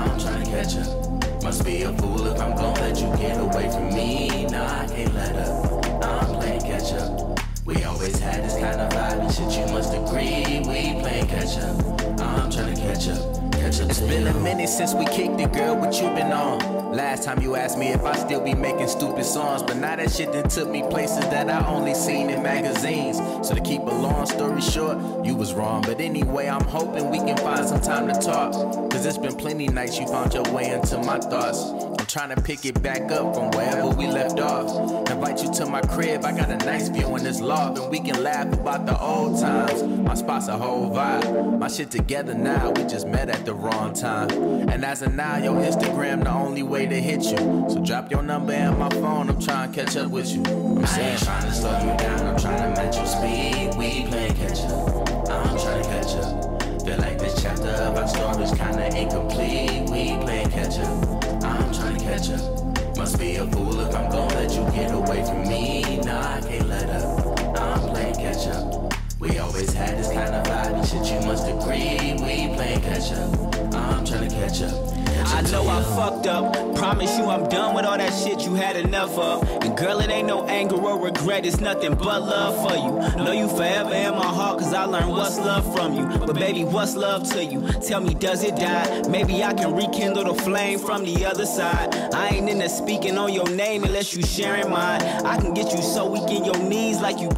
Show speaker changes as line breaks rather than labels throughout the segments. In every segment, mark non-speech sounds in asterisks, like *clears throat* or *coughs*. at you. Must be a fool if I'm gon' let you get away from me. Nah, I can't let up. Nah, I'm playing catch up. We always had this kind of vibe and shit. You must agree. We playing catch up. I'm tryna catch up. Catch up
It's
to
been
you.
a minute since we kicked it, girl. What you been on? Last time you asked me if I still be making stupid songs, but now that shit done took me places that I only seen in magazines. So to keep a long story short, you was wrong. But anyway, I'm hoping we can find some time to talk. Cause it's been plenty nights you found your way into my thoughts. I'm trying to pick it back up from wherever we left off. Invite you to my crib, I got a nice view in this loft, and we can laugh about the old times. My spot's a whole vibe. My shit together now, we just met at the wrong time. And as of now, your Instagram the only way to hit you. So drop your number and my phone, I'm trying to catch up with you. I'm
I
saying,
ain't tryna slow you down, I'm tryna match your speed. We playing catch up, I'm tryna catch up. Feel like this chapter of our story's kinda incomplete. We playing catch up, I'm tryna catch up. Must be a fool if I'm gon' let you get away from me. Nah, I can't let up, I'm playing catch up. We always had this kind of vibe and shit, you must agree. We playing catch up, I'm tryna catch up. Catch
I
up
know
to
I
you.
fucked up. Promise you I'm done with all that shit you had enough of. And girl, it ain't no anger or regret, it's nothing but love for you. Know you forever in my heart, cause I learned what's love from you. But baby, what's love to you? Tell me, does it die? Maybe I can rekindle the flame from the other side. I ain't into speaking on your name unless you sharing mine. I can get you so weak in your knees like you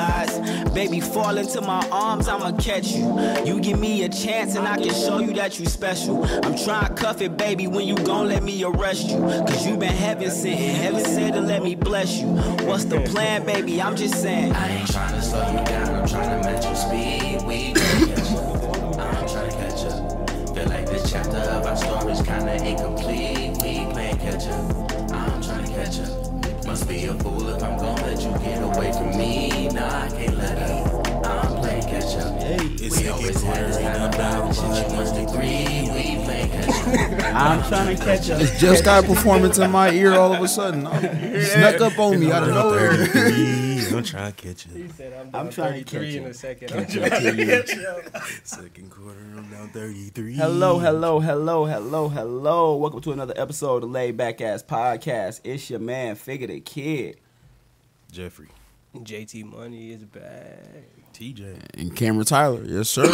paralyzed. Baby, fall into my arms, I'ma catch you. You give me a chance and I can show you that you special. I'm trying to cuff it, baby, when you gon' let me arrest you. Cause you been heaven sent and heaven said to let me bless you. What's the plan, baby? I'm just saying.
I ain't tryna slow you down, I'm tryna match your speed. We tryna catch up, I'm tryna catch up. Feel like this chapter of our story's kinda incomplete. We playing catch up, I'm tryna catch up. Must be a fool if I'm gon' let you get away from me. Nah, I can't let up. I'm playing catch up.
It's
we always had this kind of vibe, shit you must agree. We playing catch up.
I'm trying to catch up.
Just got a performance in my ear all of a sudden. Oh, Snuck up on me out of nowhere.
I'm trying to catch you.
I'm trying to catch
in
up.
a second. I'm trying
Second quarter, I'm down 33.
Hello, hello, hello, hello, hello. Welcome to another episode of Laid Back Ass Podcast. It's your man, Figure the Kid.
Jeffrey.
JT Money is back.
TJ.
And Cameron Tyler, yes sir.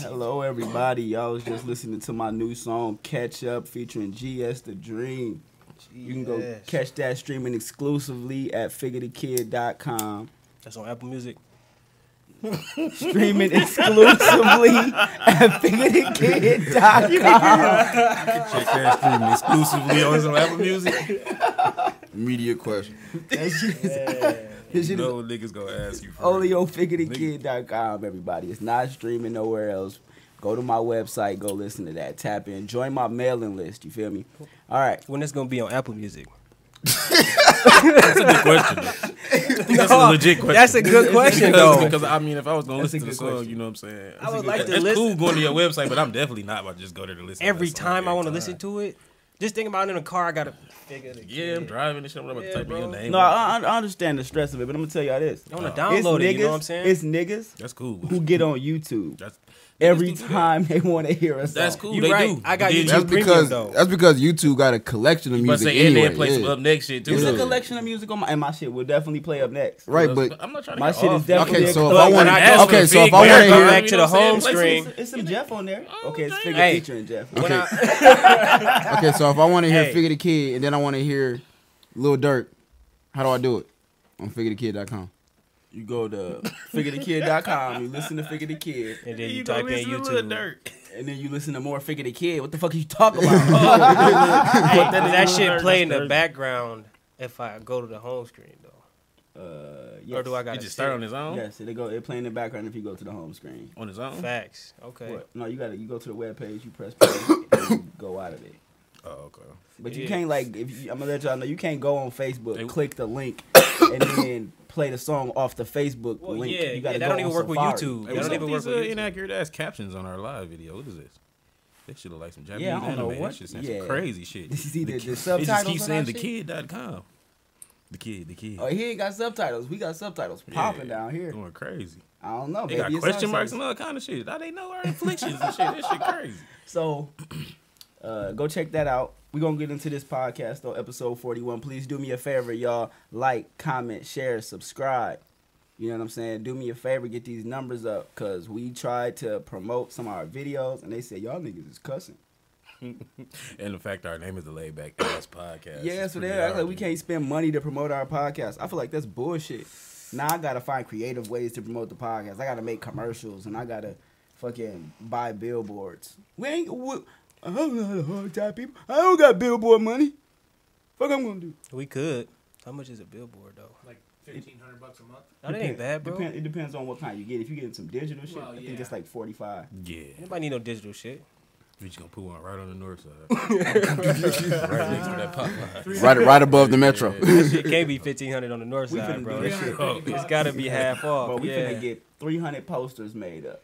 Hello, everybody. Y'all was just listening to my new song, Catch Up, featuring GS The Dream. You can go
Yes.
catch that streaming exclusively at figuredakid.com.
That's on Apple Music.
Streaming *laughs* exclusively at
*laughs*
figuredakid.com.
Check that stream exclusively on some Apple Music.
Media question.
That shit is- that
You
shit is
know niggas gonna ask you. for
Only
it.
on figuredakid.com, everybody. It's not streaming nowhere else. Go to my website, go listen to that. Tap in. Join my mailing list. You feel me? All right.
When it's gonna be on Apple Music?
That's a good question. though. I think That's a legit question.
*laughs*
That's a good question
Because-
though.
Because I mean, if I was gonna
That's a
listen to the
good
song,
question.
you know what I'm saying.
I would like to
It's cool
listen
going to your website, but I'm definitely not about to just go there to listen. to
every
that song
time I want to
time.
listen to it. Just think about it in the car. I gotta figure it.
Yeah, I'm driving and shit. I'm not about
Yeah,
to type in your
bro.
name.
No, I, I- I understand the stress of it, but I'm going to tell y'all this.
I want
It's
to download
niggas,
it. You know what I'm saying?
It's niggas
That's cool.
who get on YouTube
That's
every
niggas do that.
time they want to hear us.
That's cool.
You
they
right.
do.
I got
They
you
do.
That's
It's premium,
because
though.
that's because YouTube got a collection of
But
music
say, and
anyway.
then play some
yeah.
up next shit too.
It's a
Yeah.
collection of music on my, and my shit will definitely play up next.
Right, but
I'm not trying to.
My
get
shit is
off.
definitely-
okay, so if
But
I
when
want,
I
ask for
okay,
a
so if
fig,
I
we
want
gotta
to
go
hear,
back to the home
Places-
screen.
It's some Jeff on there. Okay, it's figure
Oh, Hey.
featuring Jeff.
okay, *laughs*
I-
okay, so if I want to hear
Hey.
Figure the Kid and then I want to hear Lil Durk, how do I do it? On FigureTheKid.com.
You go to
*laughs*
figuredakid.com, you listen to Figure the Kid,
and then you, type in YouTube.
and then you listen to more Figure the Kid. What the fuck are you talking
*laughs*
about?
Hey, does that shit play in the background if I go to the home screen though,
uh,
or do I
He
gotta
just
sit?
start on his own.
Yes, it'll go. It play in the background if you go to the home screen.
On his own.
Facts. Okay.
What? No, you gotta. You go to the web page. You press play. *coughs* and you go out of it.
Oh, okay.
But
Yeah.
you can't like. If you, I'm gonna let y'all know, you can't go on Facebook,
They-
click the
*coughs*
link, and then play the song off the Facebook
Well,
link.
yeah,
you
yeah,
gotta
that
go
don't even
on
work with
Safari.
YouTube.
Hey,
That
what's
don't
up
even
with
work
these uh,
with YouTube.
inaccurate ass captions on our live video? What is this? That should look like some Japanese
Yeah, I don't know
anime.
what-
That shit sounds
yeah.
some crazy shit.
*laughs* It's either the
kid-
subtitles
It just
or
keeps saying
that
the kid.com. The kid, the kid.
Oh, he ain't got subtitles. We got subtitles
Yeah,
popping down here. Oh,
Going crazy.
I don't know.
They
maybe
got
it's
question
our
marks
service.
and all kind of shit. Now they know our afflictions and shit. That shit crazy.
So, *coughs* Uh, go check that out. We're going to get into this podcast, though, episode 41. Please do me a favor, y'all. Like, comment, share, subscribe. You know what I'm saying? Do me a favor, get these numbers up because we tried to promote some of our videos and they said, y'all niggas is cussing.
And the fact our name is the Laid Back Ass Podcast.
yeah,
It's
so
pretty
they're acting like we
arrogant.
can't spend money to promote our podcast. I feel like that's bullshit. Now I gotta find creative ways to promote the podcast. I gotta make commercials and I gotta fucking buy billboards. We ain't. We, I don't know how to hard time people. I don't got billboard money. Fuck, I'm gonna do.
We could. How much is a billboard though?
Like fifteen hundred bucks a month.
No, Oh, that ain't bad, bro.
Depend- it depends on what kind you get. If you getting some digital shit,
Well,
I
yeah.
think it's like forty five.
Yeah.
Nobody need no digital shit.
We just gonna put one right on the north
*laughs*
side. right next to that Popeye.
Right, right above the metro.
That shit can't be fifteen hundred on the north
We
side,
finna
bro.
do
That shit-
Oh,
It's gotta be half off.
But we
yeah.
finna get three hundred posters made up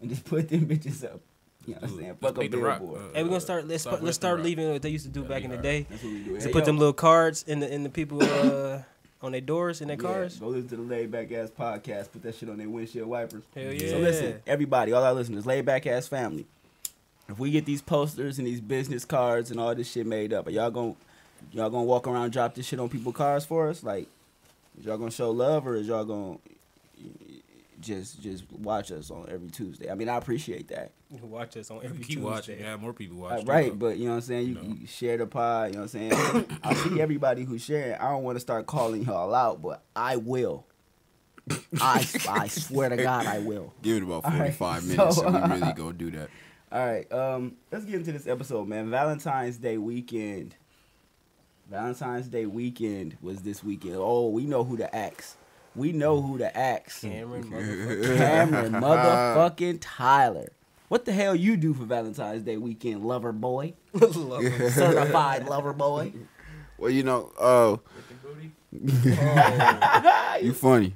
and just put them *laughs* bitches up. You know what I'm saying? Fuck a
Beat the rock. Uh,
billboard.
Hey, we're gonna start. Let's
Southwest
let's start
Rock.
leaving what they used to do back in the day.
That's what we do.
To
Hey,
put
yo.
them little cards in the in the people uh, on their doors in their
Yeah,
cars.
Go listen to the laid back ass podcast. Put that shit on their windshield wipers.
Hell yeah.
So listen, everybody, all our listeners, laid back ass family. If we get these posters and these business cards and all this shit made up, are y'all gonna y'all gonna walk around and drop this shit on people's cars for us? Like, is y'all gonna show love or is y'all gonna just just watch us on every Tuesday? I mean, I appreciate that.
You can watch us on every
Keep
Tuesday.
watching. Yeah, more people
Uh,
watch.
right, but you know what I'm saying? You,
No.
you share the pod, you know what I'm saying? I see everybody who's sharing. I don't want to start calling y'all out, but I will. I, *laughs* I swear to God, I will.
Give it about
All right,
45 minutes
so,
and we really gonna do that.
All right, um, let's get into this episode, man. Valentine's Day weekend. Valentine's Day weekend was this weekend. Oh, we know who to axe. We know who to axe.
Cameron,
*laughs*
motherfucker.
Cameron motherfucking Tyler. What the hell you do for Valentine's Day weekend, lover *laughs* boy?
Love him.
Certified lover boy.
Well, you know, *laughs* oh,
Oh,
you funny.
You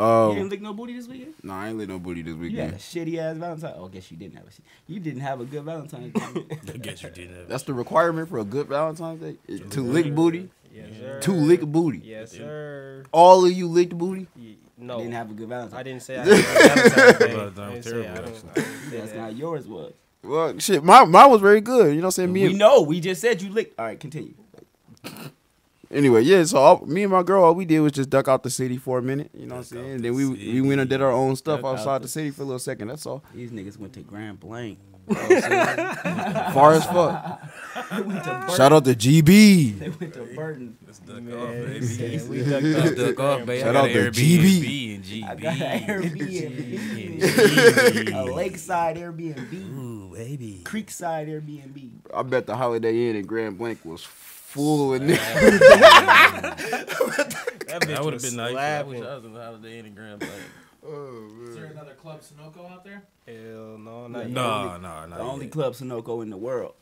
Oh,
didn't lick no booty this weekend?
no, I ain't lit no booty this
You had a
weekend.
shitty ass Valentine. Oh, I guess you didn't have a shit. You didn't have a good *laughs* Valentine's Day.
*laughs* I guess you didn't. Have
That's the requirement for a good Valentine's Day. is To lick booty,
yes, sir.
to lick booty.
Yes, sir.
All of you licked booty.
Ye-
You
No,
Oh. didn't have a good Valentine's.
I didn't
*laughs*
say I had a Valentine's Day. I
Valentine's
didn't say I
terrible,
don't- I
actually.
Day.
didn't say
That's
that.
not yours was.
Well, shit, my mine was very good. You know, what I'm saying me.
We
and-
know. We just said you licked. All right, continue.
Anyway, yeah. So all, me and my girl, all we did was just duck out the city for a minute. You know, what I'm
Duck out
saying.
the
then we we went and did our own stuff
Duck out
outside
the
the city for a little second. That's
*laughs*
all.
These niggas went to Grand Blanc.
Far as fuck.
*laughs* They went to Burton.
Shout out to GB.
They went to *laughs* Burton.
Let's duck off,
Man,
baby.
yeah, we ducked off.
Let's duck off, baby. I
Shout
got
out to
an
GB.
Airbnb and
I
*laughs*
got an Airbnb.
GB.
a lakeside Airbnb.
Ooh, baby.
Creekside Airbnb.
I bet the Holiday Inn in Grand Blanc was full of niggas.
That, bitch
That would have
was
been nice. I wish
slapping.
I was in the Holiday Inn and Grand Blanc.
Is there another club Sunoco out there?
Hell no, not yet.
No, no, no.
Oh,
The only club Sunoco in the world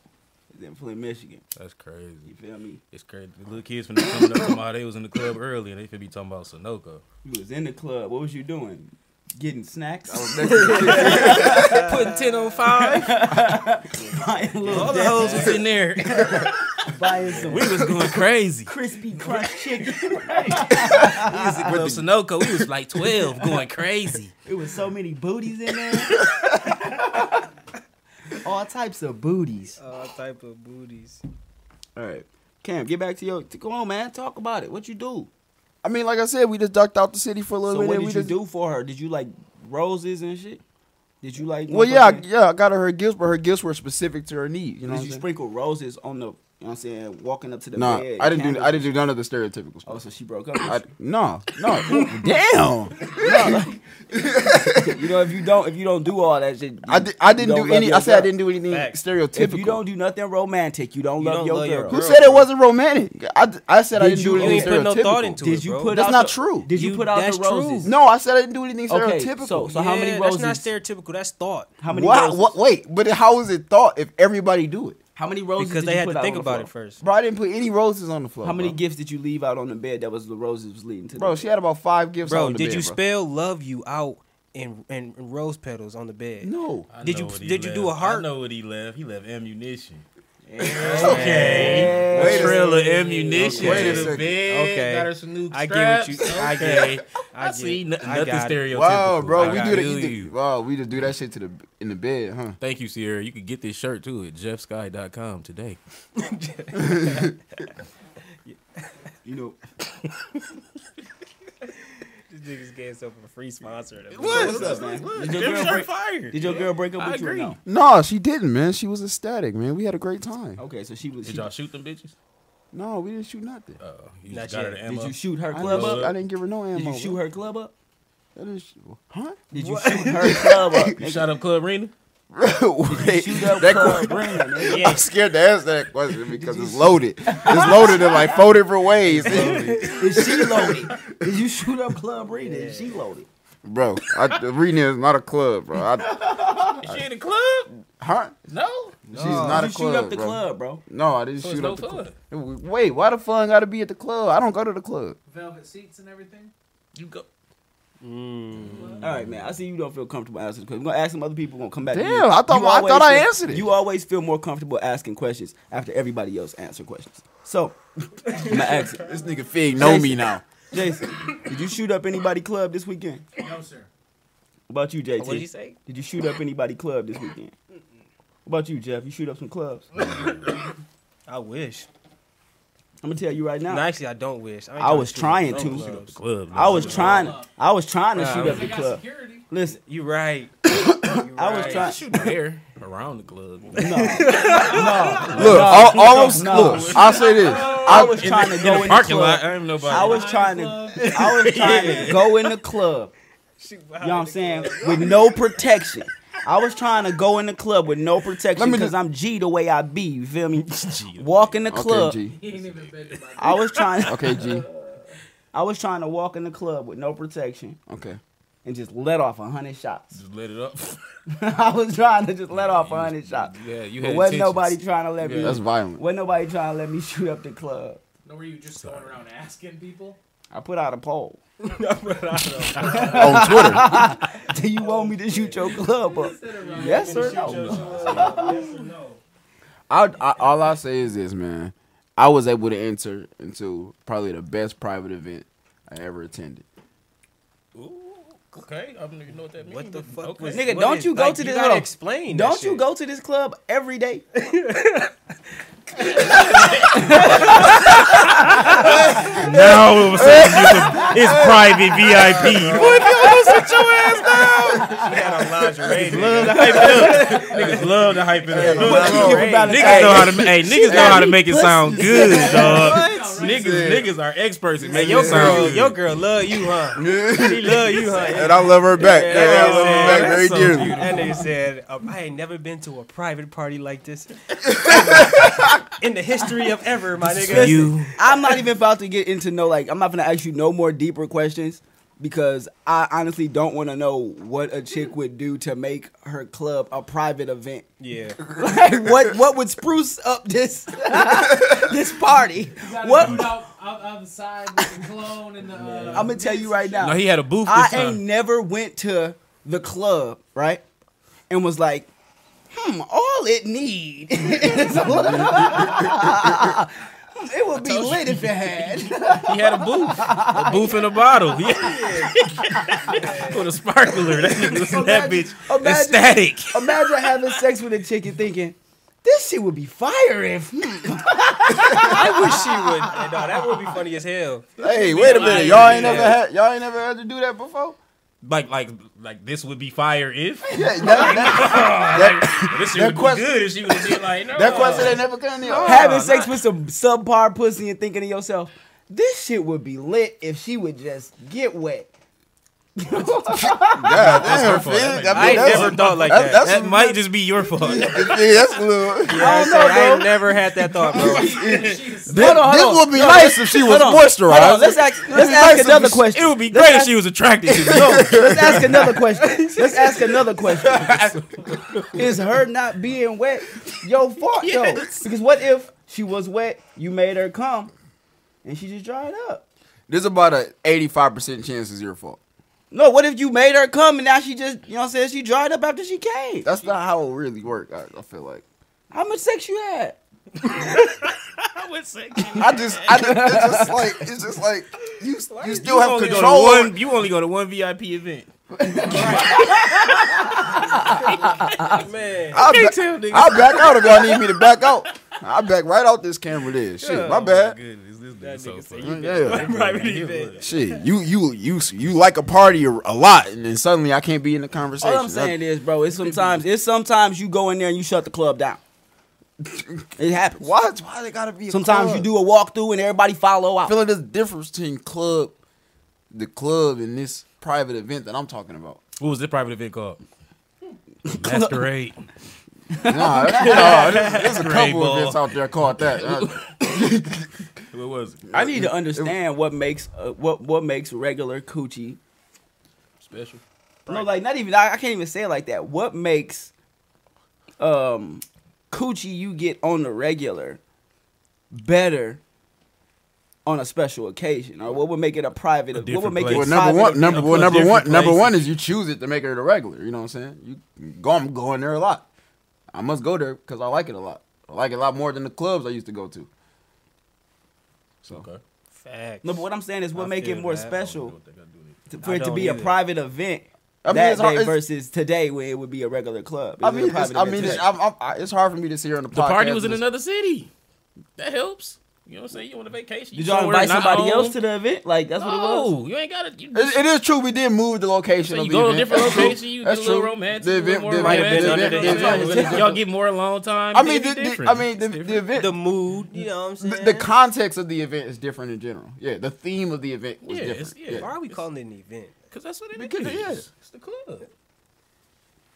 is in Flint, Michigan.
That's
You
crazy.
feel me?
It's crazy. The little kids finna come up from how they was in the club early and they finna be talking about Sunoco.
You was in the club. What was you doing? Getting snacks?
*laughs*
*laughs* Putting ten on five.
*laughs* buying little
All the hoes was in there.
buying some
*laughs* We was going crazy.
crispy crunch chicken. *laughs*
We was in Club Sunoco. We was like 12 going crazy.
It was so many booties in there. *laughs* All types of booties.
All Uh, type of booties.
All right, Cam, get back to your. Come on, man, talk about it. What you do?
I mean, like I said, we just ducked out the city for a
So
little bit.
what
and
did
we
you
just,
do for her? Did you like roses and shit? Did you like?
Well, yeah, I,
motherfucking-
yeah. I got her her gifts, but her gifts were specific to her needs. You
Did
know, what
you
I'm saying?
sprinkle roses on the? You know what I'm saying, walking up to the
Nah,
bed.
I didn't do.
candles?
I didn't do none of the stereotypical
Oh,
stuff.
so she broke up. with
*coughs* I,
you.
no,
*laughs*
no, damn.
*coughs* you know, if you don't, if you don't do all that shit,
I,
you-
did, I
you
didn't
don't
do
love
any.
your
I said I
girl.
didn't do anything
Facts.
stereotypical.
If you don't do nothing romantic, you don't
You
love
don't
your
love
girl.
your
Who
girl.
said it wasn't romantic? I, d- I said I
Did
didn't
you-
do
you
anything
ain't
put no
stereotypical.
thought into
Did
it,
you
bro.
put
That's
out
not
the-
true.
Did you,
You-
put out
that's
the roses?
true.
No, I said I didn't do anything
Okay,
stereotypical.
so so how many roses?
That's not stereotypical. That's thought.
How many
Why-
roses?
what- wait, but how is it thought if everybody do it?
How many roses?
Because
did
they
you
had
put
to
out
think
on the
about it
floor?
first.
Bro, I didn't put any roses on the floor.
How many
bro.
gifts did you leave out on the bed? That was the roses was leading to.
Bro,
the
she had about five gifts.
Bro,
on the
did
bed,
you
bro.
spell love you out in, in, in rose petals on the bed?
No.
I
Did you-
know what he
did you do
left.
a heart?
I know what he left. He left ammunition.
bed.
Okay.
Wait a
trail of ammunition.
Wait a
Got her
second.
bed,
Okay.
Got her some new
I get what you.
straps.
*laughs*
I get. I,
I
get,
see nothing,
I
nothing
got it.
stereotypical.
Wow, bro, we
I
do
feel
that.
you.
Wow, we just do that shit to the in the bed, huh?
Thank you, Sierra. You can get this shirt too at jeffsky.com today.
You know,
This nigga's getting himself a free sponsor.
*laughs* What's up, man? Did your, girl
Them shirt
break,
fire.
did your girl break up
I
with you or
agree.
no?
no, she didn't, man. She was ecstatic, man. We had a great time.
Okay, so she was.
Did
She,
y'all shoot them bitches?
No, we didn't shoot nothing.
Uh, you
Not
just got her
yet.
the
did
ammo.
you shoot her
I
club
didn't,
up?
I didn't give her no ammo.
Did you shoot
bro.
her club up?
I didn't sh- huh?
Did you shoot
*laughs*
her club
*laughs*
up?
You shot up Club Arena?
Wait,
Shoot up
that
club,
que- *laughs*
Brandon, nigga.
I'm scared to ask that
*laughs*
question because it's loaded. It's loaded in like four different ways,
Is she loaded? Did you shoot up Club Rita? Is she loaded?
*laughs* bro. I, the arena is not a club, bro. I,
Is she in the club?
huh?
No.
She's not
you
a club,
shoot up the
bro.
club, bro.
No, I didn't
So it's
shoot
no
up the
fun.
club. Wait, why the fun got to be at the club? I don't go to the club.
Velvet seats and everything.
You go.
All right, man. I see you don't feel comfortable answering questions. We're gonna ask some other people. We're gonna come back. to
Damn,
you.
I thought-
You
I
always
thought I
feel-
answered it.
You always feel more comfortable asking questions after everybody else answer questions. So, *laughs* my accent.
This nigga Fig know
me
*laughs* now.
Jason, did you shoot up anybody club this weekend?
No, sir.
What about you, JT?
What did you say?
Did you shoot up anybody club this weekend? What about you, Jeff? You shoot up some clubs? I'm
I wish.
gonna tell you right now.
No, actually, I don't wish. ain't
I was
shoot up
trying
no
to.
clubs.
Club.
I was trying. I was trying to
Nah,
shoot
I
up the
They got
club.
security.
Listen,
You right.
*coughs* I was trying.
shooting hair around the club.
No, no.
Look, all, all I'm s-
No.
look, I'll say this.
I was trying to go in the
parking
club.
lot. I ain't nobody.
I was trying to. *laughs* I was trying to go in the club.
*laughs*
You know what I'm saying? With no protection. I was trying to go in the club with no protection
Let me
because
just-
I'm G the way I be. You feel
*laughs*
me? Walk in the club.
Okay, G.
He ain't even been to my
I was trying. *laughs*
Okay, G.
I was trying to walk in the club with no protection
Okay.
and just let off a hundred shots. *laughs*
just *laughs* let it up.
I was trying to just let off a hundred shots.
Yeah, you
But
had
wasn't
intentions.
nobody trying to let me.
Yeah,
That's
*laughs*
violent.
Wasn't nobody trying to let me *laughs* shoot up the club.
No, were you just going around asking people?
I put out a poll. *laughs*
On Twitter.
Do you want me to shoot your club up? Yes or no?
I, I, all I say is this, man. I was able to enter into probably the best private event I ever *laughs* attended.
Ooh, okay, I don't even know what that means.
What the
but
fuck
okay.
was?
Nigga,
what
don't
is-
you go
like,
to
you
this-
gotta
hold on.
Explain. that
Don't you
shit.
go to this club every day?
Now all *laughs* of a sudden it's, private VIP. Love to hype it up. Niggas love to hype it up. niggas know how to. Hey, niggas know how to make it sound good,
*laughs*
dog. Niggas, niggas are experts in
Hey,
making
your
it sound
girl,
good.
your girl love you, huh?
*laughs*
She love you, huh?
And I love her back.
That
Yeah, I
nigga
love her
said-
back very
so
dearly.
That nigga said, um, I ain't never been to a private party like this in the history of ever, my nigga.
You,
I'm not even about to get into no like. I'm not gonna ask you no more deeper questions because I honestly don't want to know what a chick would do to make her club a private
*laughs*
event.
Yeah.
Like, what what would spruce up this *laughs* this party?
Got
What
What? Out, out, out the side with the cologne and the. Uh,
I'm gonna tell you right now.
no, he had a booth
I
this
ain't
time.
never went to the club, right? And was like, hmm, all it need *laughs* is a little- It would be lit if it
*laughs*
had.
He had a booth, a booth and a bottle. Yeah, *laughs* with a sparkler. That nigga was in that
Imagine-
bitch
imagine-
ecstatic.
Imagine having sex with a chick and thinking, this shit would be fire if. hmm."
I wish she would. No, that would be funny as hell.
Hey, wait a minute. Y'all ain't never
Yeah.
had y'all ain't never had to do that before?
Like, like, like this would be fire if.
Yeah, that, that,
This shit
That
would
question-
be good if she would have been like, no.
that question ain't never come to y'all.
having sex with some subpar pussy and thinking to yourself, this shit would be lit if she would just get wet.
God damn,
That's her fault.
Fig. I
I
mean,
ain't
that's,
never thought like
that's-
that.
that's
that
what-
might just be your fault.
Fig, that's a little.
*laughs*
Yeah, I,
don't know,
I ain't
bro.
never had that thought, bro.
Hold on,
this
hold on.
would be
No,
nice if she was
hold on.
moisterized.
Hold on, let's ask, let's
be
ask
nice if
another
she-
question.
*laughs* It would be
Let's
great
ask-
if she was attracted to me. *laughs* No,
Let's ask another question. Let's ask another question. Is her not being wet your fault though? Because what if she was wet, you made her come, and she just dried up?
There's about a 85% chance it's your fault.
No, what if you made her come and now she just, you know what I'm saying, she dried up after she came?
That's not how it really works, I, I feel like.
How much sex you had?
I would say.
I just, I just, it's
*laughs*
just like, it's just like you, you still have
only go to
control. over-
one- you only go to one VIP event. Man,
I'll,
can't
ba-
tell niggas.
I'll back out if y'all need me to back
*laughs*
out. I'll back right out this camera there. Shit, my bad.
oh goodness, this nigga so funny.
Yeah.
Private event.
Shit, you you you you like a party a a lot, and then suddenly I can't be in the conversation.
All I'm saying is, bro, it's sometimes it's sometimes you go in there and you shut the club down. It happens.
why why they gotta be? a
Sometimes
club?
you do a walkthrough and everybody follow
I
out.
feel like there's a difference between club, the club, and this private event that I'm
*laughs*
talking about.
What was this private event called? Masquerade. *laughs*
Nah, that's- nah, there's, there's a
Great
couple
ball.
events out there called that.
*laughs*
Uh,
what was it?
I need to understand what makes uh, what what makes regular coochie
Special.
No, like not even I, I can't even say it like that. What makes um coochie you get on the regular better on a special occasion, or what would make it a private? what would
different
make
place.
it
well,
private
number one,
event?
number
Plus
one, number one,
different
number
places.
one is you choose it to make it a regular. You know what I'm saying? You go, I'm going there a lot. I must go there because I like it a lot. I like it a lot more than the clubs I used to go to. So
Fact.
No, but what I'm saying is what
I
make
feel
it more
that. I don't
special to- for
I
it to
don't
be a
either.
private event
I mean,
that
it's hard-
day
it's-
versus today where it would be a regular club.
I
Is it a
mean,
private
it's, I
event
mean,
today?
it, I'm, I'm, I- it's hard for me to sit here on the,
The
podcast
party was in
and-
another city. That helps. You know what I'm saying? You on a vacation?
did y'all
somewhere
invite
not
somebody
home.
else to the event? Like that's what it was.
No, you ain't got to.
It, it is true. We did move the location.
So
of
you
the
go to
event.
different
That's true.
locations, you get a
That's
little
true.
romantic,
The
a little
event,
more
the event,
romantic.
the
you know
event,
what
the
I'm saying?
event.
Y'all get more alone time.
I mean,
It's
the, the,
different.
I mean, the,
It's
the
different.
event,
The mood, you know what I'm
the,
saying?
the context of the event is different in general. Yeah, the theme of the event was
Yeah, it's-
different.
yeah.
Why are we calling it an event?
Because that's what it is.
Because it is.
It's the club.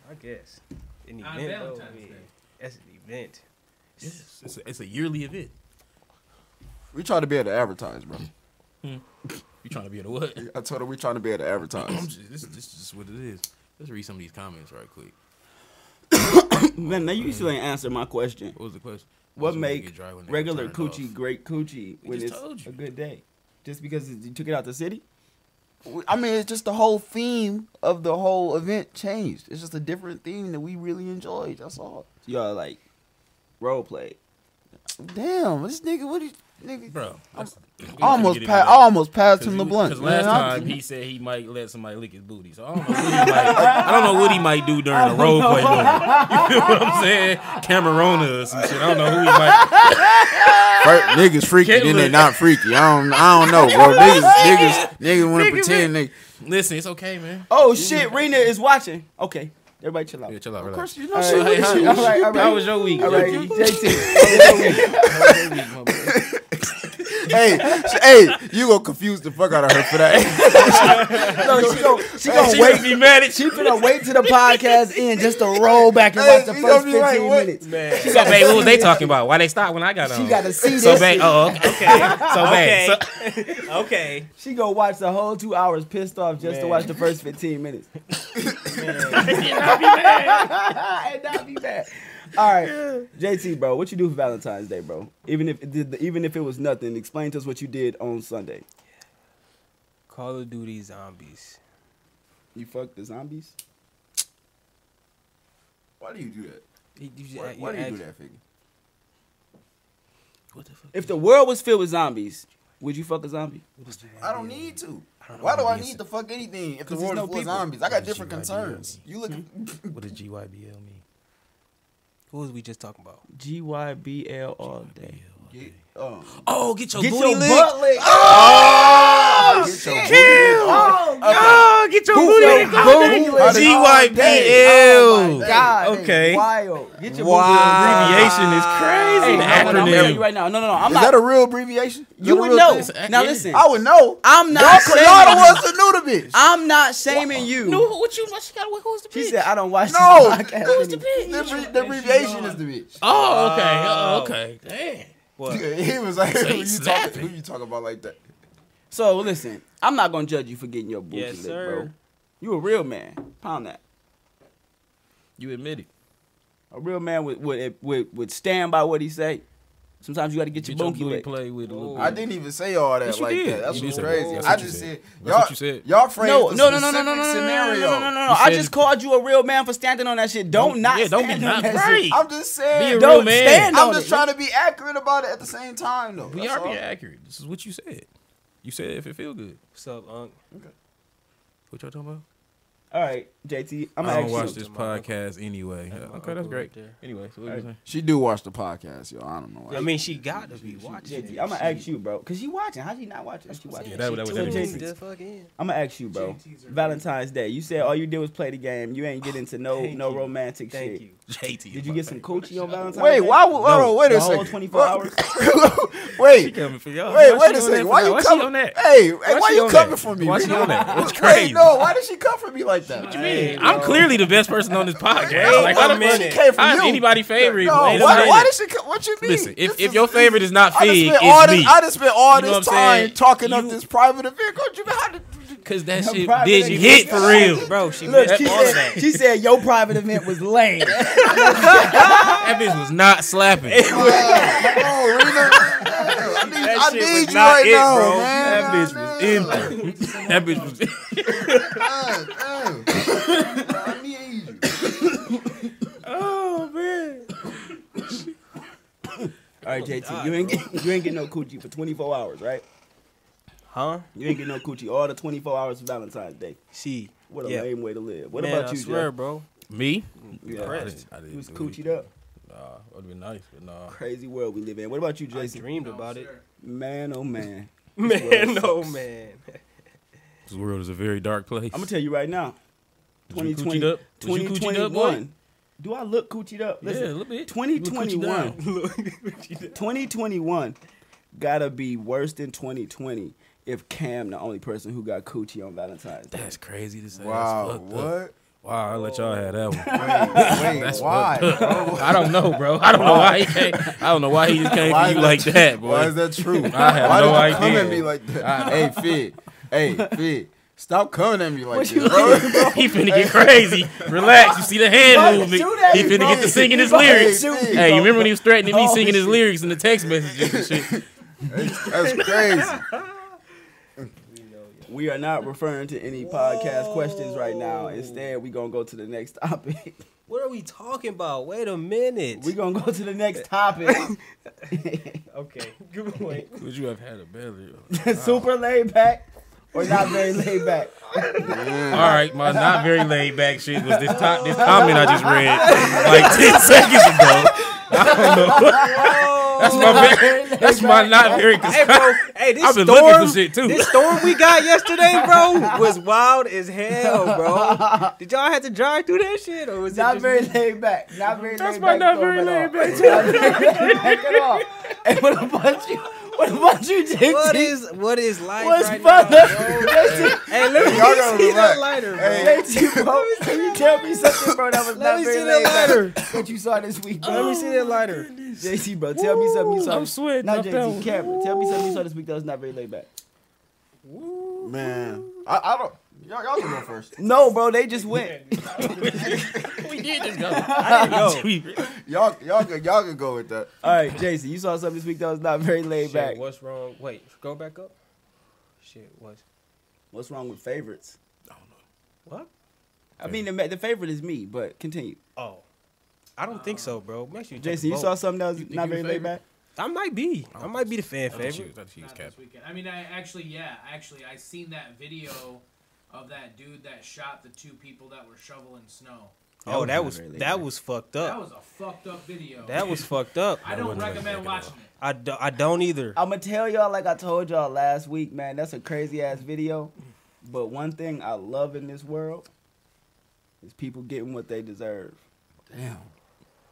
I guess. An
On
event. though,
Valentine's
yeah.
Day.
That's an event.
Yes. It's, a, it's a yearly event.
We try to be able to advertise, bro.
You trying to be at a what?
I told her we trying to be able to
*clears throat* I'm
advertise.
just, this, this is just what it is. Let's read some of these comments right quick.
Man, now
Mm.
you still ain't answer my question.
What was the question?
What
Just when you
make
get dry when they
regular
turn it off.
coochie great coochie when
just
it's
told you.
a good day? Just because it- you took it out the city?
We- I mean, it's just the whole theme of the whole event changed. It's just a different theme that we really enjoyed. That's all.
Y'all like role play.
Damn, this nigga, what he, nigga?
Bro, that's- we
I
finna
almost,
get
pa-
into
I
that.
almost passed him the blunt.
Because last
man. I-
time he said he might let somebody lick his booty. So I don't know what he might, I don't know what he might do *laughs* during a role play. Though. You know what I'm saying? Camerona or some shit. I don't know who he might.
Fir- niggas freaky,
Can't
then they
look.
not freaky. I don't, I don't know,
*laughs*
bro. Niggas, niggas, niggas want to pretend they.
Listen, it's okay, man.
Oh shit, Rena is watching. Okay. Everybody chill out.
Yeah, chill out. Of course
you know, she
Hey,
was-
All
how,
right, all
how
right.
was your week?
All right, JT.
Hey, sh- hey, you gonna confuse the fuck out of her for that?
No, she gon' she gon'
She
wait.
gonna be mad at
She
you.
finna wait till the podcast end just to roll back and watch the
Hey, she
first
gonna be like,
15
what?
minutes.
She go, babe, what was they talking about? Why they stopped when I got on?
She gotta see this.
so,
shit.
babe, oh, okay. So, babe,
*laughs*
so,
Okay.
She gonna watch the whole two hours pissed off just to
Man.
watch the first 15 *laughs* minutes. and not be bad. All right, JT, bro, what you do for Valentine's Day, bro? Even if it did, even if it was nothing, explain to us what you did on Sunday.
Call of Duty zombies.
You fucked the zombies.
*laughs* Why do you do that?
You- you-
Why,
you
why do you
ask-
do that, Figgy?
If the world was filled with zombies, would you fuck a zombie?
I don't need to. Why do I need to fuck anything if the
there's
world
no
is full of
people.
zombies? I got
That's
different
your idea.
concerns. You look.
What does GYBL mean?
Who was we just talking about?
G Y B L all day.
Get, um,
Oh, get your
Get
booty
your
licked.
butt licked.
get your booty-
Oh, get your booty licked.
How did-
GYBL.
Oh God,
Oh, Okay.
Wild. Get your
Uh,
Abbreviation
wow.
is crazy.
Hey, I'm
The
gonna- I'm gonna tell you
acronym.
right now. No, no, no. I'm
Is
not.
that a real abbreviation? Is
you
that a
would
real
know.
thing?
Now
yeah.
listen.
I would know.
I'm
Y'all,
not
y'all the
shaming.
ones that knew the bitch.
I'm not shaming you.
*laughs* No, who- what you? She got. Who was the
She
bitch?
said I don't watch
No,
this podcast.
who's
anymore."
the, abbre- the abbreviation is the bitch.
Oh, okay. Oh, okay. Damn.
What?
*laughs* he was like, who
he
you, talking,
snapping.
who you talking about like that?
So listen, I'm not gonna judge you for getting your booty
Yes,
licked, bro.
sir.
You a real man. Pound that.
You admit it.
A real man would would would, would stand by what he say. Sometimes you got to get your
Get your
booty
booty Oh,
licked.
played with a little
I didn't even say all that
Yes, you
like
did.
that. That's
You did
what's
say that.
crazy.
That's
I
what you
just
said.
said
That's
y'all.
what you said.
Y'all framed
No,
a
no, no, no, no, no, no, no,
specific
no, no,
scenario.
no, no, no. I
said-
just called you a real man for standing on that shit. Don't, not
yeah, don't be
stand
not
on that
right.
shit.
I'm just
Be a
saying.
real
Don't
man.
stand on
I'm
it.
just trying to be accurate about it at the same time, though.
We
That's
are being
all.
accurate. This is what you said. You said if it feel good.
What's up, Unc?
What y'all talking about?
All right, JT, I'm
I
gonna
don't watch
ask you.
this podcast anyway.
my
okay, that's
uncle
great.
right there.
Anyway, so what you saying?
She do watch the podcast, yo. I don't know. Why.
I mean, she got to be watching.
JT, I'm gonna ask you, bro, cause you watching. How she not watching? She watching.
Yeah, that- that was
tuned
everything.
in the fuck in.
I'm gonna ask you, bro.
JT's are-
Valentine's Day. You said all you did was play the game. You ain't get into no
Thank
no
you.
romantic
Thank
shit.
you.
JT.
Did you get some coochie on Valentine's
Wait,
Day?
why? would- Hold on, wait
The
a
whole
second.
24
*laughs*
hours.
Wait,
coming for y'all.
wait,
Why
wait a
she on that
second.
for
Why
y'all?
you
she
coming?
on that?
Hey, hey, why
she
you
on
coming
that?
for me?
Why
bro?
she on that? That's
Wait,
crazy.
no, why did she come for me like that?
What you mean? I'm clearly the best person on this podcast.
Hey,
like,
why
how
the
the
fuck she
fuck-
came for
how is
you?
anybody favorite?
No,
Wait a
why,
minute.
why did she come? What you mean?
Listen, if,
This
if
is-
your favorite is not
I done
fig,
spent all
it's
this,
me.
I done spent all
You know
this
what I'm
time
saying?
talking up
You-
this private event. What You mean? How
*laughs*
did-
Cause that
Her
shit
private
did
lady-
hit for real.
Bro,
*laughs*
she
Look,
missed
she
all of
said, *laughs*
that.
she said your private event was lame.
That bitch was not slapping. that
Oh, Rena, I need, I
shit
need
was
you
not
right now, man.
it, bro. That bitch was empty. that bitch was.
*laughs* I need you.
oh man.
All right,
Oh,
JT, you ain't get, you ain't get no coochie for 24 hours, right?
Huh?
You ain't get no coochie all the 24 hours of Valentine's Day.
She.
What a
Yeah.
lame way to live. What
Man,
about
I
you,
swear,
Jeff?
bro.
Me?
Yeah.
I didn't, I didn't
You was
do
coochied
it.
up.
Nah, it would be nice, but nah.
Crazy world we live in. What about you,
I
Jason?
dreamed about it.
Man, oh man.
*laughs* Man, oh, no, man.
This world is a very dark place.
I'm gonna tell you right now.
Was you
2020,
coochied up? Was you coochied up, boy?
2021. Do I look coochied up?
Yeah, a
Listen,
little bit.
2021. 2021 gotta be worse than 2020 if Cam the only person who got coochie on Valentine's Day.
*laughs* That's crazy to say.
Wow,
That's fucked Up. *laughs*
what?
Wow, I let y'all have that one.
Wait,
That's
why? *laughs*
fucked
bro?
up. I don't know, bro. I don't know why he came. I don't know why he just came
Why
for
is
you
that-
like that, boy.
Why
*laughs*
is that *laughs* true?
I have
Why
no
did you come
idea.
at me like that? hey, Fig. Hey, Fig. Stop coming at me like
you
this, *laughs* bro.
He finna get crazy. Relax. You see the hand
Bro,
movement.
shoot at
He
me,
finna
bro.
get to singing his
Bro,
lyrics.
shoot me,
Hey,
bro.
you remember when he was threatening me
Oh,
singing his
shit.
lyrics in the text messages and shit?
That's
*laughs*
crazy.
We are not referring to any podcast questions right now. Instead, we're gonna go to the
*laughs*
next topic.
What are we talking about? Wait a minute.
We're gonna go to the next
*laughs*
topic. *laughs*
okay, good point.
Would you have had a better?
Super laid back or not very laid
*laughs*
back.
All right, my not very laid back shit was this top,
*laughs*
this comment I just read like *laughs* ten seconds ago. I don't know. That's my very, that's my not very.
*laughs* hey, bro. Hey, this
I've been
storm,
looking for shit too.
this storm we got yesterday, bro, was wild as hell, bro. Did y'all have to drive through that shit, or was it
Not
just
very laid back. Not very
That's
laid
my
back.
not very laid
back.
back.
back at all. And what about you? What about you, JT?
What is what is life
What's
right
fun?
*laughs* now, bro? hey, let me
Y'all gotta
see that
relax.
lighter, bro.
JT, bro, can you tell me something, bro, that was
Let
not
me
very
see that
laid back?
lighter.
What you saw this week, bro?
Let me see
*laughs*
that lighter.
JT, bro, tell me something you saw.
I'm sweating.
Not
off that
JT,
one.
Cameron. Tell me something you saw this week that was not very laid back.
Man. I, I don't. Y'all, y'all can go first.
No, bro, they just went.
We did just go. I didn't go.
Y'all, y'all, can, y'all can go with that.
All right, Jason, you saw something this week that was not very laid
Shit,
back.
what's wrong? Wait, go back up. Shit, what's
What's wrong with favorites?
what?
I mean, the, ma- the favorite is me, but continue.
Oh, I don't think so, bro. Make sure you take
Jason,
a
you saw
vote.
something that was not
you
very
the
laid back?
I might be. I might be the fan favorite.
was
Not this weekend. I mean, I actually, yeah, actually, I seen that video of that dude that shot the two people that were shoveling snow.
Oh, that was
really
that was fucked
That
up.
was a fucked up video.
That was
*laughs*
fucked up.
I don't recommend watching it.
I do, I don't either.
I'm gonna tell y'all like I told y'all last week, man. That's a crazy ass video. But one thing I love in this world is people getting what they deserve.
Damn.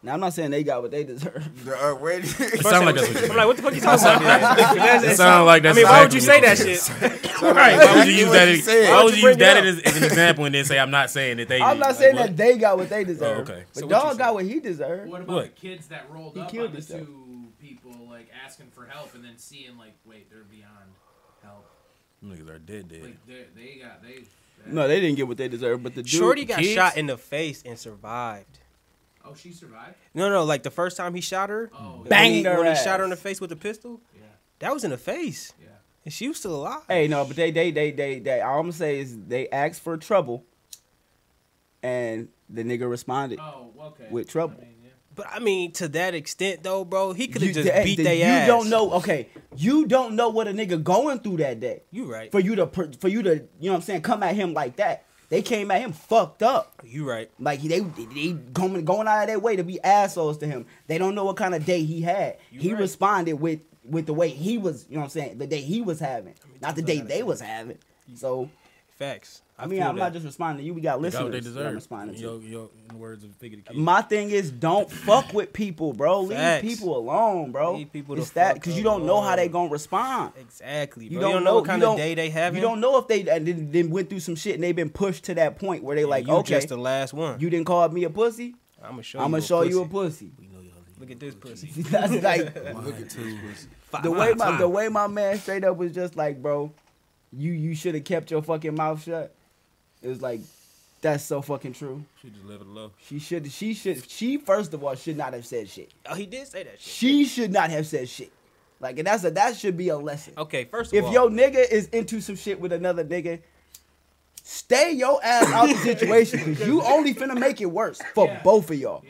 Now I'm not saying they got what they deserve.
The, uh, *laughs* wait.
It sounded like that's what you
I'm like, what the fuck you talking about? That's-
It
*laughs* that's-
sounded like
I
that's
mean, why would you say
exactly
that
what
shit?
Right. Why would you
Exactly
use
what
that?
you
as-
said.
Why would
Why'd
you
you
use
bring
that
it
as, as an example and then say I'm not saying that they?
I'm not
*laughs* like,
saying
what? Oh,
that they got what they deserve.
okay.
But
So what
y'all
you
got what he deserved.
What about
What?
the kids that rolled
He
up
killed
on the
himself.
two people, like asking for help, and then seeing like, wait, they're beyond help.
Niggas are dead, dead.
Like they they got they.
No, they didn't get what they deserved. But the dude,
Shorty got
kids?
shot in the face and survived.
Oh, she survived.
No, no, like the first time he shot her,
Oh, yeah.
when he-
Banged her
when he
ass.
shot her in the face with the pistol.
Yeah.
That was in the face,
yeah.
and she was still alive.
Hey, no, but they, they, they, they, they. All I'm gonna say is they asked for trouble, and the nigga responded.
Oh, okay.
With trouble.
I mean, yeah.
But I mean, to that extent though, bro, he could have
You-
just
hey,
beat
the-
their ass.
You don't know. Okay, you don't know what a nigga going through that day.
You right.
For you to, per- for you to, you know what I'm saying, come at him like that. They came at him fucked up.
You right.
Like they, they going going out of their way to be assholes to him. They don't know what kind of day he had.
You
he
right.
responded with with the way he was. You know what I'm saying? The day he was having, not the day they was having. So
Facts.
I mean,
feel
I'm not
that.
just responding to you. We got
Got
listeners.
what they
that I'm
deserve.
responding to.
Yo, yo, in the words of Figgy the Kid.
My thing is, don't fuck with people, bro. Leave
Facts.
people alone, bro.
Leave people
it's
the
that
fuck
because you don't know how they gonna respond.
exactly. Bro.
You don't, know,
what
you
kind
don't-
of day they having.
You don't know if they and then, then went through some shit and they been pushed to that point where they
And
like,
you
okay,
just the last one.
you didn't call me a pussy.
I'm gonna show.
I'm gonna
you
show
a pussy.
you a pussy.
Look at this
*laughs*
pussy. *laughs*
That's like the way my the way my man straight up was just like, bro, you you should have kept your fucking mouth shut. It was like, that's so fucking true.
She just left it alone.
She should she should she first of all should not have said shit.
Oh, he did say that shit.
She should not have said shit. Like, and that's a that should be a lesson.
Okay, first of
If
all,
your nigga is into some shit with another nigga, stay your ass out the situation because you only finna make it worse for both of y'all.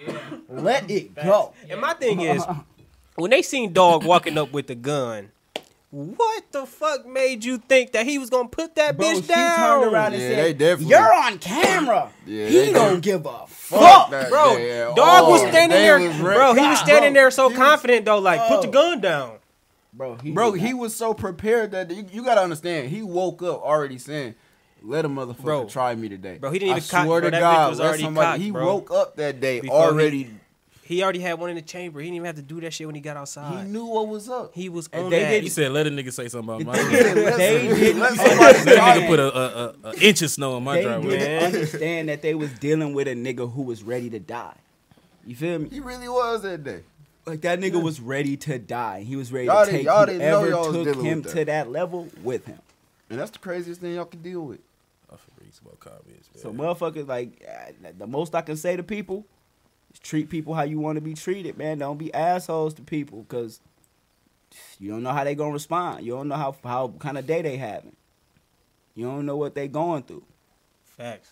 Let it go.
and my thing is,
*laughs*
when they seen dog walking up with the gun, what the fuck made you think that he was gonna put that
Bro,
bitch
she
down?
turned around and
Yeah, they
said,
definitely-
"You're on camera.
Yeah,
he
they
don't give a fuck."
that
bro.
day, yeah.
Dog was
Oh,
standing
they
there,
was re-
bro. He
God,
was standing
bro.
there so confident though, like put the
Oh.
gun down.
Bro, he
Bro,
did
he
not-
was so prepared that you, you gotta understand. He woke up already saying, "Let a motherfucker
Bro.
try me today."
Bro, he didn't
I
even cock-
swear
bro,
to
that bitch
God,
was
let
already
somebody.
cocked,
he
bro.
woke up that day
Before he-
already.
He already had one in the chamber. He didn't even have to do that shit when he got
He,
outside. He,
knew what was up.
was
And
on
they
that.
didn't-
He said, "Let a nigga say something about
*laughs*
my."
They
driveway."
didn't- they didn't-
That nigga put a, a, a, a inch of snow on my
they
driveway.
didn't
Man.
understand that they was dealing with a nigga who was ready to die. You feel me?
He really was that day.
Like that nigga was ready to die. He was ready to
Y'all didn't-
take
y'all didn't know
whoever
y'all was
took
dealing
him
with that.
to that level with him.
And that's the craziest thing y'all can deal with.
I should read some more comments, man.
So motherfuckers, like uh, the most I can say to people is treat people how you want to be treated, man. Don't be assholes to people because you don't know how they gonna respond. You don't know how how kind of day they having. You don't know what they going through.
Facts.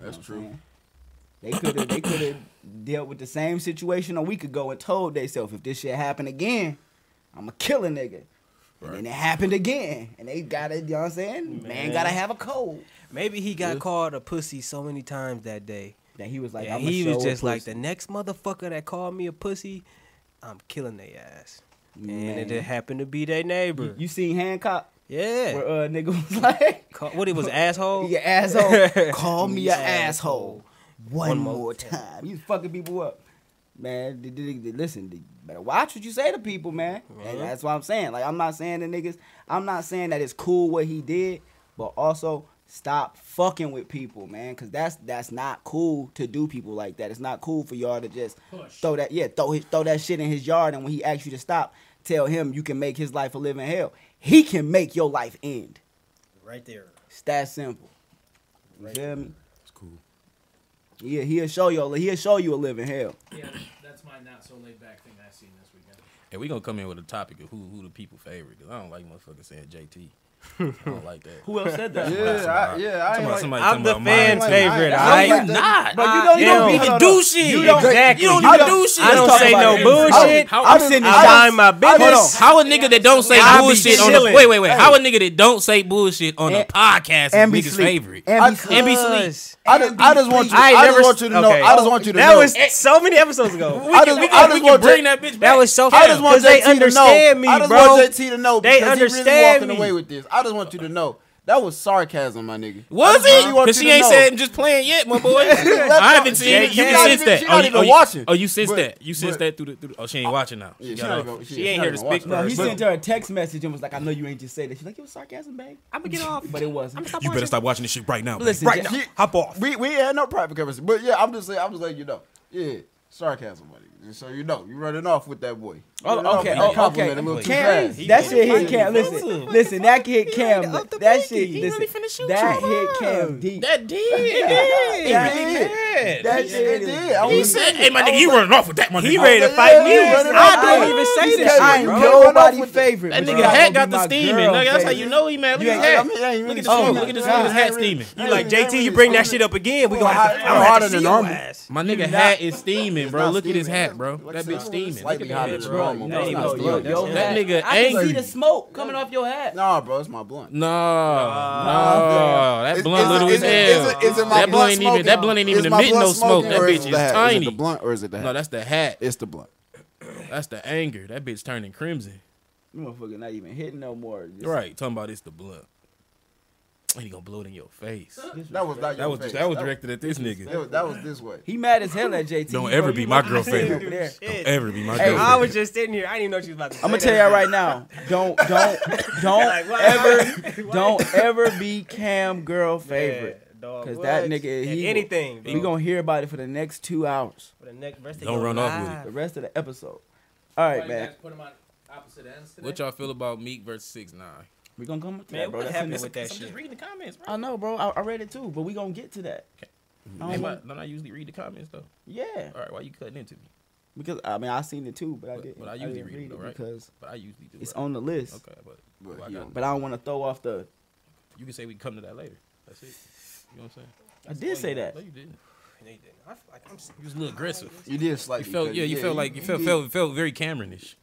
That's
You know
true.
what I'm saying? They could have they could have dealt with the same situation a week ago and told theyself if this shit happened again, I'ma kill a nigga. And then it happened again. And they gotta, you know what I'm saying? Man,
Man.
gotta have a cold.
Maybe he got called a pussy so many times that day.
That he was like,
that
I'm
he was just like the next motherfucker that called me a pussy, I'm killing their ass. And it
Man.
just happened to be their neighbor.
You seen Hancock?
yeah.
Where uh nigga *laughs* was like,
Ca- what it was asshole?
you
*laughs*
asshole. Call me
You
an asshole. One,
One
more,
more
time. You fucking people up. Man, d- d- d- listen, d- better watch what you say to people, man. And
Mhm.
that's what I'm saying. Like I'm not saying the niggas, I'm not saying that it's cool what he did, but also stop fucking with people, man, cuz that's that's not cool to do people like that. It's not cool for y'all to just
Push.
throw that yeah, throw his, throw that shit in his yard and when he asks you to stop, tell him you can make his life a living hell. He can make your life end.
Right there.
It's that simple. You feel me?
It's cool.
Yeah, he'll show you. He'll show you a living hell.
Yeah, that's my not so laid back thing I seen this weekend.
And we gonna come in with a topic of who who the people favorite because I don't like motherfuckers saying JT. I don't like that.
Who else said that?
Somebody-
Yeah, I, yeah, I
somebody-
ain't like,
somebody
I'm
talking
the
about
fan
mine.
favorite.
I
I
ain't like that.
not.
But you don't, you don't
You
even
don't
do.
do shit.
You don't-
exactly.
You don't
I
even
don't-
do shit.
I don't
talk
say
about
no
it.
bullshit.
How-
I'm sitting
I mind my business.
How a nigga that don't say
I be
bullshit on a
chilling.
wait wait wait? How a nigga that don't say bullshit on a
And-
podcast
And be
is nigga's
sleep.
favorite?
And be
I- and be sleep.
Because
I just, I just want you.
I
I,
ain't
just
never
want you to know.
okay.
I just want you to
That
know.
was so many episodes ago.
I
I
just-
just, we
I
can,
just
we
want
can bring
J-
that bitch back.
That was so
I just
funny.
want
Because
JT
they understand
to
me,
know. I just
bro.
want JT to know
They
because he really
understand
walking
me.
away with this. I just want you to know that was sarcasm, my nigga.
was
I just
it?
really want
Because
you
she
to
ain't
know.
said I'm just playing yet, my boy. I haven't seen it. You
She
can
not
sense
even-
that.
she
Oh,
not
you-
even
oh, you-
watching.
Oh, you sense
But-
that. You sense
but-
that through the. Through the oh, she ain't watching now.
Yeah,
She
she
got
not
off.
even- she-
She
she
ain't
not
here to
even watching.
speak for
No, he
herself.
sent her a text message and was like, "I know you ain't just say that." She's like, "It was sarcasm, babe."
I'm gonna get off.
But it wasn't.
I'm stop
You better
watching.
stop watching this shit right now.
Listen,
Right
J-
now.
He-
Hop off.
We we ain't
had no private conversation. But yeah, I'm just saying, I'm just letting you know. Yeah, sarcasm, buddy. Just so you know, you running off with that boy.
Oh, okay, oh, okay.
Complimented him too
Cam,
fast.
that shit hit Cam. Listen, listen, that hit Cam. That shit, listen, that hit Cam deep.
That did.
That
It did.
That shit did. I
He
was-
said, "Hey, my nigga, you running off with that one."
He ready to fight me.
I didn't even say that. I ain't nobody favorite.
That
but
nigga
y'all
hat got
gonna be
the
my
steaming.
girl
Nigga, that's how
favorite.
you know he mad. Look
You
at his
ain't-
hat.
I mean, I ain't
Look
really
at the
sure.
smoke. Look at this nigga's hat steaming.
You like JT? You bring that shit up again? We gonna have to. I'm gonna have
harder
to
than
see your
normal.
ass.
My nigga hat is steaming, bro.
not
Look at his
steaming.
hat, bro. That bitch steaming. Look
Slightly
at that
hotter
bitch.
than
No,
normal. bro.
no,
It's not
yo,
steaming.
yo,
That nigga
I can see
angry.
the smoke coming off your hat.
Nah, bro, it's my blunt.
Nah, nah, that
Is-
blunt
is-
little
is
as
it- is
hell.
it- is it my
That blunt
blunt
ain't even. That
smoking?
blunt ain't even
Is my
emitting no
blunt
smoke.
smoking
That
or is
bitch
it
is
the hat? Is it
tiny.
the blunt or is it the
No,
hat?
that's the hat.
It's the blunt.
That's the anger. That bitch turning crimson.
Motherfucker, not even hitting no more. Just-
Right, talking about it's the blunt. And he gonna blow it in your face.
That was not
That
your
was
face.
that was directed at this
That
nigga.
was, that was this way.
He mad as hell at JT.
Don't
Bro,
ever
you
be
look
my
like
girl
you sitting
favorite.
over there.
Don't ever be my
Hey,
girlfriend.
I was just sitting here. I didn't even know what she was about to say.
I'm gonna tell y'all right now. Don't don't don't
*laughs*
ever don't ever be Cam girl favorite. Cause that nigga, he,
anything.
we gonna hear about it for the next two hours,
For the next, rest of
Don't
your
run off with it.
life.
the rest of the episode. All right, man,
Put them on opposite ends today.
What y'all feel about Meek versus Six Nine?
we gonna come to
Man,
that, bro.
what
That's in
happened
this-
with that shit?
reading the comments, bro.
I know, bro. I, I read it too, but we gonna get to that. I don't want-
don't I usually read the comments though?
yeah,
All right, why you cutting into me?
because I mean I seen it too, but I
But-
didn't.
but I usually
didn't
read it though, right?
because
But I usually do.
it's
right?
on the list.
Okay, but,
But
well, I
he
got-
on-
But I don't want to throw off the.
you can say we can come to that later. That's it. You know what I'm saying?
I did say that.
No, you didn't.
No, you didn't. I feel like I'm s-
You was a little aggressive.
You did
You
slightly.
felt
cut-
yeah, you felt like you felt
did.
felt felt very Cameronish.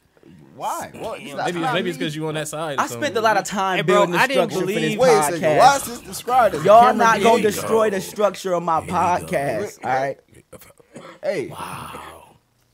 Why? What? It's not-
Maybe
not
maybe it's
me.
because you on that side. or
I spent
something.
a lot of time
Hey, bro,
building the
I didn't
structure for this
believe-
Wait a second. Why
podcast.
is this described as a
Y'all
camera
not gonna
gig?
destroy the structure of my podcast. All right.
Hey,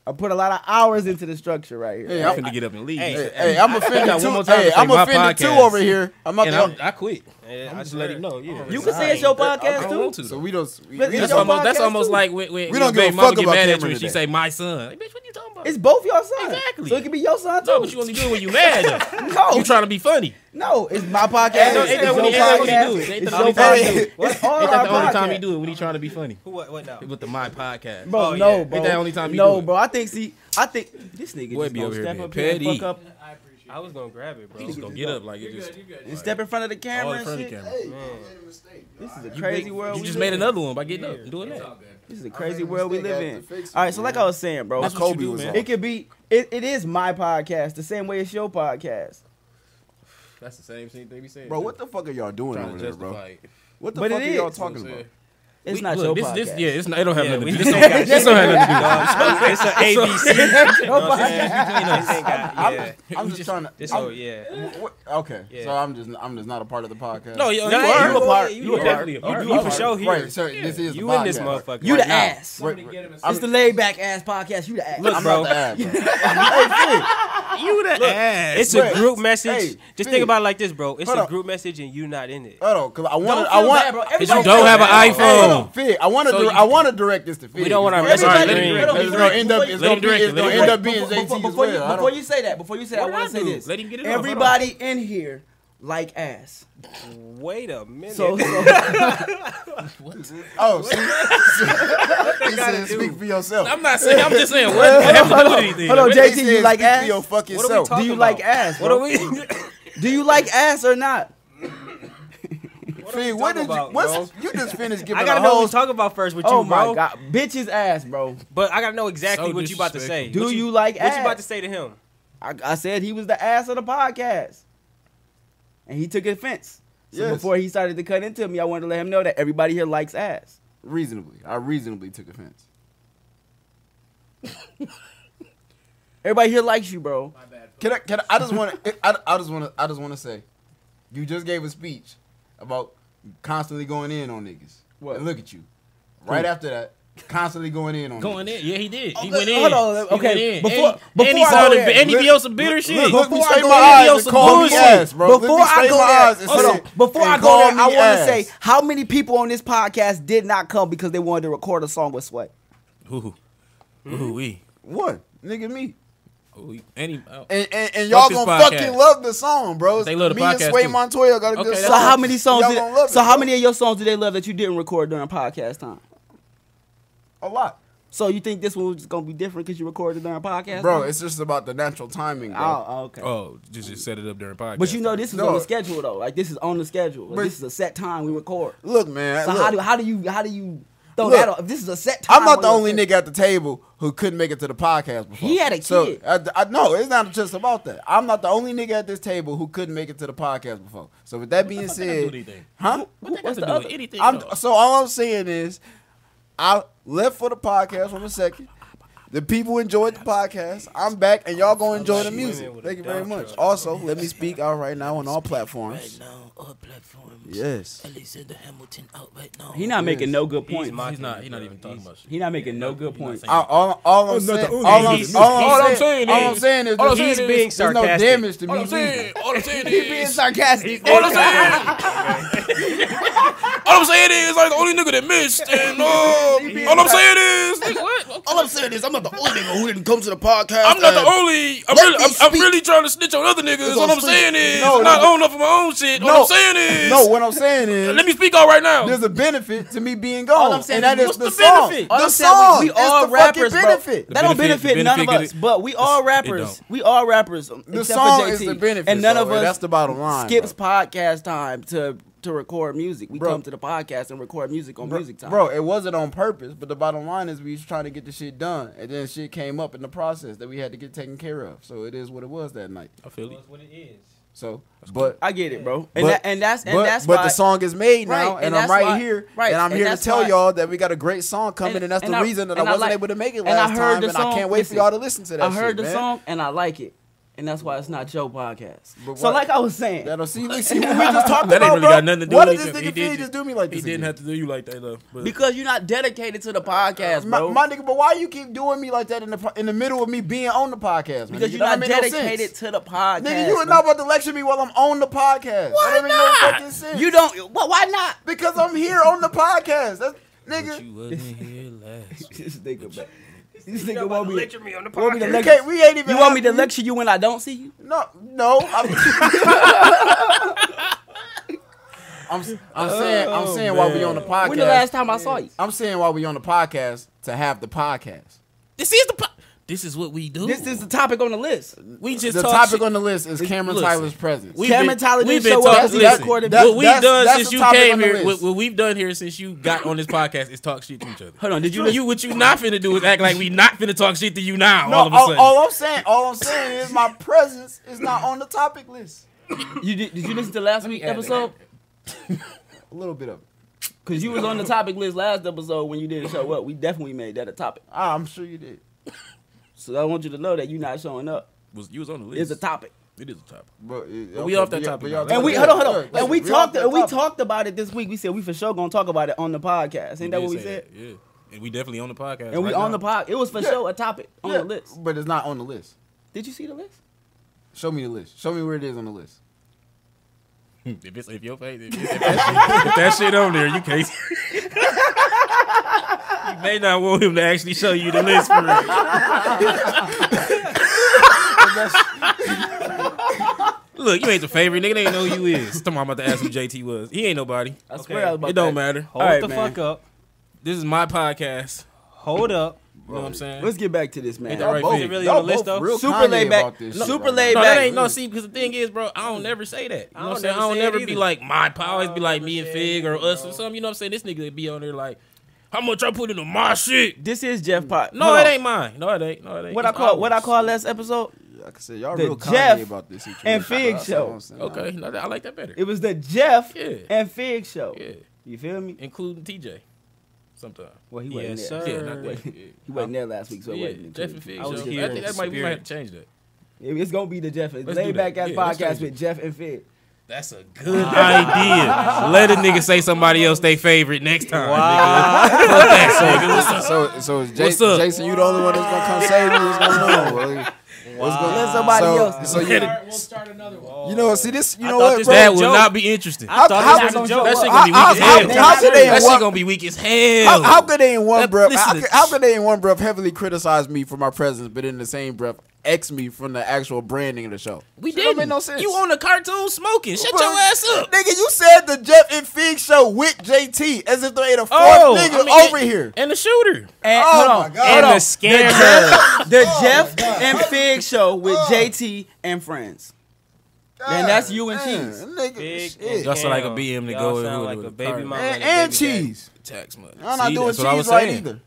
I put a lot of hours into the structure right here.
Hey,
I'm
I'm-
finna get up and leave.
hey, hey, I'm offended
got
too.
one more time to
Hey,
say
I'm
my
offended too
podcast.
over here. I'm not
and I'm,
the
I quit.
Yeah,
I'm
I
just letting him
swear.
know. Yeah,
you can say it's your podcast
I don't
too.
want to.
So
though.
we don't. We,
But
we
it's
That's
your
don't.
almost that's
podcast,
almost
too.
like when, when,
We
when
don't give a
baby mama
fuck
get
about
mad at you
Cameron
and she
today.
say my son. Like, bitch, what you talking about?
It's both your sons.
Exactly.
So it could be your son
no,
too.
but you only do it when you mad. Though.
no,
You trying to be funny?
no, it's my podcast.
Ain't
it's
that- ain't that
your
what he- ain't that what he
podcast.
do? Ain't
It's
that
your
the only time he
podcast.
do it?
It's all our
Ain't that the only time
podcast.
he do it when he trying to be funny?
Who? What? What now?
With the my podcast.
Bro,
Oh,
no,
yeah.
bro.
Ain't that the only time he
no,
do it?
bro. I think see, I think this nigga
Boy,
just
be
gonna
over here
step
being
up here and
petty.
fuck up
I appreciate
I was gonna grab it,
He
bro.
just gonna get up like it just
and step in front of the
all
camera
in
and
front of the
shit.
camera.
This is a crazy world.
You
we
just
live
made
in.
another one by getting up and doing that.
This is a crazy world we
still
live
got
in.
to fix it,
All right, so like I was saying, bro,
That's what you
Kobe
do,
was
man.
it could be it, it is my podcast the same way it's your podcast.
That's the same thing they be saying.
Bro, what the fuck are y'all doing
trying
over
to
there, bro?
justify it.
What the
But
fuck
it
are y'all
is.
talking about?
It's
We-
not
look,
your
this,
podcast.
This, yeah, it's not, it don't have nothing to
we
do. This
just
don't,
got
this don't have nothing to do.
it's an ABC. You know what I'm saying? This ain't got- *laughs* Yeah.
I'm just trying to.
This
I'm-
whole yeah.
wh- wh- Okay,
Yeah.
so I'm just I'm just not a part of the podcast.
No, yo, you
Nah,
are.
you a part.
You,
You a part.
definitely a part.
You for sure here.
Right, so this is
You
the
in this
podcast.
motherfucker?
You
Right
the
now.
ass.
Right, right.
It's the laid back ass podcast. You the ass.
Look,
I'm
bro.
not the ad, bro.
You *laughs* the ass.
It's a
Right.
group message.
Hey, Fig.
Just think about it like this, bro. It's
Hold
a
up.
group message and you not in it.
Hold on, cause I want
don't
I
feel
want.
bad, bro.
Because
Everybody
you don't have an
Hold on,
iPhone.
Fig, I want to
So
dir-
you-
I want to direct this to Fig.
We don't want our
It's
message
gonna-
to
Everybody-
ring.
everybody-
It's gonna end up. It's
Let
gonna
him
be.
direct it,
It's
let him
gonna end up being
direct
Before-
JT as
before you-
well. I
Before
don't-
you say that, before you say that, I
Why
want to
not
say
do it?
this.
Let him get it off.
Everybody in here like ass.
Wait a minute.
So, so
*laughs* Oh, see- he said, speak for yourself.
I'm not saying. I'm just saying. What what have to do with anything?
*laughs*
hold on,
He
JT, Oh, you
said,
like
speak for
ass?
Your fucking
What are we
self.
Do
talking
you
about?
like ass?
what
bro?
are we?
Do you like ass or not?
Fig,
talking
what did you?
about,
What's you just *laughs* finished giving
I gotta
a
know what we
whole
talking about first with
Oh
you,
my
bro.
god, bitch's ass, bro.
But I gotta know exactly
So
what you about to say.
disrespectful.
Do
What
you like
What
ass?
you about to say to him?
I, I said he was the ass of the podcast, and he took offense. So
Yes.
before he started to cut into me, I wanted to let him know that everybody here likes ass.
reasonably. I reasonably took offense.
Everybody here likes you, bro.
Can I? Can I, I just want to. I, I just want to. I just want to say, you just gave a speech about constantly going in on niggas.
What?
And look at you. Right after that, constantly going in on
*laughs* Going
niggas.
in, yeah, he did. He
let-
went in.
hold on,
he
okay,
went in.
before-
and,
before
and
I
he
go
sounded,
there,
and he
look-
be on some bitter shit.
Look, look me
Before I
straight
go
in my
in,
eyes
yo,
and
some
call me
bullshit.
ass, bro. Look me
Before I
straight in
go
my eyes
there,
and
hold
say-
on. Before I
and
go
call
there, I
me
want to
ass.
say how many people on this podcast did not come because they wanted to record a song with Sway.
Ooh, ooh, wee.
one nigga me.
Ooh, and he, oh.
And, and, and y'all
this
gonna
podcast.
fucking love the song, bro.
They love the
me and
podcast,
Sway
too.
Montoya got a
Okay,
good
that's
song.
So how many songs?
Y'all
Did,
gonna love
so
it,
how
bro.
many of your songs did they love that you didn't record during podcast time?
A lot.
So you think this one was just gonna be different because you recorded during podcast?
Bro,
time?
it's just about the natural timing, bro.
oh, oh, okay.
Oh, just just set it up during podcast.
But you know this is
No.
on the schedule though. Like this is on the schedule. Like,
But-
this is a set time we record.
Look, man.
So
look,
how do how do you how do you throw
Look,
that off? If this is a set time,
I'm not the
on your
only
schedule-
nigga at the table who couldn't make it to the podcast before.
He had a
So,
kid.
I, I, no, it's not just about that. I'm not the only nigga at this table who couldn't make it to the podcast before. So with that being said, huh?
What that got to
the
do with
other-
anything?
I'm,
though?
so all I'm saying is, I left for the podcast for a second. The people enjoyed the podcast. I'm back, and y'all gonna enjoy the music. Thank you very much. Also, let me speak out right now on all platforms.
now, all platforms.
Yes.
Alexander Hamilton out right now.
He not making no good points.
He's not. He's not, even talking about shit.
He not making no good points.
I- all, all I'm saying, all I'm, all I'm,
He's-
he's-
saying, all I'm saying is,
All I'm
He's
saying
being
is-
there's no
sarcastic.
damage to me.
All I'm saying, all I'm *laughs* saying
He being
is,
sarcastic.
all I'm saying, all I'm saying is, I'm the only nigga that *laughs* missed, and um, all I'm saying is,
All I'm saying is, I'm not the only nigga who didn't come to the podcast.
I'm not the
and-
Uh,
only. I'm
let
really,
me
I'm, I'm
speak.
really trying to snitch on other niggas. All
on
I'm
speak.
saying is,
No,
not
no.
own up for my own shit.
No.
All I'm saying is,
No, what I'm saying is,
let me speak out right now.
there's a benefit to me being gone.
I'm saying
Oh, and that
is,
is the,
what's the
song.
benefit?
All
the
I'm saying
song.
we, we
It's
all
the fucking
rappers, bro.
benefit.
That don't
benefit-
benefit,
the
none of
benefit
us.
get it-
But we all rappers.
don't.
We all rappers. um,
The
except
song
for JT.
is the benefit,
and none
bro,
of
and
us.
that's the bottom line,
Skips
bro.
podcast time to to record music. We
Bro.
come to the podcast and record music on music time.
Bro, it wasn't on purpose, but the bottom line is we was trying to get the shit done, and then shit came up in the process that we had to get taken care of. So it is what it was that night.
I feel it.
That's what it is.
So, but
I get it, bro. And
but,
that, and that's and
but,
that's
but
why.
the song is made now,
Right,
and,
and
I'm
that's
right
why-
here,
right,
and I'm
and
here to
that's
tell
why-
y'all that we got a great song coming, and,
and-
that's
and
the
I-
reason that I
and I
wasn't
like-
able to make it
and I
last
heard
time,
the
and
song-
I can't wait
listen,
for y'all to listen to that.
I heard
shit,
the
man.
song and I like it, and that's why it's not your podcast.
But
So
what-
like I was saying,
That'll see. We see what we just talked
That
about,
ain't really
bro.
got nothing to do
What
with
did
each
this
other.
nigga
He
Fee
did-
just do me like
He
this?
didn't
again?
have to do you like that though. But
because you're not dedicated to the podcast,
My,
bro.
my nigga, but why you keep doing me like that in the po- in the middle of me being on the podcast? Man?
because
Nigga,
you're
that
not
don't make no
dedicated
sense.
to the podcast.
Nigga, you are
man.
not about to lecture me while I'm on the
Why
podcast. that don't make no
not?
fucking sense.
You don't. Well, why
*laughs*
not?
because I'm here on the podcast. That's, nigga,
you wasn't here last.
this nigga, man. This nigga
Y'all
want
about to
me.
lecture me on the
want me to
podcast.
we, can't, we ain't even.
You want me to
have-
lecture you when I don't see you?
No, no. I'm, *laughs* I'm, s- I'm saying, I'm saying while we on Oh, the podcast.
When the last time I saw you?
I'm saying while we on the podcast to have the podcast.
This is the. Po- this is what we do.
This is the topic on the list.
we just
the
talk
topic
shit.
on the list is Cameron
Listen.
Tyler's presence.
We've
Cameron
been-
Tyler
we've
didn't
been
show up.
talking-
That's-
listen,
that's quarter-
that-
what we've
that's-
done
that's
since
the
you
topic
came
on the
here,
list.
what, what we've done here since you got on this podcast is talk shit to each other.
Hold on, did you?
You, what you not finna do is act like we not finna talk shit to you now.
No,
all of a
all,
sudden,
all I'm saying, all I'm saying is my presence is not on the topic list.
You did, did you listen to last week's episode?
A little bit of it.
Because you was on the topic list last episode when you didn't show up. We definitely made that a topic.
Ah, I'm sure you did.
So I want you to know that you not showing up
was, you was on the list.
is a topic.
It is a topic.
But it-
But we
okay,
off that
but y'all-
topic
but y'all
now.
And we
talking-
hold on, hold on.
yeah, listen,
And we
off
talked
that
and we
topic.
talked about it this week. We said we for sure gonna talk about it on the podcast. Ain't that
You
what we
did say
said?
that, Yeah, and we definitely on the podcast.
And we
right
on
now.
the pod. It was for
Yeah.
sure a topic on
Yeah,
the list.
But it's not on the list.
Did you see the list?
Show me the list. Show me where it is on the list.
Hmm. If it's if your face, if,
*laughs*
if that, shit, if that shit on there, you can't. *laughs* you may not want him to actually show you the list for real. *laughs* Look, you ain't the favorite nigga. They ain't know who you is. Come on, I'm about to ask who JT was. He ain't nobody.
I swear I was about
It don't
that.
matter.
Hold
All right,
the
man.
fuck up.
this is my podcast.
Hold up.
You know what I'm saying?
Let's get back to this, man.
Ain't that right,
both-
Fig?
really
y'all
on the list,
both
though?
real
Super
Kanye
laid back.
about this shit
Super
right
laid
No,
back.
that ain't no. See, because the thing is, bro, I don't never say that. You know what I'm saying? I
never
don't
say it
never be
either.
like my pal. Always be like me and
say
Fig
it
or
either,
us
bro.
or something. You know what I'm saying? This nigga be on there like, how much I put into my shit.
This is Jeff Pot.
No,
Hold on.
it ain't mine. No, it ain't. No, it ain't.
What I
It's
call what I
ours.
call last episode?
now. Like I said, y'all
The
real
Jeff
Kanye about this situation.
and Fig
bro. That's
show.
all I'm saying.
Okay, no, that- I like that better.
It was the Jeff
Yeah.
and Fig show.
yeah,
You feel me?
including TJ. Sometimes.
Well, he wasn't
Yes,
there.
Yeah, not
sir.
that. Yeah,
He wasn't there last week, so it
yeah.
wasn't
Jeff
included.
and Fig.
I was
show.
here.
I think that might we might
Spirit.
have to change that.
It- It's gonna be the Jeff.
do
Lay
that.
back ass
Yeah, let's
podcast
change
with
it.
Jeff and Fig.
That's a good idea. Let a nigga say somebody else they favorite next time. Wow.
*laughs*
So, so is Jason,
What's up?
Jason, you the only one that's gonna come save me? What's going on? bro? What's going
Let somebody
so,
else
So
We'll
you,
start, we'll start another one.
you know, what, see this. You know
thought
what,
this
bro?
That
was
will
a joke.
not be interesting.
I
thought
thought
this
this was a
was a
That
joke.
shit gonna be weak
How-
as
how- how could they in one-
hell. That shit gonna be weak as hell.
How, how could they in one
That-
breath?
listen
How
to-
could, how could they in one breath heavily criticize me for my presence, but in the same breath
X me from the actual branding of the show.
We
Shit
did.
Don't make no sense.
You on the cartoon smoking? Shut
Bro,
your ass up.
Nigga, you said the Jeff and Fig show with JT as if there ain't a fourth
Oh,
nigga
I mean,
over
and-
here.
And the shooter.
And,
Oh my
hold on.
God.
hold
And
on.
the scammer.
The Jeff and Fig show with JT and friends. Then that's you and
Man,
cheese.
nigga,
Big
shit.
Y'all sound like a BM to
Y'all
go with-
sound
with-
like
with
a
the
baby
card.
mama
And,
and,
and
a baby daddy.
cheese.
Tax money.
I'm not
See,
doing
that's what I was
cheese right
saying.
either.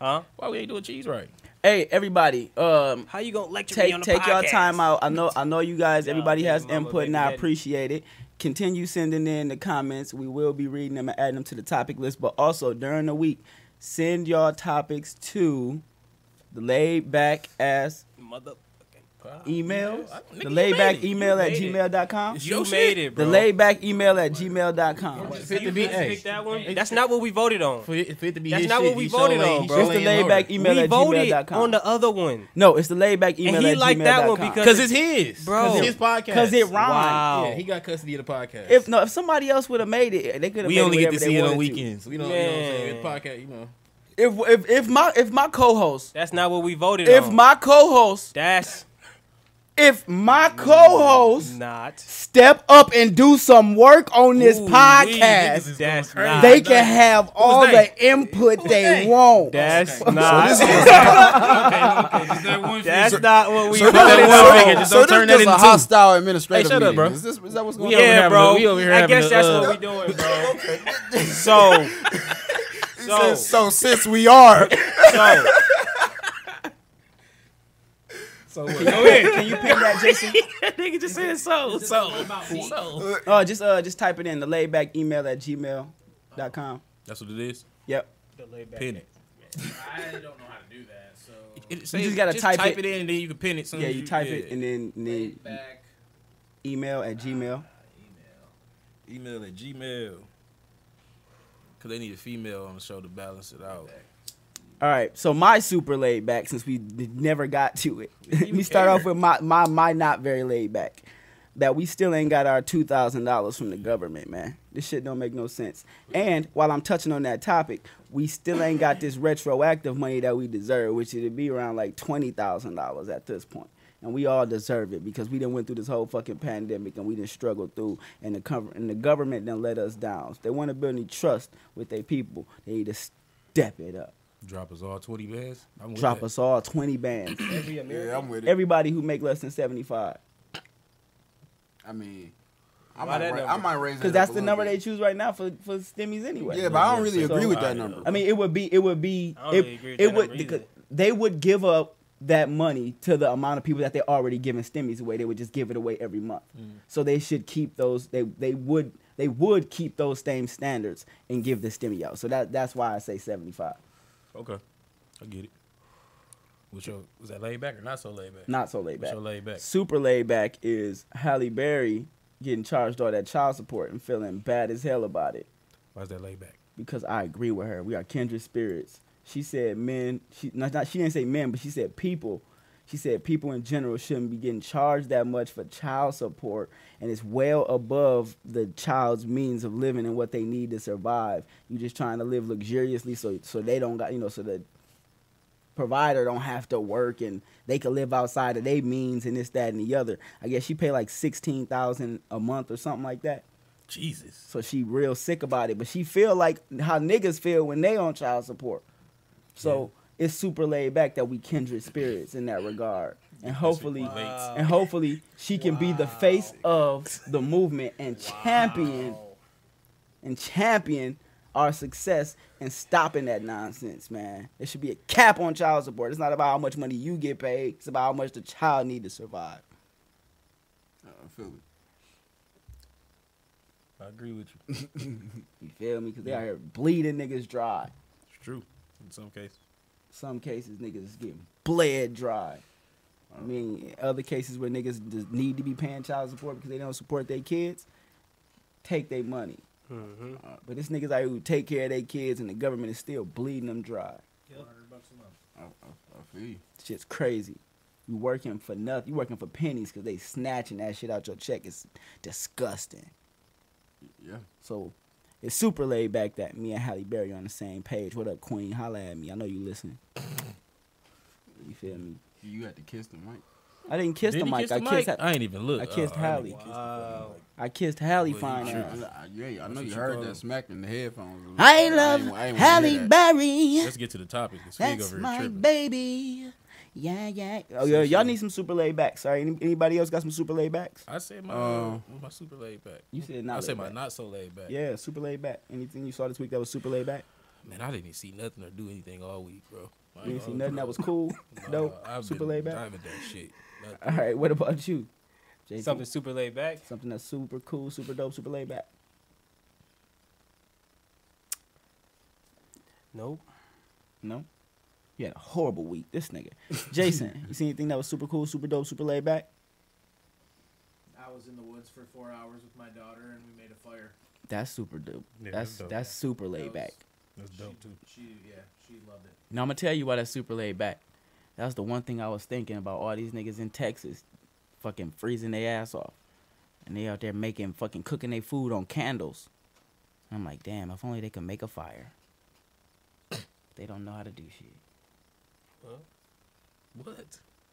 Huh?
Why we ain't doing cheese right?
Hey, everybody. Um,
How you gonna lecture me
take
on the
take your
podcast?
time out. I know I know you guys. Everybody
baby
has
mama,
input,
baby
and I
daddy.
appreciate it. Continue sending in the comments. We will be reading them and adding them to the topic list. But also during the week, send y'all topics to the laid back ass
Mother.
email.
Nigga,
The
you
laid
made
back
it.
email at
made it.
gmail.com.
You
Yo, shit.
made it, bro.
The laid back email at gmail.com.
Fit the
You
beat.
guys picked that one. That's not what we voted on.
For it, for it to be
That's
his
not
shit,
what we
he
voted
showing-
on,
he
bro.
It's
showing
the
hard.
laid back email
we
at
voted
gmail.com.
on the other one.
no, it's the laid back email
And he
at
liked that one
gmail.com.
because-
Cause it's his,
Bro.
Cause it's his podcast.
'Cause it rhymes.
Wow.
Yeah, he got custody of the podcast.
if no, if somebody else would have made it, they could have.
we
made
only get
whatever
to
they
see it on
wanted to.
weekends, we don't. You know what I'm saying?
Man.
It's podcast, you know.
If if if my if my co-host,
That's not what we voted on.
if my co-host,
That's
if my co-host
not.
step up and do some work on this
Ooh, we
podcast,
That's not.
they can have all
name?
the input they want.
*laughs* That's not. That's not what we
So
voted
this
that in
is
one
on.
figure, just don't turn that
just a
into two.
hostile administrative
Hey, shut up,
meeting.
bro.
Is, this, is that what's going
over here
Yeah,
having
bro.
a- we over here
I
having
guess
a,
that's
uh,
what we *laughs* doing, bro. *laughs* so,
on?
so,
*laughs*
So since we are,
so,
Go ahead. Can you pin
*laughs*
that, Jason?
That nigga just said so, so, so.
Uh, just uh, just type it in the laidback email at gmail.com.
That's what it is.
Yep.
Pin it.
I don't know how to do that, so.
It-
You just gotta type it.
in, and then you can pin it. soon
Yeah,
as
you type it
yeah.
and then and then
Back.
email at gmail.
email at Gmail. Cause they need a female on the show to balance it out.
All right, so my super laid back since we d- never got to it. *laughs* Let me start off with my my my not very laid back. That we still ain't got our two thousand dollars from the government, man. This shit don't make no sense. And while I'm touching on that topic, we still ain't got this retroactive money that we deserve, which it'd be around like twenty thousand dollars at this point. And we all deserve it because we didn't went through this whole fucking pandemic and we didn't struggle through and the cover and the government done let us down. If they want to build any trust with their people, they need to step it up
Drop us all twenty bands. I'm with
drop
that.
us all
*clears throat*
20 bands.
every American.
yeah, I'm with it.
Everybody who make less than 75.
I mean, I
Why
might,
that
ra- I
number?
might raise it
Because
up
that's
a
the
little
number
bit.
they choose right now for, for stimmies anyway.
Yeah, but I don't really
So- uh,
agree with that
I
number.
I mean, it would be, it would be,
I don't
it,
really agree with
it
that
would,
number
because
either.
they would give up that money to the amount of people that they're already giving stimmies away. They would just give it away every month.
Mm.
So they should keep those, they, they would, they would keep those same standards and give the stimmy out. So that, that's why I say 75.
Okay, I get it. What's your was that laid back or not so laid back?
Not so laid back.
What's your laid back?
Super laid back is Halle Berry getting charged all that child support and feeling bad as hell about it
Why's that laid back?
because I agree with her. We are kindred spirits. She said men. She not, not she didn't say men, but she said people. She said people in general shouldn't be getting charged that much for child support, and it's well above the child's means of living and what they need to survive. You're just trying to live luxuriously, so so they don't got you know so the provider don't have to work and they can live outside of their means and this that and the other. I guess she paid like sixteen thousand a month or something like that.
Jesus.
So she real sick about it, but she feel like how niggas feel when they on child support. So it's super laid back that we kindred spirits in that regard, and hopefully,
Wow.
and hopefully she can be the face of the movement and champion, and champion our success and stopping that nonsense, man. There should be a cap on child support. It's not about how much money you get paid. It's about how much the child need to survive.
I feel it.
I agree with you.
You feel me? Because they out here bleeding niggas dry.
It's true in some cases.
some cases niggas is getting bled dry. I mean, other cases where niggas just need to be paying child support because they don't support their kids, take their money. Uh, but this niggas out here who take care of their kids and the government is still bleeding them dry.
I, I, I feel you.
Shit's crazy. You working for nothing. You working for pennies because they snatching that shit out your check. It's disgusting.
Yeah.
So it's super laid back that me and Halle Berry on the same page. What up, Queen? Holla at me. I know you listening. You feel me?
You had to kiss the mic.
I didn't kiss
Did
the
he
mic.
kiss
I
the
kissed.
mic? I ain't even look.
I kissed
Oh, I ain't
Hallie.
even-
I kissed Hallie fine ass.
Yeah, I know you heard that smack in the headphones.
I
ain't- I
love
ain't wanna
Halle
hear that.
Berry.
Let's get to the topic. This fig
That's
over here
my
tripping.
baby. Yeah, yeah. Oh, yeah. Y'all need some super laid backs. Sorry. Any, anybody else got some super laid backs?
I said my
Um,
uh, my super laid back.
You said
I
not.
said
laid
my
back.
not so laid back.
Yeah, super laid back. Anything you saw this week that was super laid back?
Man, I didn't even see nothing or do anything all week, bro. I
You
ain't
didn't see
gonna-
nothing that was cool,
*laughs* Nah,
dope,
I've
super
been
laid back.
Driving that shit. Nothing.
All right, what about you? JP?
Something super laid back.
something that's super cool, super dope, super laid back.
Nope.
No, you had a horrible week. This nigga, Jason, you see anything that was super cool, super dope, super laid back?
I was in the woods for four hours with my daughter, and we made a fire.
That's super dope.
Yeah,
that's
that's dope.
that's super laid
was-
back.
That's dope too.
She, yeah, she loved it.
Now I'm gonna tell you why that's super laid back. That's the one thing I was thinking about all these niggas in Texas, fucking freezing their ass off, and they out there making fucking cooking their food on candles. I'm like, damn, if only they could make a fire. *coughs* They don't know how to do shit.
What?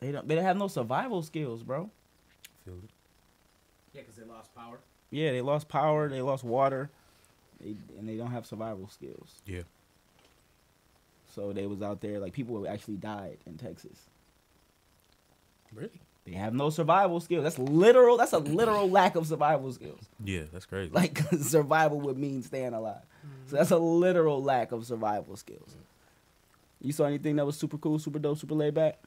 They don't. They don't have no survival skills, bro.
Feel it.
Yeah, 'cause they lost power.
Yeah, they lost power. They lost water. They, and they don't have survival skills.
Yeah.
So they was out there like people actually died in Texas.
Really?
They have no survival skills. That's literal. That's a
*laughs*
literal lack of survival skills. *laughs*
Yeah, that's crazy.
Like *laughs* survival would mean staying alive.
Mm-hmm.
So that's a literal lack of survival skills. You saw anything that was super cool, super dope, super laid back?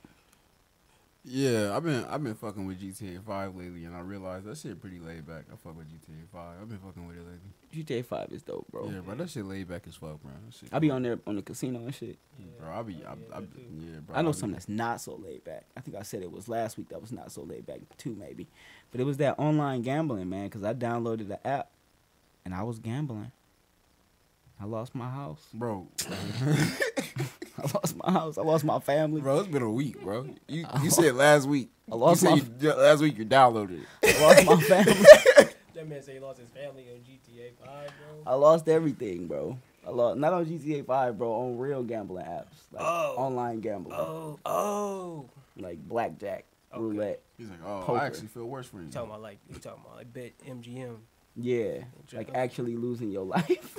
Yeah, I've been I've been fucking with GTA Five lately, and I realized that shit pretty laid back. I fuck with GTA Five. I've been fucking with it lately.
GTA Five is dope, bro.
Yeah, bro, that shit laid back as fuck, bro. That shit
I be on there on the casino and shit.
bro. I be, I, I, yeah, bro.
I know
I be-
something that's not so laid back. I think I said it was last week that was not so laid back too, maybe. But it was that online gambling, man, because I downloaded the app and I was gambling. I lost my house. *laughs*
bro, *laughs*
I lost my house. I lost my family.
bro. It's been a week, bro.
*laughs*
You, you said last week.
I lost
you
my-
said you, last week you downloaded it.
I lost my family. *laughs*
That man said he lost his family on GTA 5, bro.
I lost everything, bro. I lost not on GTA Five, bro. On real gambling apps, like
Oh.
online gambling,
Oh, oh.
like blackjack,
Okay.
roulette.
He's like, oh,
Poker.
I actually feel worse for you.
You talking about like, you talking about like bet MGM.
Yeah, like actually losing your *laughs* life.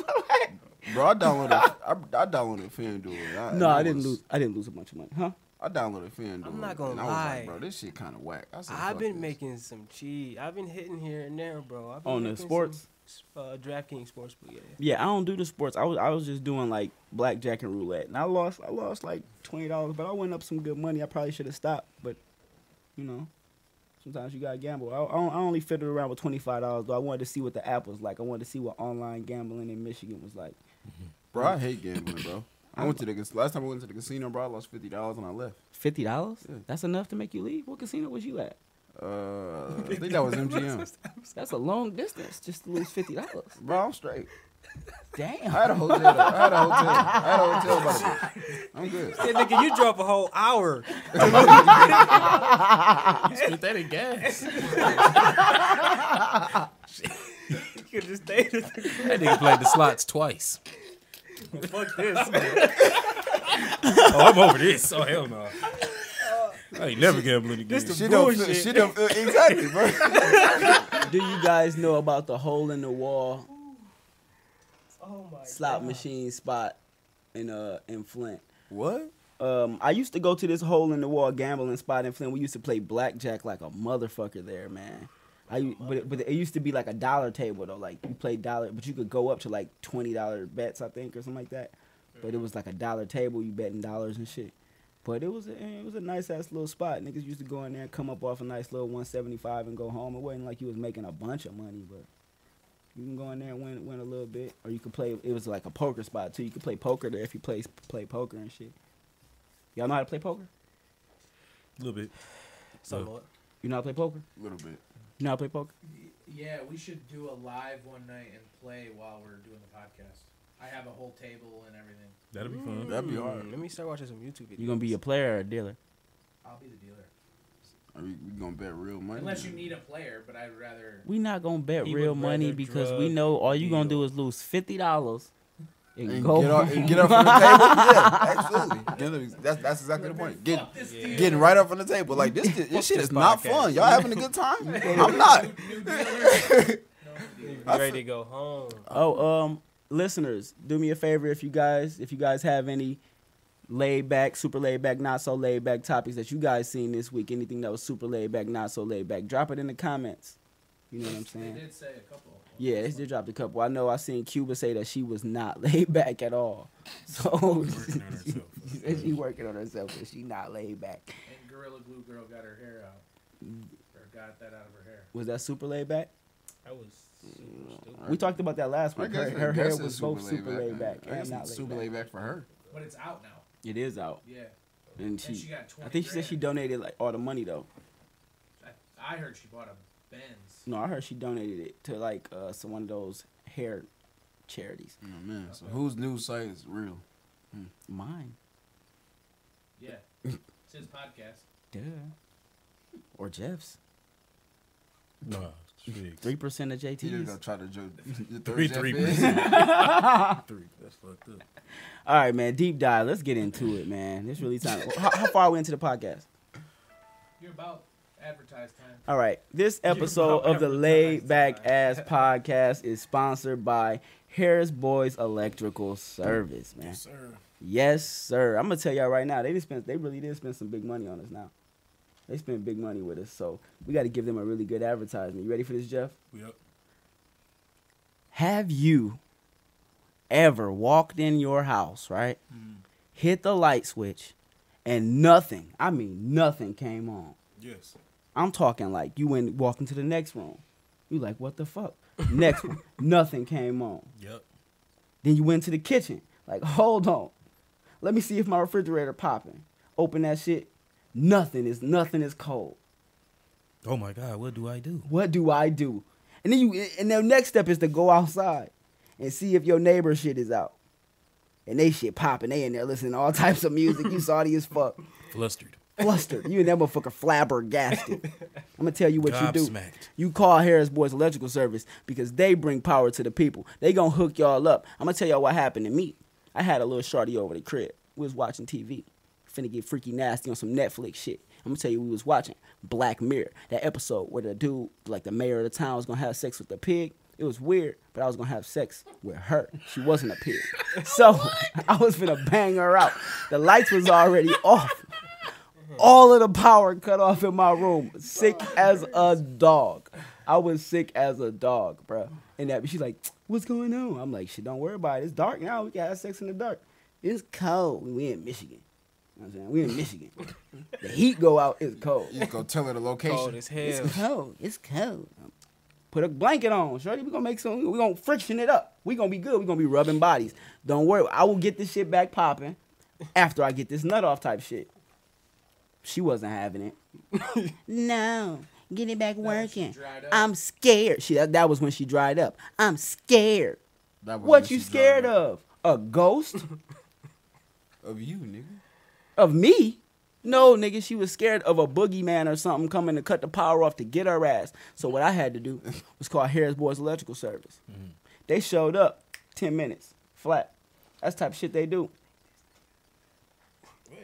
Bro, I downloaded, I, I downloaded FanDuel. and and
no, I
was-
didn't lose. I didn't lose a bunch of money, huh?
I downloaded FanDuel.
I'm not gonna
and I was
lie.
Like, bro, this shit kind of whack. I said,
I've
fuck
been
this.
making some cheese. I've been hitting here and there, bro. I've been
On the
making some,
sports?
uh, DraftKings sports, but yeah.
Yeah, I don't do the sports. I was I was just doing like blackjack and roulette, and I lost I lost like twenty dollars, but I went up some good money. I probably should have stopped, but you know, sometimes you gotta gamble. I, I, on- I only fiddled around with twenty five dollars, though. I wanted to see what the app was like. I wanted to see what online gambling in Michigan was like.
Bro, I hate gambling, bro. I went to the cas- last time I went to the casino, bro. I lost fifty dollars and I left.
Fifty dollars?
Yeah.
That's enough to make you leave? What casino was you at?
Uh, I think that
*laughs*
was MGM.
That's a long distance just to lose fifty dollars.
Bro, I'm straight.
Damn.
I had a hotel. though. I had a hotel. I had a hotel. By the way. I'm good.
Said, nigga, you drove a whole hour.
Spit that
*laughs*
in gas.
You could just stay with
that nigga played the slots twice.
Fuck
*laughs*
this.
Oh, I'm over this. *laughs* Oh hell no. I ain't never gambling again.
She don't. Feel, she don't. Feel, exactly,
*laughs*
bro.
Do you guys know about the hole in the wall
Oh my
slot machine spot in uh in Flint?
What?
Um, I used to go to this hole in the wall gambling spot in Flint. We used to play blackjack like a motherfucker there, man. I u- but it, but it used to be like a dollar table though. Like you play dollar, but you could go up to like twenty dollar bets, I think, or something like that. But it was like a dollar table. You betting dollars and shit. But it was a, it was a nice ass little spot. Niggas used to go in there, and come up off a nice little one seventy five, and go home. It wasn't like you was making a bunch of money, but you can go in there and win win a little bit, or you could play. It was like a poker spot too. You could play poker there if you play play poker and shit. Y'all know how to play poker?
A little bit.
Somewhat.
You know how to play poker?
A little bit.
You know how to play poker?
Yeah, we should do a live one night and play while we're doing the podcast. I have a whole table and everything.
That'll be fun.
Mm.
That'd be hard.
Hmm,
Mm.
Let me start watching some YouTube videos.
You gonna be a player or a dealer?
I'll be the dealer.
Are we, we gonna bet real money?
Unless you need a player, but I'd rather.
We not gonna bet
He
real
would
money
rather
because we
drug
know all you gonna do
deal.
is lose fifty dollars It
and
go.
get up and get up from the table. Yeah, absolutely. Get up- That's that's exactly the point. Get, getting right up from the table. Like this, this, this shit is not fun. Y'all having a good time?
*laughs*
I'm not.
You ready to go home?
*laughs* Oh, um, listeners, do me a favor if you guys if you guys have any laid back, super laid back, not so laid back topics that you guys seen this week, anything that was super laid back, not so laid back, drop it in the comments. You know what I'm
They
saying?
did say a couple.
Yeah, they did drop a couple. I know I seen Cuba say that she was not *laughs* laid back at all. So
Working on herself.
she said she working on herself, but she not laid back.
And Gorilla Glue Girl got her hair out.
Mm.
Or got that out of her hair.
Was that super laid back?
That was super stupid.
We talked about that last
I
week. Her,
guess- I
her
guess
hair
it's
was both super laid back
I
and
guess
not
it's super laid
back.
back for her.
But it's out now.
It is out,
Yeah.
and
And
she
she got 20
I think she said she
grand.
donated like all the money though.
I, I heard she bought a Benz.
No, I heard she donated it to like uh some one of those hair charities.
Oh man, so whose news site is real?
Mine.
Yeah.
*laughs*
it's his podcast.
Duh. Or Jeff's.
Nah, shit.
Three percent of
He just gonna
JT's.
try to
*laughs*
joke.
Three, three percent. Three. That's fucked up.
All right, man. Deep dive. Let's get into it, man. It's
*laughs*
really time. how, how far are we into the podcast?
You're about advertised time.
All right. This episode of the Laid Back Ass Podcast is sponsored by Harris Boys Electrical Service, man. Yes, sir. I'm gonna tell y'all right now, they did spend they really did spend some big money on us now. They spent big money with us, so we gotta give them a really good advertisement. You ready for this, Jeff?
We up.
Have you ever walked in your house, right? Hit the light switch and nothing, I mean nothing came on.
Yes.
I'm talking like you went walking to the next room. You like, what the fuck? Next one. Nothing came on.
Yep.
Then you went to the kitchen. Like, hold on. Let me see if my refrigerator popping. Open that shit. Nothing is nothing is cold.
Oh my God, what do I do?
What do I do? And then you and the next step is to go outside and see if your neighbor shit is out. And they shit popping. They in there listening to all types of music. You salty as fuck.
Flustered.
Flustered. You and that motherfucker flabbergasted. I'm gonna tell you what you do.
Gobsmacked.
You call Harris Boys Electrical Service because they bring power to the people. They gonna hook y'all up. I'm gonna tell y'all what happened to me. I had a little shorty over the crib. We was watching TV. Finna get freaky nasty on some Netflix shit. I'm gonna tell you we was watching Black Mirror. That episode where the dude, like the mayor of the town, was gonna have sex with the pig. It was weird, but I was gonna have sex with her. She wasn't a pig. So *laughs* I was finna bang her out. The lights was already off all of the power cut off in my room. Sick as a dog. I was sick as a dog, bruh. And that she's like, "What's going on?" I'm like, "Shit, don't worry about it. It's dark now. We got sex in the dark. It's cold. We in Michigan. You know what I'm saying we in Michigan. the heat go out. It's cold.
You just gonna tell her the
Cold
location.
as hell.
It's cold. It's cold. Put a blanket on, shorty. We gonna make some. We gonna friction it up. We gonna be good. We gonna be rubbing bodies. Don't worry. I will get this shit back popping after I get this nut off type shit. She wasn't having it. no, get it back working.
dried up.
I'm scared. She that, that was when she dried up. I'm scared.
That was
What
when
you
she
scared
drove
of? A ghost?
up. Of you, nigga.
Of me? No, nigga, she was scared of a boogeyman or something coming to cut the power off to get her ass. So what I had to do *laughs* was call Harris Boys Electrical Service. They showed up ten minutes flat. That's the type of shit they do.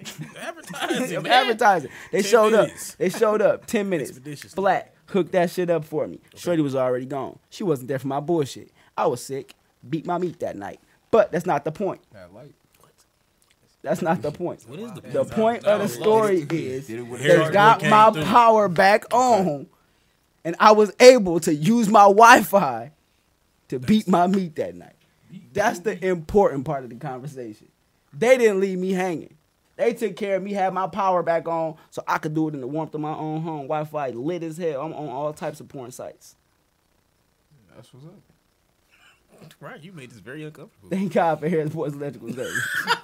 *laughs* Advertising,
Of
man.
advertising. They
10
showed
minutes.
up. They showed up ten minutes
Expeditious.
flat. Hooked that shit up for me. Shorty was already gone. She wasn't there for my bullshit. I was sick. Beat my meat that night. But that's not the point.
That light.
That's not the point.
What is the
The point of the story is
Did it with
they
Harris
got
Boy
my
came through.
power back on, and I was able to use my Wi-Fi to beat my meat that night. That's the important part of the conversation. They didn't leave me hanging. They took care of me, had my power back on, so I could do it in the warmth of my own home. Wi-Fi lit as hell. I'm on all types of porn sites.
That's what's up.
Right, you made this very uncomfortable.
Thank God for Harris Boys Electrical Service. *laughs*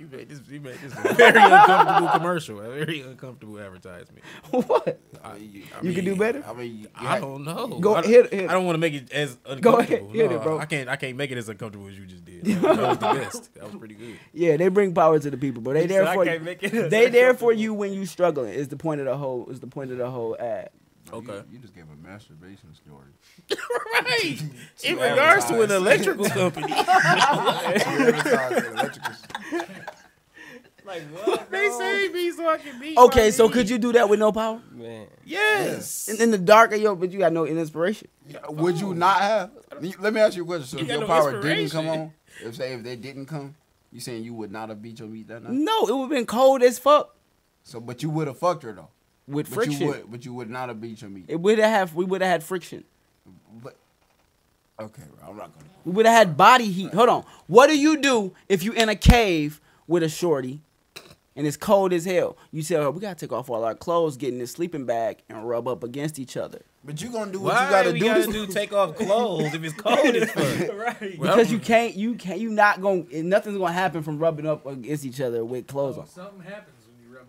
You made this. You made *laughs* this a very uncomfortable commercial. A very uncomfortable advertisement.
what?
I mean, you, I
You can do better?
I mean, you, you
I
had-
don't know.
Go-
I, don't-
hit- hit.
I don't want to make it as uncomfortable.
Go ahead, hit
no,
it, bro.
I can't. I can't make it as uncomfortable as you
*laughs*
just did. That was the best. That was pretty good.
Yeah, they bring power to the people, but they there
I
for
can't make it *laughs*
you. They there for you when you struggling. Is the point of the whole? Is the point of the whole ad?
So you-
Okay.
You, just gave a masturbation story.
*laughs* *laughs* right. In regards to an electrical *laughs* company.
Like what?
they saved me so I can be.
Okay, so could you do that with no power?
Man.
Yes.
In, in the dark, yo, but you got no inspiration.
Would you not have? Let me ask you a question. So
You
if
got
your
no
power didn't
inspiration.
come on, if say if they didn't come, you saying you would not have beat your meat that night?
No, it would have been cold as fuck
So, but you would have fucked her though.
with
But
friction.
you would, but you would not have beat your meat.
It would have we would have had friction.
But okay, bro, I'm not gonna.
We would have had body heat. Hold on. What do you do if you in a cave with a shorty and it's cold as hell? You tell her, we gotta take off all our clothes, get in this sleeping bag, and rub up against each other.
But you gonna do what
Why
you gotta
we
do.
gotta
*laughs*
do take off clothes if it's cold as fuck?
Right.
Because you can't you can't you not gonna nothing's gonna happen from rubbing up against each other with clothes on.
Oh, Something happens when you rub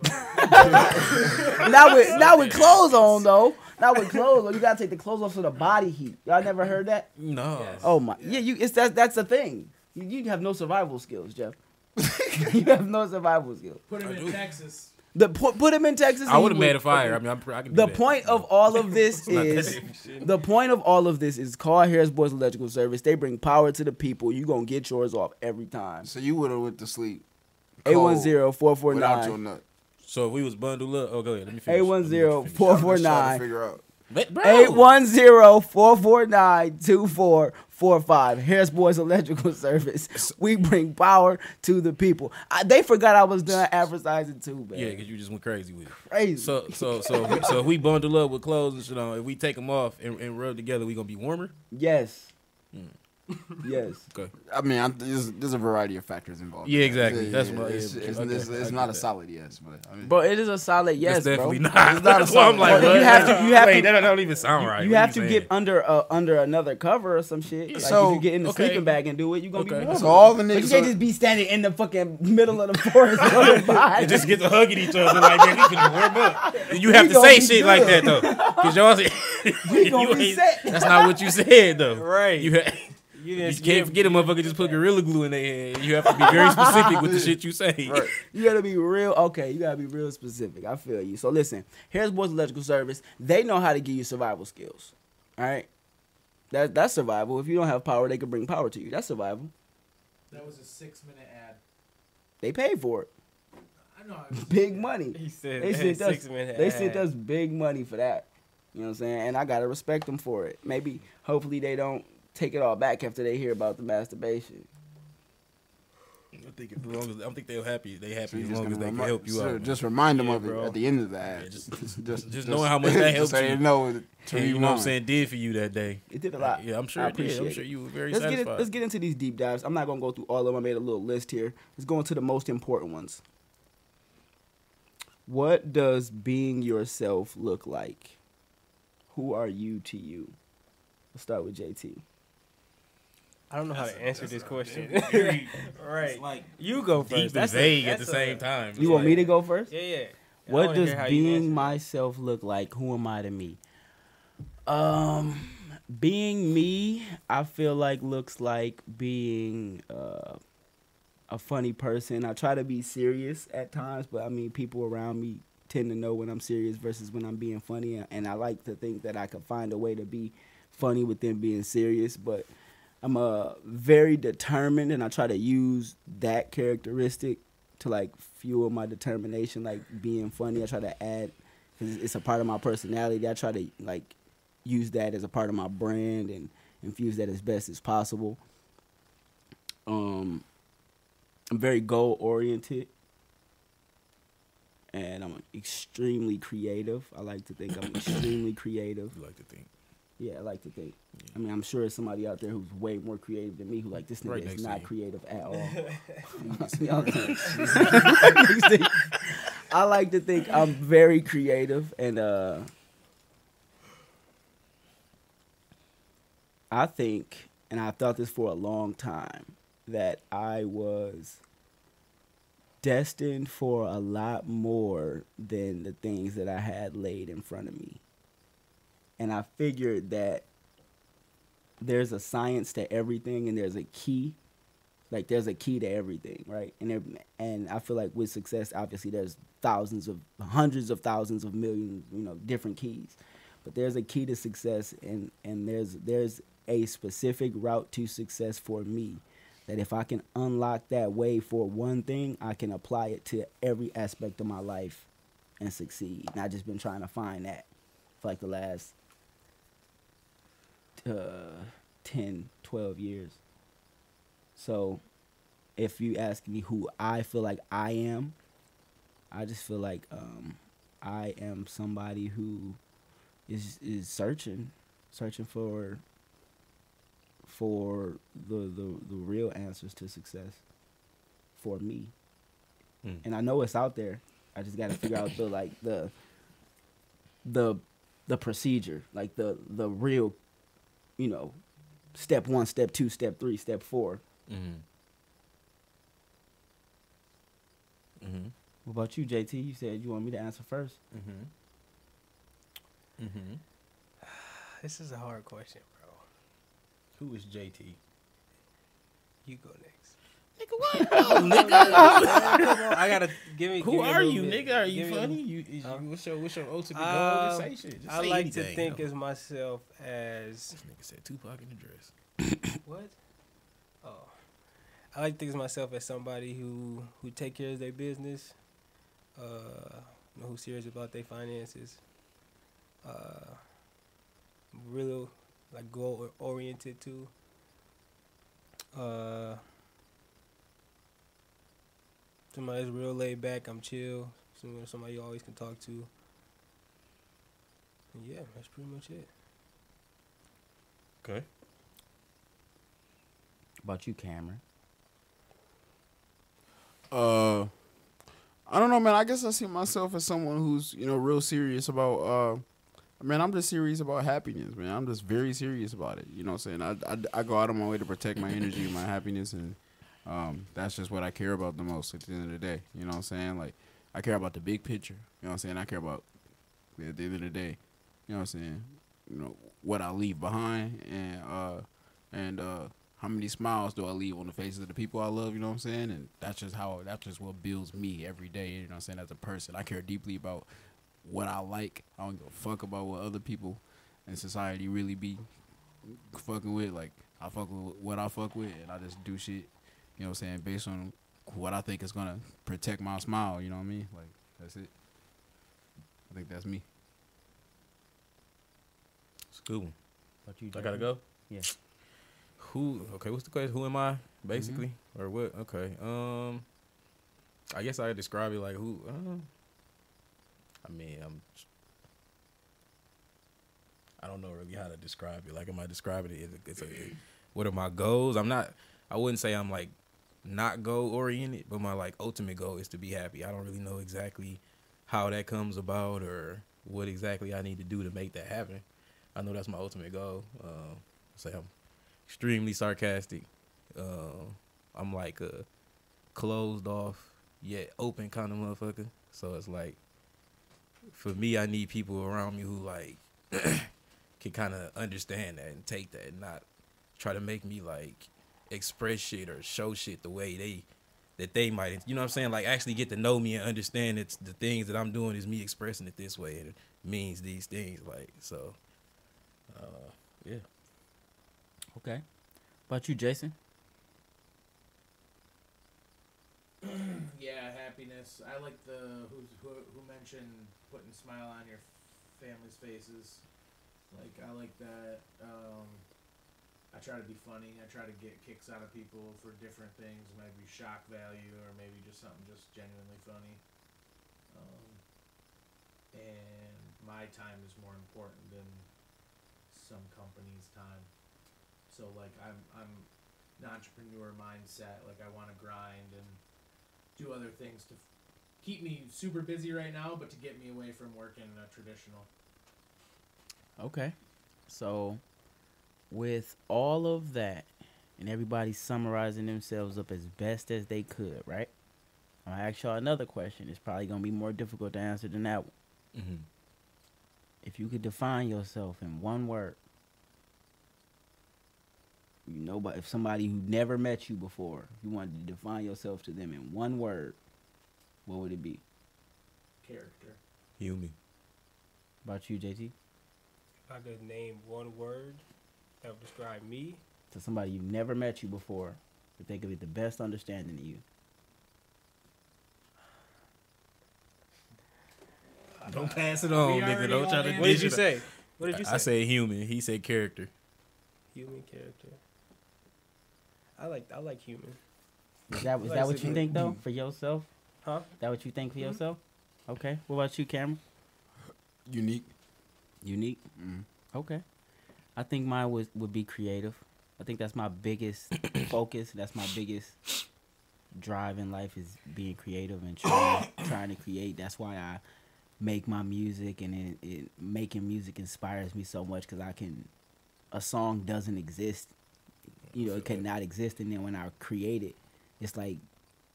*laughs*
up.
Not with not
*laughs*
with clothes on though. Not with clothes on. You gotta take the clothes off so the body heat. Y'all never heard that?
No.
Oh my. Yeah, you. It's that. That's the thing. You, you have no survival skills, Jeff. *laughs* you have no survival skills.
Put him in Texas.
The po- put him in Texas.
I would have made
a
a fire. I mean, I'm, pr- I can do
The
that.
point of all
*laughs*
of this
not
is the point of all of this is call Harris Boys Electrical Service. They bring power to the people. You gonna get yours off every time.
So you would have went to sleep. cold
810-449.
without your nut.
So if we was bundled up, oh, go ahead. Let me finish. Let me let you finish.
Oh,
810-449.
Figure out.
But, bro,
810-449-2445. Harris Boys Electrical Service. We bring power to the people. I, they forgot I was done advertising too, man.
Yeah, because you just went crazy with it.
Crazy.
So, so, so, if we- so if we bundle up with clothes and shit on, if we take them off and, and rub together, we gonna be warmer.
yes.
Hmm.
yes.
I mean, I'm, there's, there's a variety of factors involved.
Yeah, exactly. That's what-
It's,
yeah,
it's,
okay,
it's,
I
it's
get
not a
that.
solid yes, but I mean,
Bro, it is a solid yes,
That's definitely
bro.
not.
not a
*laughs* That's why I'm
solid-
like,
You
what?
have to- you have
Wait,
to-
that don't even sound right.
You
What
have to
saying?
get under uh, under another cover or some shit. Like
So,
if you get in the
okay.
sleeping bag and do it, you gonna
Okay.
be warm.
so all the
But
niggas.
you can't
are-
just be standing in the fucking middle of the *laughs*
*laughs*
forest running by.
And just get to hugging each other like man, we can warm up.
*laughs*
And You have to
gonna
say
be
shit like that though, because y'all say
*laughs* We gonna
*laughs* you
be
ain't-
set.
That's not what you said though.
Right.
You, ha- you
You didn't
can't forget a motherfucker just put gorilla glue in their head. You have to be
*laughs*
very specific with the shit you say.
You gotta be real. Okay, you gotta be real specific. I feel you. So listen, here's Boys Electrical Service. They know how to give you survival skills. All right, that that's survival. If you don't have power, they can bring power to you. That's survival.
That was a six minute ad.
They paid for it. *laughs*
I know. I was-
Big money.
*laughs*
He said
They
that
sent us.
six minute
They
ad.
sent us big money for that. You know what I'm saying? And I gotta respect them for it. Maybe, hopefully, they don't take it all back after they hear about the masturbation.
I think as long as I don't think they're happy, they
so
happy
you
as
just
long
gonna
as they can
remi-
help you
so
out.
Just remind them
Yeah,
of
bro.
it at the end of that.
Yeah, *laughs* just-
*laughs* just, *laughs* just,
knowing how much that helps
so they
you.
know that to
And you know
rewind.
what I'm saying? Did for you that day.
It did a lot.
Yeah, I'm sure.
I
It did. I'm
appreciate
sure
it.
you were very
Let's get,
satisfied.
it, let's get into these deep dives. I'm not gonna go through all of them. I made a little list here. Let's go into the most important ones. What does being yourself look like? Who are you to you? Let's start with JT.
I don't know how to answer this question.
very-
*laughs* right. you go first.
Deep and
That's a-
vague at the
that's a-
same time.
You want me to go first?
Yeah, yeah. I
What
wanna
does
hear how you answer
being
that.
myself look like? Who am I to me? Um, being me, I feel like looks like being uh, a funny person. I try to be serious at times, but I mean, people around me tend to know when I'm serious versus when I'm being funny, and- and I like to think that I can find a way to be funny within being serious, but. I'm uh, very determined, and I try to use that characteristic to like fuel my determination, like being funny. I try to add because it's a part of my personality. I try to like use that as a part of my brand and infuse that as best as possible. Um, I'm very goal oriented, and I'm extremely creative. I like to think I'm extremely creative.
like to think.
Yeah, I like to think. I mean, I'm sure there's somebody out there who's way more creative than me who like this nigga
Right next
is
to
not
you.
creative at all. You know what I'm saying? *laughs* I like to think I'm very creative and uh I think and I've thought this for a long time that I was destined for a lot more than the things that I had laid in front of me. And I figured that there's a science to everything and there's a key. Like there's a key to everything, right? And there, and I feel like with success, obviously there's thousands of hundreds of thousands of millions, you know, different keys. But there's a key to success, and and there's there's a specific route to success for me. That if I can unlock that way for one thing, I can apply it to every aspect of my life and succeed. And I just been trying to find that for like the last uh, 10, 12 years. So if you ask me who I feel like I am, I just feel like um, I am somebody who is is searching, searching for for the the, the real answers to success for me.
Hmm.
And I know it's out there. I just gotta figure out the like the the the procedure, like the the real, you know, step one, step two, step three, step four.
Mm-hmm. Mm-hmm.
What about you, JT? You said you want me to answer first.
Mm-hmm. Mm-hmm.
This is a hard question, bro.
Who is JT?
You go
*laughs*
next.
*laughs*
Oh,
*laughs*
I
gotta give me.
Who
give me a
are
little
you,
bit-
nigga? Are you
give me a-
funny? You, is
Huh?
you what's your what's your ultimate
Uh,
goal? Just say shit. Just
I
say
like
anything.
to think
Come
as myself as
on. nigga said Tupac in the dress.
what? Oh, I like to think of myself as somebody who who take care of their business, uh, you know, who's serious about their finances, uh, real like goal or- oriented too. Uh, somebody that's real laid back. I'm chill. Somebody, somebody you always can talk to. And yeah, that's pretty much it.
Okay.
about you, Cameron?
Uh, I don't know, man. I guess I see myself as someone who's you know real serious about. Uh, I mean, I'm just serious about happiness, man. I'm just very serious about it. You know, what I'm saying I, I, I go out of my way to protect my energy and my happiness, and um, that's just what I care about the most at the end of the day. You know, what I'm saying like I care about the big picture. You know, what I'm saying I care about at the end of the day. You know, what I'm saying you know what I leave behind and uh and uh how many smiles do I leave on the faces of the people I love, you know what I'm saying? And that's just how that's just what builds me every day, you know what I'm saying, as a person. I care deeply about what I like. I don't give a fuck about what other people in society really be fucking with. Like I fuck with what I fuck with and I just do shit, you know what I'm saying, based on what I think is gonna protect my smile, you know what I mean? Like that's it. I think that's me.
It's a good one.
About you,
I gotta go.
Yeah. Mm-hmm.
Who? Okay. What's the question? Who am I? Basically, or what? Okay. Um. I guess I could describe it like who. Uh, I mean, I'm. I don't know really how to describe it. Like, am I describing it? Is it- It's a, what are my goals? I'm not. I wouldn't say I'm like not goal oriented, but my like ultimate goal is to be happy. I don't really know exactly how that comes about or what exactly I need to do to make that happen. I know that's my ultimate goal. Uh, say I'm extremely sarcastic. Uh, I'm like a closed off yet open kind of motherfucker. So it's like for me, I need people around me who like *clears throat* can kind of understand that and take that, and not try to make me like express shit or show shit the way they that they might. You know what I'm saying? Like actually get to know me and understand that the things that I'm doing is me expressing it this way and it means these things. Like so, uh, yeah.
Okay. About you, Jason?
yeah, happiness. I like the who's, who who mentioned putting a smile on your family's faces. Like I like that. Um, I try to be funny. I try to get kicks out of people for different things, maybe shock value or maybe just something just genuinely funny. Um, and my time is more important than some company's time. So like I'm I'm an entrepreneur mindset. Like I want to grind and do other things to f- keep me super busy right now, but to get me away from working a traditional.
Okay. So, with all of that, and everybody summarizing themselves up as best as they could, right? I'm gonna ask y'all another question. It's probably gonna be more difficult to answer than that one.
Mm-hmm.
If you could define yourself in one word, you know, but if somebody who never met you before, if you wanted to define yourself to them in one word, what would it be?
Character.
Human.
About you, JT?
I could name one word that would describe me,
to somebody you've never met you before, if they could get the best understanding of you.
Don't pass it on,
We
Oh, nigga.
already
Don't try
on
to
it.
dish
What did you
it.
say? What did you say?
I say human. He said character.
human character. I like I like human.
Is that, is
Like,
that what you
so-
think though for yourself?
Huh?
That what you think for yourself? Okay. What about you, Cameron?
Unique.
Unique. Okay. I think mine was would be creative. I think that's my biggest focus. That's my biggest drive in life is being creative and trying, *coughs* trying to create. That's why I make my music and it, it making music inspires me so much because I can. A song doesn't exist, you know, it could not exist, and then when I create it, it's like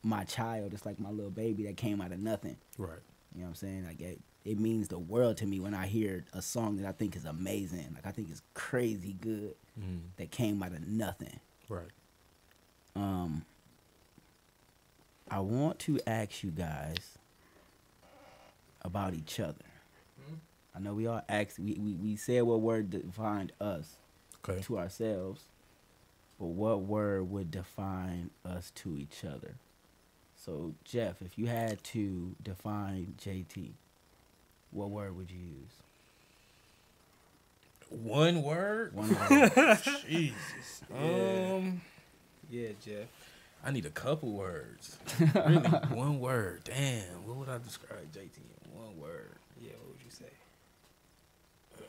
my child. It's like my little baby that came out of nothing.
Right.
You know what I'm saying? Like it, it means the world to me when I hear a song that I think is amazing. Like I think is crazy good
Mm-hmm.
that came out of nothing.
Right.
Um I want to ask you guys about each other. I know we all asked we, we, we said what word defined us
Okay.
to ourselves, but what word would define us to each other? So, Jeff, if you had to define JT, what word would you use?
One word. *laughs*
One word.
Jesus.
Yeah.
Um,
Yeah, Jeff.
I need a couple *laughs* words. Really, one word. Damn. What would I describe JT in one word?
Yeah, what would you say?
Uh,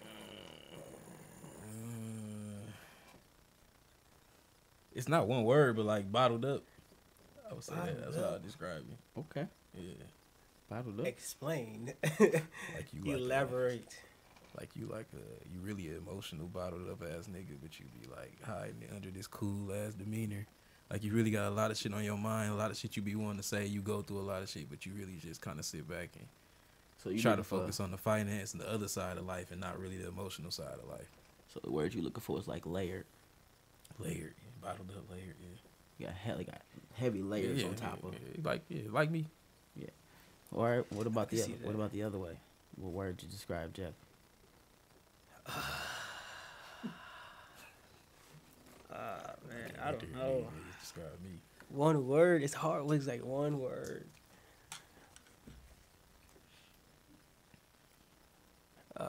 It's not one word, but like bottled up. I would say that. That's how I describe it.
okay.
Yeah.
Bottled up.
*laughs*
Explain.
Like you. like a-
Elaborate.
Like you like a you really an emotional bottled up ass nigga, but you be like hiding it under this cool ass demeanor. Like you really got a lot of shit on your mind, a lot of shit you be wanting to say. You go through a lot of shit, but you really just kind of sit back and
So
try to uh,
looking for-
focus on the finance and the other side of life, and not really the emotional side of life.
So the word you looking for is like layered.
Layered, yeah. bottled up, layered. Yeah.
You got, he- like, got heavy layers on top of. it.
yeah, like yeah, like me.
All right. What about the
see
other?
that.
What about the other way? What word you describe, Jeff?
Ah man, I don't know.
Yeah, describe me.
One word. It's hard. Looks like one word. Uh,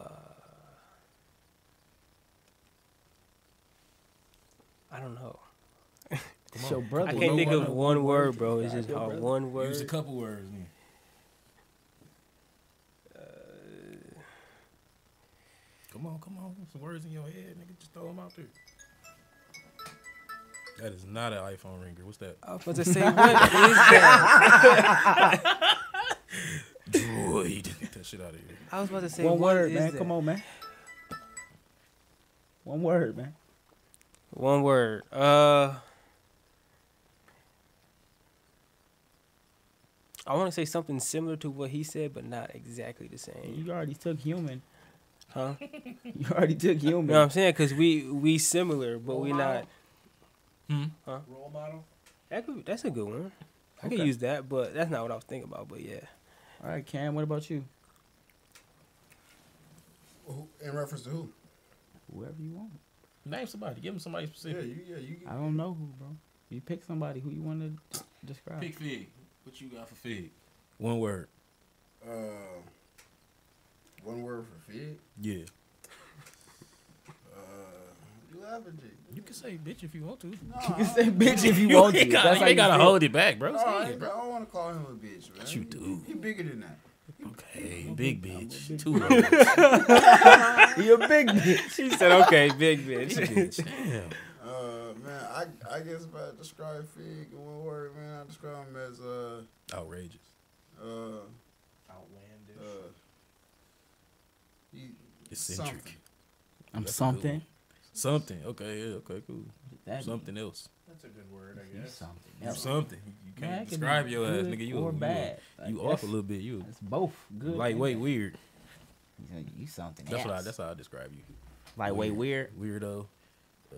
I don't know.
It's your brother.
I can't think of one word, bro. It's
describe
just
your
hard.
brother.
One
Use a
word.
couple words. man. Uh, Come on, come on. Some words in your head, nigga. Just throw them out there. That is not an iPhone ringer. What's that?
I was about to say, what is *laughs* that?
Droid. Get that shit out of here.
I was about to say,
One
what
word,
is
man.
that?
Come on, man. One word, man.
One word. Uh, I want to say something similar to what he said, but not exactly the same.
You already took human.
Huh?
You already took human.
You know what I'm saying? Because we we similar, but we not.
Role model.
That could, that's a good one. I could
Okay.
use that, but that's not what I was thinking about. But yeah,
All right, Cam. What about you?
Who- In reference to who?
Whoever you want.
Name somebody. Give them somebody
Yeah,
specific.
you, yeah, you.
I don't know who, bro. You pick somebody who you want to describe. *laughs*
Pick Fig. What you got for Fig? One word.
Uh, one word for fig.
Yeah.
Uh, you laughing, G?
You can say bitch if you want to.
No,
You say
I-
bitch if you want to.
*laughs* They
That's
gotta,
how
they
you
gotta
feel.
hold it back, bro.
no, I,
Stay,
ain't- I
bro.
don't want to call him a bitch, man.
What you
He-
do?
He bigger than that.
Okay, big bitch. Two words. *laughs*
You a big bitch.
she said, "Okay, *laughs* big
Big
bitch."
bitch. Damn.
Uh, man, I I guess if I describe fig in one word, man, I describe him as uh
Outrageous.
uh
Outlandish.
uh. He,
Eccentric.
something.
I'm
That's a good
something.
one. Something. Okay. Yeah. Okay. Cool. something else.
That's a good word, I
You
guess.
something.
You
else.
something. You
Man,
can't
it could be
describe your ass,
good
nigga. You
or
you,
bad. Like,
You
that's-
off a little bit. You
It's both good. and
lightweight
bad.
weird.
You know, You something.
That's what I.
else.
That's how I describe you.
Lightweight weird.
Weirdo. Uh,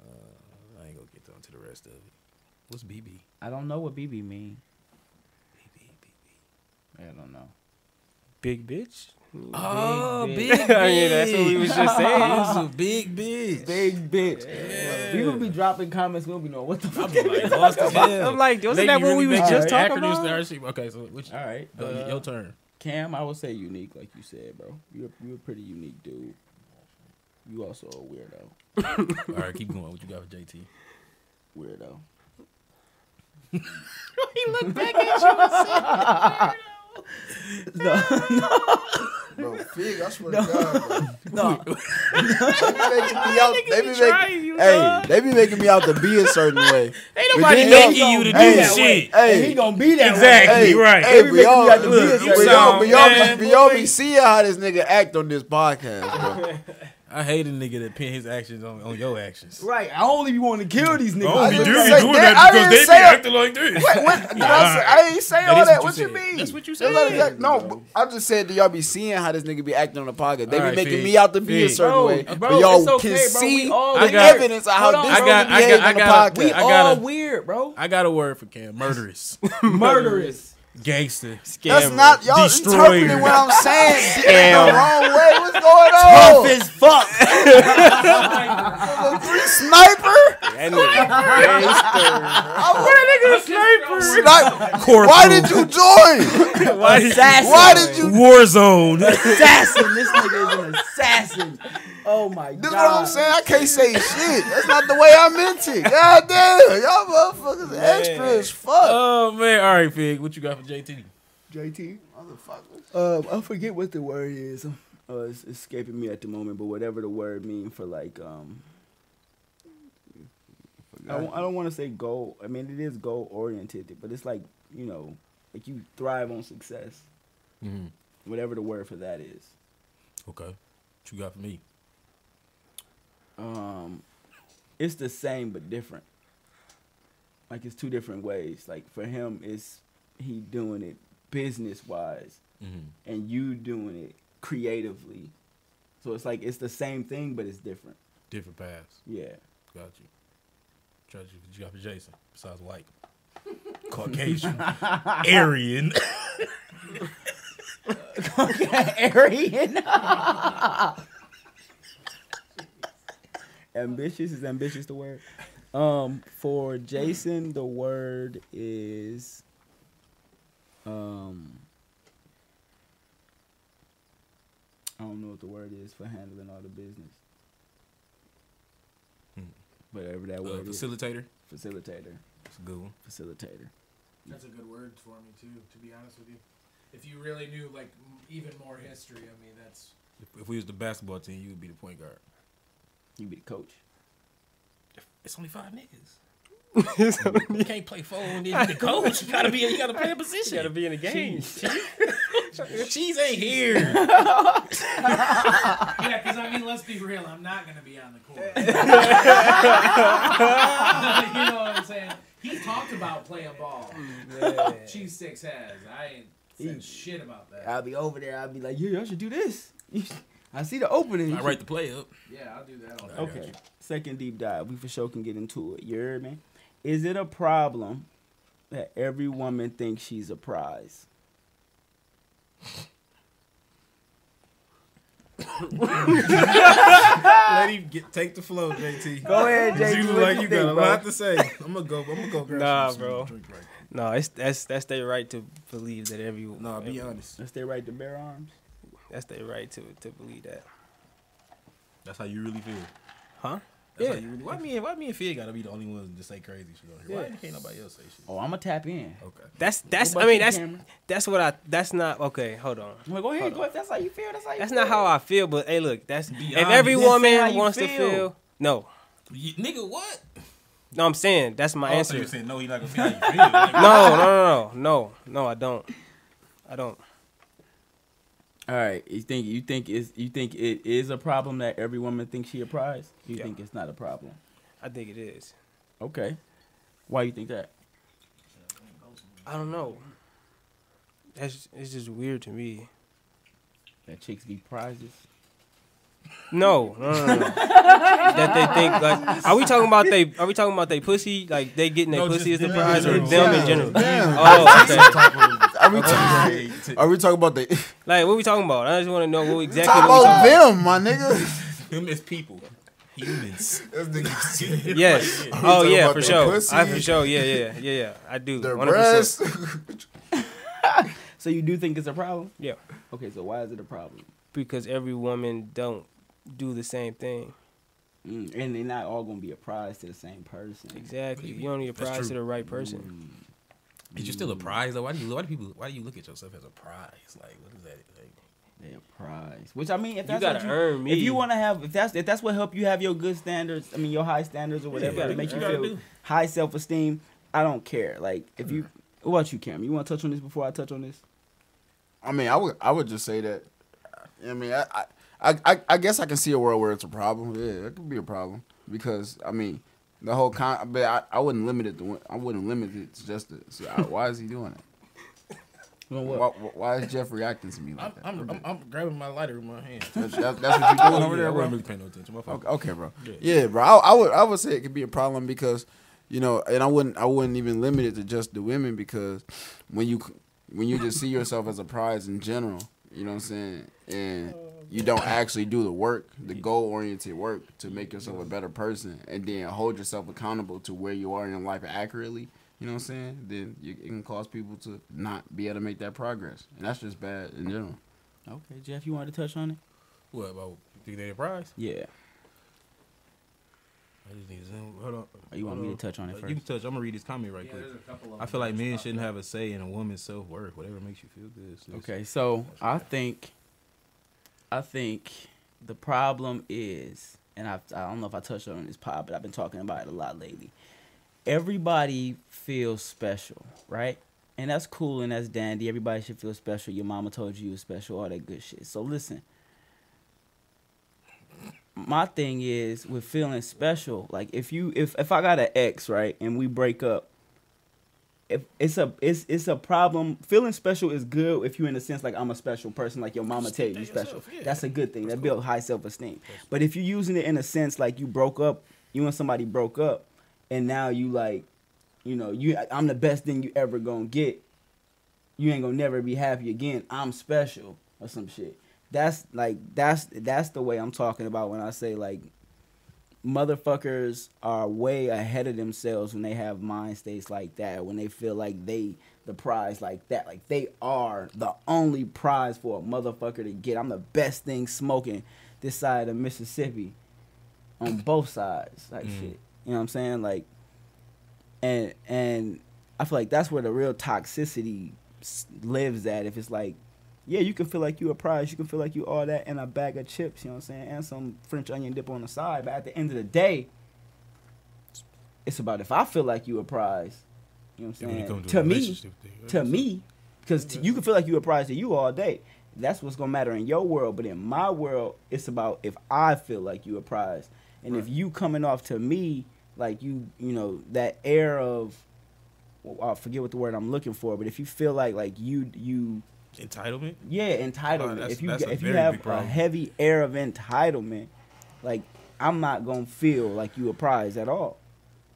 uh, I ain't gonna get on to the rest of it. What's BB?
I don't know what BB mean.
BB. BB.
I don't know.
big bitch.
Oh, big
bitch. I mean, that's what we was just saying.
He's a big bitch.
Big bitch. We would be dropping comments. We don't be knowing what the fuck.
I'm like, wasn't that what we was just talking about?
Okay, so which,
All right,
go,
uh,
your turn.
Cam, I would say unique, like you said, bro. You're you're a pretty unique dude. You also a weirdo.
All right, keep going. What you got for JT?
Weirdo.
Bro, Fig, I swear to God, bro.
No,
They be making me out. They be making, hey, they be making me out to be a certain way. Ain't nobody
Making you to do
Hey,
shit.
And he
Hey,
gonna be that
Exactly.
hey,
right.
Hey,
They be
we
making
all,
me out to be a
look,
certain
we
way.
all, we all,
Man,
be- we all be seeing how this nigga act on this podcast,
*laughs*
bro.
I hate a nigga that pin his actions on, on your actions.
Way. Right. I only be wanting to kill these niggas.
Oh,
I
we
didn't
do
say
be doing
that.
that because
I didn't
they be
say that.
acting like this.
Wait, what? Did I, say, I ain't say all
is
that.
what
What
you
you,
said.
mean?
That's what you
That's not
said.
exact- no, but I just said that y'all be seeing how this nigga be acting on the podcast. They
All
be
right,
making
Fig.
me out to be a
Fig.
certain
Bro,
way,
bro,
but y'all
it's okay,
can
bro. We
see
all-
the
I got-
evidence of how
Hold on.
this
I
got-
nigga
I
behave
got-
on the
I got-
podcast.
We
I
all
gotta-
weird,
*laughs*
bro.
I got a word for Cam. Murderous.
Murderous.
Gangster.
That's not y'all
Destroyer.
interpreting what I'm
*laughs*
saying in the wrong way. What's going on? Tough as *laughs* fuck. sniper. Sniper. Why did you join?
Assassin.
Why did you?
War zone.
Assassin. This nigga is an assassin. Oh my god.
This is what I'm saying. I can't say shit. That's not the way I meant it. God damn, y'all motherfuckers extra as fuck.
Oh man. All right, Fig. What you got for JT?
JT, motherfucker. Uh, I forget what the word is. Uh, it's escaping me at the moment, but whatever the word mean for like um. I w- I don't want to say goal. I mean, it is goal oriented, but it's like you know, like you thrive on success,
Mhm.
whatever the word for that is.
Okay. What you got for me?
Um, it's the same but different. Like it's two different ways. Like for him, it's he doing it business wise,
Mm-hmm.
and you doing it creatively. So it's like it's the same thing, but it's different.
Different paths.
Yeah. *laughs*
Got you. Try to what you got for Jason. Besides white, *laughs* Caucasian, Aryan.
Aryan. *laughs* ambitious is ambitious the word. Um, for Jason, the word is um. I don't know what the word is for handling all the business.
Hmm.
Whatever that
Uh,
word is.
facilitator.
Facilitator.
It's a good one.
Facilitator.
That's a good word for me too. To be honest with you, if you really knew like m- even more history, I mean that's *laughs*
If, if we was the basketball team, you would be the point guard.
You be the coach.
It's only five niggas. you can't play four and then you the coach. You gotta be. You gotta play a position.
Gotta be in the game.
Cheese ain't here.
yeah. Because I mean, let's be real. I'm not gonna be on the court. *laughs* you know what I'm saying? He talked about playing ball. Chief Six has. I ain't said
He-
shit about that.
I'll be over there. I'll be like, yeah, I should do this. *laughs* I see the opening.
*laughs* I write the play up.
yeah, I'll do that. All day.
Okay. Second deep dive. We for sure can get into it. You heard me? Is it a problem that every woman thinks she's a prize?
Let him get, take the flow, JT.
Go ahead, JT.
You look
What
like
you
you
think,
got a
bro?
lot to say. I'm gonna go. I'm gonna go. Grab
Nah,
some- some
bro.
Drink right
*laughs* No, it's that's that's their right to believe that every.
now. Nah, be
every-
honest.
Let's stay right to bear arms.
That's their right to to believe that.
That's how you really feel.
Huh?
That's how
Yeah.
you really, why me? and- Why me and Fig gotta be the only ones to say crazy shit on here? Why
Yeah.
can't nobody else say shit?
Oh, I'm gonna tap in.
Okay.
That's that's.
What
I
about you,
mean, that's
Cameron?
that's what I. That's not okay. Hold on.
I'm like, go ahead, go. If that's how you feel, that's how you.
That's
feel.
not how I feel. But hey, look. That's if
honest.
every
Then say how
woman
you
wants to
feel.
feel. No,
You, nigga, what?
no. I'm saying that's my
Oh, so
answer.
you're saying no? He not gonna feel how you feel. Like,
No,
*laughs*
no, no, no, no, no. I don't. I don't.
All right. You think you think is you think it is a problem that every woman thinks she a prize? You
Yeah.
think it's not a problem?
I think it is.
Okay. Why you think that?
I don't know. That's it's just weird to me.
That chicks be prizes.
No, no,
*laughs*
no, no. that they think like, are we talking about they? Are we talking about they pussy? Like they getting their
No, just
pussy as the
them in
prize, or
general.
them in
Yeah.
general?
Yeah.
*laughs* Oh,
Are we,
*laughs*
okay.
talking, are we talking about the *laughs*
like what we talking about? I just want to know what exactly.
talk
we
about
talking
them, my nigga?
Him as people, humans.
Them
*laughs*
niggas see
about. Yes. oh
talking
yeah,
about
for
they
sure.
pussy,
I for sure. Yeah, yeah, yeah, yeah. I do.
Their
100%.
breasts.
So you do think it's a problem?
Yeah.
Okay, so why is it a problem?
Because every woman don't do the same thing.
Mm, and they're not all gonna be a prize to the same person.
Exactly. You only
That's
apply to
true.
the right person.
But you're still a prize though. Why do you why do people why do you look at yourself as a prize? Like what is that? Like,
They a prize. Which I mean, if
You
that's
gotta
what you,
earn me.
If you want to have, if that's if that's what help you have your good standards, I mean your high standards or whatever
Yeah,
to make
you
you
gotta
feel
do.
high self esteem, I don't care. Like if you, what about you, Cam? You want to touch on this before I touch on this?
I mean, I would I would just say that. I mean, I I- I, I, I guess I can see a world where it's a problem. Yeah, it could be a problem because I mean, the whole con. But I, I wouldn't limit it. To, one- I wouldn't limit it to just. The, so I, why is he doing it? Why, why is Jeff reacting to me
I'm,
like that?
I'm, I'm, I'm grabbing my lighter with my hand.
*laughs*
That- that- that's what you're doing over
I
there,
wasn't
bro.
really paying no attention. My fault.
Okay, okay, bro.
Yeah.
Yeah, bro. I, I would I would say it could be a problem because you know, and I wouldn't I wouldn't even limit it to just the women because when you when you just see yourself as a prize in general, you know what I'm saying, and you don't actually do the work, the goal oriented work to make yourself a better person, and then hold yourself accountable to where you are in life accurately. You know what I'm saying? Then you, it can cause people to not be able to make that progress, and that's just bad in general.
Okay, Jeff, you want to touch on it?
What about picking a prize?
Yeah.
I just need to zoom. Hold on.
Or Oh, you want
Hold
me
on. Uh,
to touch
uh,
on it
You
first?
can touch. I'm gonna read this comment right
Yeah,
quick.
there's a couple of
I feel like men shouldn't have a say in a woman's self worth. Whatever makes you feel good. sis.
Okay, so I think, I think the problem is, and I, I don't know if I touched on this pod, but I've been talking about it a lot lately. Everybody feels special, right? And that's cool and that's dandy. Everybody should feel special. Your mama told you you were special, all that good shit. So listen, my thing is with feeling special. Like if you if if I got an ex right and we break up, if it's a it's it's a problem. Feeling special is good if you in a sense like I'm a special person, like your mama tell you you special. That's a good thing. that builds high self esteem. But if you're using it in a sense like you broke up, you and somebody broke up, and now you like, you know, you I'm the best thing you ever gonna get. You ain't gonna never be happy again. I'm special or some shit. That's like that's that's the way I'm talking about when I say like motherfuckers are way ahead of themselves when they have mind states like that when they feel like they the prize like that like they are the only prize for a motherfucker to get i'm the best thing smoking this side of mississippi on both sides like shit you know what i'm saying like and and i feel like that's where the real toxicity s- lives at if it's like yeah, you can feel like you a prize. You can feel like you all that and a bag of chips, you know what I'm saying? And some French onion dip on the side. But at the end of the day, it's about if I feel like you a prize, you know what
Yeah,
I'm
when
saying?
it comes
to
a
me,
relationship thing, right?
to me, because t- you can feel like you a prize to you all day. That's what's gonna matter in your world. But in my world, it's about if I feel like you a prize, and if you coming off to me like you, you know, that air of, well, I forget what the word I'm looking for, but if you feel like like you you
Entitlement.
yeah,
Oh,
entitlement.
that's-
if you
that's a
if you
very
have
big
a
problem.
heavy air of entitlement, like I'm not gonna feel like you a prize at all,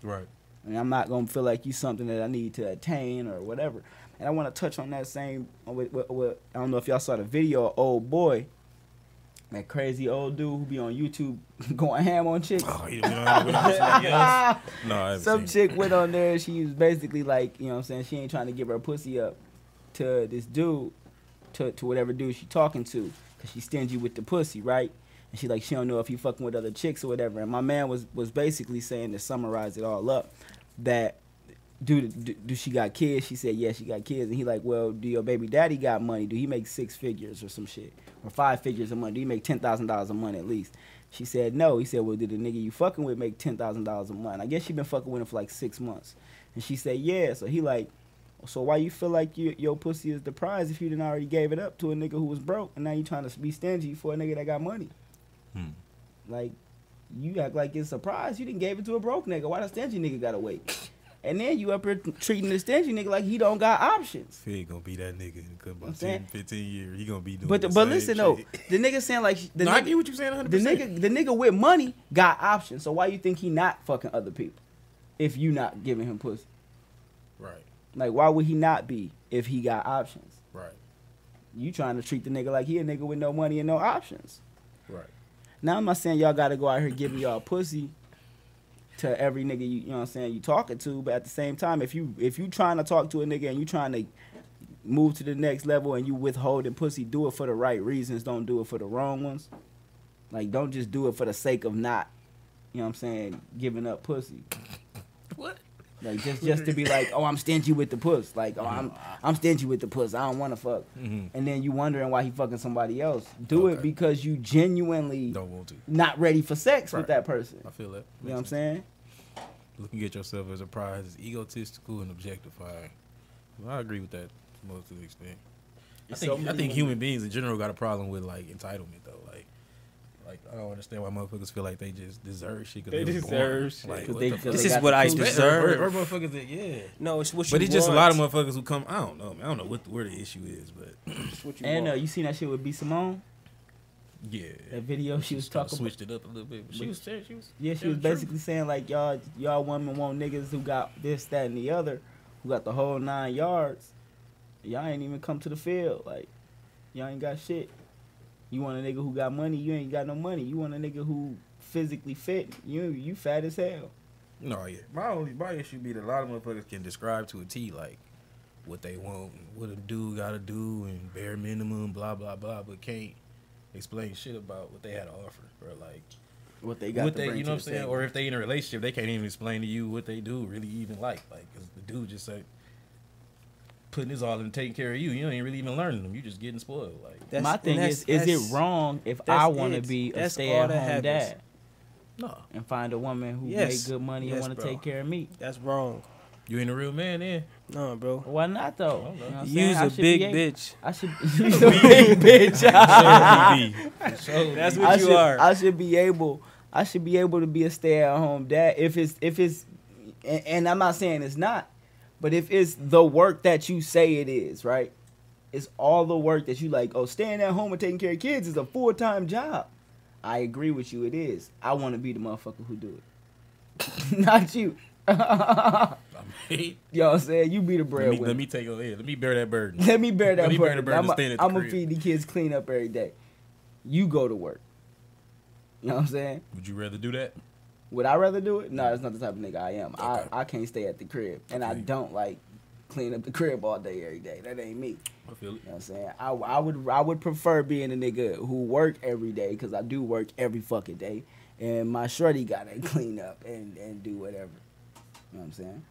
Right.
and I'm not gonna feel like you something that I need to attain or whatever. And I want to touch on that same. uh, With, with, with, I don't know if y'all saw the video. of Old boy, that crazy old dude who be on YouTube *laughs* going ham on chicks.
Oh, you don't have to go
*laughs*
to somebody else? No, I haven't
Some
seen
chick went on there. She was basically like, you know what I'm saying? She ain't trying to give her pussy up to this dude, to, to whatever dude she talking to, because she stingy with the pussy, right? And she like, she don't know if he fucking with other chicks or whatever. And my man was, was basically saying to summarize it all up that, dude, do, do she got kids? She said, yeah, she got kids. And he like, well, do your baby daddy got money? Do he make six figures or some shit? Or five figures a month? Do he make $10,000 a month at least? She said no. He said, well, did the nigga you fucking with make ten thousand dollars a month? I guess she been fucking with him for like six months, and she said yeah. So he like, so why you feel like you, your pussy is the prize if you didn't already gave it up to a nigga who was broke and now you trying to be stingy for a nigga that got money?
Hmm.
Like, you act like it's a prize. You didn't gave it to a broke nigga. Why the stingy nigga gotta wait? And then you up here treating the stingy nigga like he don't got options.
Fig gonna be that nigga in
I'm
about
saying-
10, 15 years. He gonna be doing.
But the,
the
but
same
listen
shit.
though, the nigga saying like the
No, I get
nigga,
what you're saying. 100.
the nigga the nigga with money got options. So why you think he not fucking other people if you not giving him pussy?
Right.
Like why would he not be if he got options?
Right.
You trying to treat the nigga like he a nigga with no money and no options.
Right.
Now I'm not saying y'all gotta go out here giving y'all pussy to every nigga you, you know what I'm saying you talking to, but at the same time if you if you trying to talk to a nigga and you trying to move to the next level and you withholding pussy, do it for the right reasons, don't do it for the wrong ones. Like don't just do it for the sake of not, you know what I'm saying, giving up pussy.
What?
Like just just to be like, oh I'm stingy with the puss. Like, oh I'm I'm stingy with the puss. I don't wanna fuck.
Mhm.
And then you wondering why he fucking somebody else. Do it
Okay.
because you genuinely
Don't want to.
not ready for sex with
Right.
that person.
I feel that.
You know what I'm saying?
Looking at yourself as a prize is egotistical and objectifying. Well, I agree with that to most of the extent. I
It's
think,
so
I think
many-
human beings in general got a problem with like entitlement though. Like, like I don't understand why motherfuckers feel like they just deserve shit. 'cause
They
was
deserve shit.
born. Like,
'Cause
what
they-
the
'cause
fuck?
they
This is
got
what
the
I
pussy.
Or, or
deserve.
motherfuckers that yeah.
No, it's what you
But it's just a lot of
want.
motherfuckers who come. I don't know. Man. I don't know what the, where the issue is, but
And uh, you seen that shit with B Simone?
*laughs* yeah.
That video she was
Kinda
talking about.
switched it up a little bit. But she
But-
was ter- she was
Yeah, she
Yeah,
was
true.
basically saying like y'all y'all women want niggas who got this, that, and the other, who got the whole nine yards. Y'all ain't even come to the field. Like y'all ain't got shit. You want a nigga who got money, you ain't got no money. You want a nigga who physically fit. You you fat as hell.
No, yeah. My only my issue be that a lot of motherfuckers can describe to a T like what they want, what a dude gotta do, and bare minimum, blah blah blah, but can't explain shit about what they had to offer or like
What they
what they, you know what I'm saying? Or if they in a relationship, they can't even explain to you what they do really even like, like 'cause the dude just like putting his all in taking care of you. You ain't really even learning them. You just getting spoiled, like
That's-
My thing
and that's-
is, is
that's-
it wrong if I
that's
want to
it.
be a
That's all
stay at home
that happens.
dad
no,
and find a woman who
Yes.
made good money and
Yes,
want to
bro.
take care of me?
That's wrong.
you ain't a real man. *laughs* Then
No, bro.
Why not though?
don't
You
know.
know what I'm saying?
You's
I
a
should be
big
able-
bitch.
I
*laughs*
should use a big bitch.
That's
*laughs* I
what
should,
you are.
I should be able. I should be able to be a stay at home dad if it's if it's, and, and I'm not saying it's not, but if it's the work that you say it is, right? It's all the work that you like. Oh, staying at home and taking care of kids is a full time job. I agree with you. It is. I want to be the motherfucker who do it, *laughs* not you.
I mean,
You know what I'm saying? You be the
let me,
breadwinner.
let me take over here. Let me bear that burden.
*laughs*
*laughs*
Let me bear that
Let me bear the
burden.
burden to stand
I'm
at the
gonna
crib.
feed the kids clean up every day. You go to work. You know what I'm saying?
Would you rather do that?
Would I rather do it? No, that's not the type of nigga I am.
Okay.
I, I can't stay at the crib, and I
Okay.
don't like clean up the crib all day every day. That ain't me.
I
You
feel it.
know what I'm saying? I, I would I would prefer being a nigga who work every day because I do work every fucking day, and my shorty gotta *laughs* clean up and and do whatever. You know what I'm saying?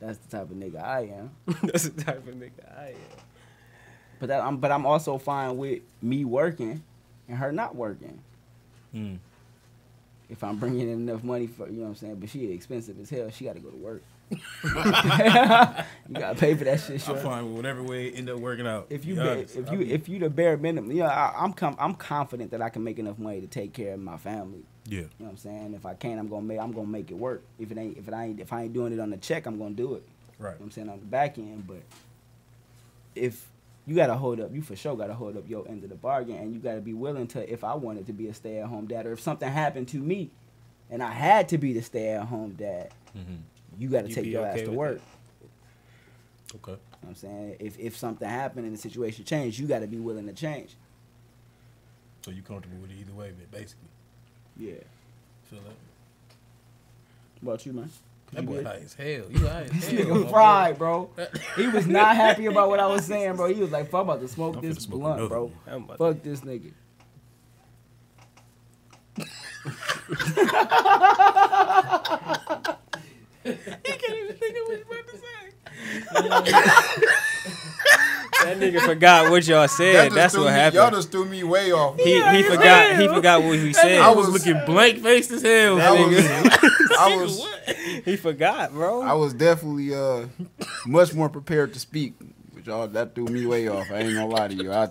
That's the type of nigga I am.
*laughs* That's the type of nigga I am.
But that I'm but I'm also fine with me working and her not working.
Mm.
If I'm bringing in enough money for you know what I'm saying, but she expensive as hell. She got to go to work. *laughs* you got to pay for that shit.
I'm
Sure.
fine with whatever way it end up working out.
If
to
you
be
be,
honest.
if
I
you
mean,
if you the bare minimum, you know I, I'm com- I'm confident that I can make enough money to take care of my family.
yeah,
You know what I'm saying? If I can't, I'm gonna make I'm gonna make it work. If it ain't if it ain't if I ain't doing it on the check, I'm gonna do it.
right,
You know what I'm saying on the back end, but if you gotta hold up, you for sure gotta hold up your end of the bargain, and you gotta be willing to. If I wanted to be a stay-at-home dad, or if something happened to me, and I had to be the stay-at-home dad,
Mm-hmm.
you gotta
You'd
take
be
your
okay
ass to
with
work.
that? okay,
You know what I'm saying if if something happened and the situation changed, you gotta be willing to change.
so you comfortable with it either way, but basically,
Yeah.
feel that.
What about you, man?
That
You
boy
good?
high as hell. You high as
*laughs* This
hell. my
*laughs* nigga
boy.
fried, bro.
*laughs*
He was not happy about what I was saying, bro. He was like, "Fuck, I'm about to smoke
I'm
this
finna smoke
blunt,
another
bro.
one.
I'm about
Fuck this nigga."
That nigga forgot what y'all said.
just
That's
threw
what
me- Y'all
happened.
just threw me way off.
He he forgot he forgot what he said.
I was looking.
Blank faced as hell.
I was. I was.
*laughs* He forgot, bro.
I was definitely uh much more prepared to speak. But y'all, that threw me way off. I ain't gonna lie to you. I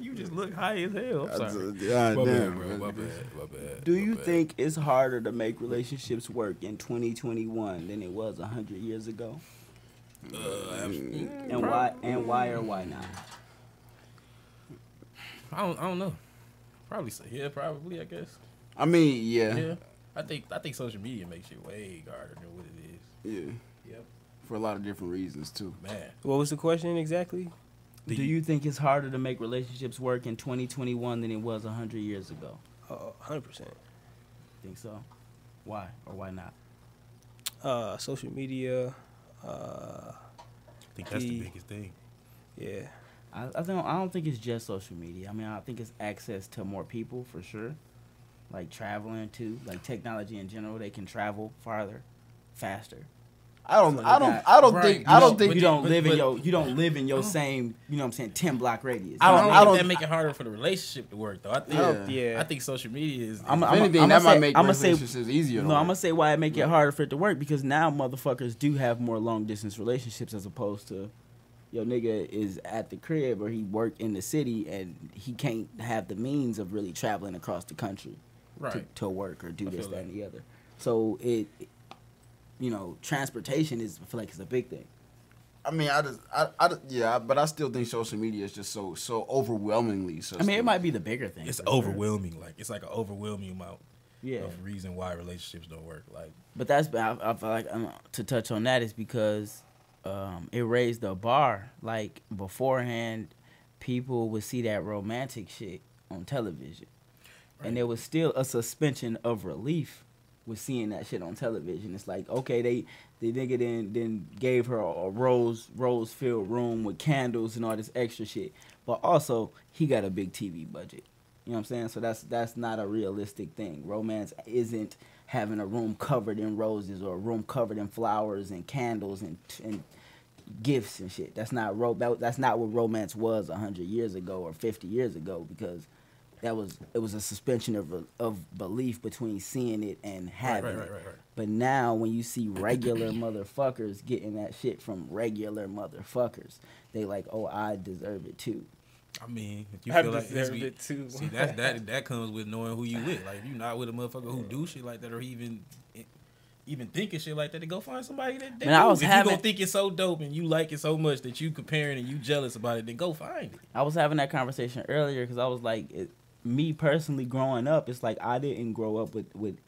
You just look high as hell. I'm sorry.
God
My bad,
damn,
bro.
man.
My bad. My bad.
Do
my
you
bad.
think it's harder to make relationships work in 2021 than it was 100 years ago? Mm, and why? And why or why not?
I don't. I don't know. Probably. so- Yeah. Probably. I guess.
I mean, yeah,
Yeah. I think. I think social media makes it way harder than what it is.
yeah,
Yep.
for a lot of different reasons too.
Man.
What was the question exactly?
Do you think it's harder to make relationships work in 2021 than it was 100 years ago?
Oh, 100%.
Think so? Why or why not?
Uh, social media. Uh,
I think that's the
The-
biggest thing.
yeah.
I, I don't. I don't think it's just social media. I mean, I think it's access to more people for sure. Like traveling too, like technology in general, they can travel farther, faster.
I don't,
So they
I don't,
got-
I don't
Right.
think,
You
I don't
you
think,
don't
but-
live in
but-
your you don't live in your same you know what I'm saying ten block radius.
I don't-
I don't,
I
think
don't-
that make it harder for the relationship to work though. I think.
Yeah.
Yeah.
I think social media is.
I'm,
is-
if
I'm,
anything,
I'm
that might
say,
make
I'm gonna say
relationships easier. to
no. I'm gonna
work.
say why it make it harder for it to work because now motherfuckers do have more long distance relationships as opposed to your nigga is at the crib or he work in the city and he can't have the means of really traveling across the country. to,
right.
to work or do
I
this,
feel
that,
that.
and the other. So it, you know, transportation is I feel like is a big thing.
I mean, I just, I, I, just- yeah, but I still think social media is just so, so overwhelmingly.
I mean, it might be the bigger thing.
It's
for sure.
overwhelming. Like it's like an overwhelming amount
Yeah,
of reason why relationships don't work. Like
but that's I, I feel like um, to touch on that is because um, it raised the bar. Like beforehand, people would see that romantic shit on television, and there was still a suspension of relief with seeing that shit on television. It's like okay, they the nigga then then gave her a, a rose rose filled room with candles and all this extra shit, but also he got a big TV budget. You know what I'm saying? So that's that's not a realistic thing. Romance isn't having a room covered in roses or a room covered in flowers and candles and and gifts and shit. That's not ro- that, that's not what romance was 100 years ago or 50 years ago because that was it was a suspension of of belief between seeing it and
right,
having
right,
it.
right, right, right.
But now, when you see regular motherfuckers getting that shit from regular motherfuckers, they like, oh, I deserve it too.
I mean, if you
I
feel like that's
deserve
be-
it too.
See, that *laughs* that that comes with knowing who you with. Like, if you not with a motherfucker who do shit like that or even eh, even thinking shit like that, to go find somebody that. that
Man, I
do.
was
if you
having-
gonna think it's so dope and you like it so much that you comparing and you jealous about it, then go find it.
I was having that conversation earlier because I was like, it, me personally growing up, it's like I didn't grow up with with,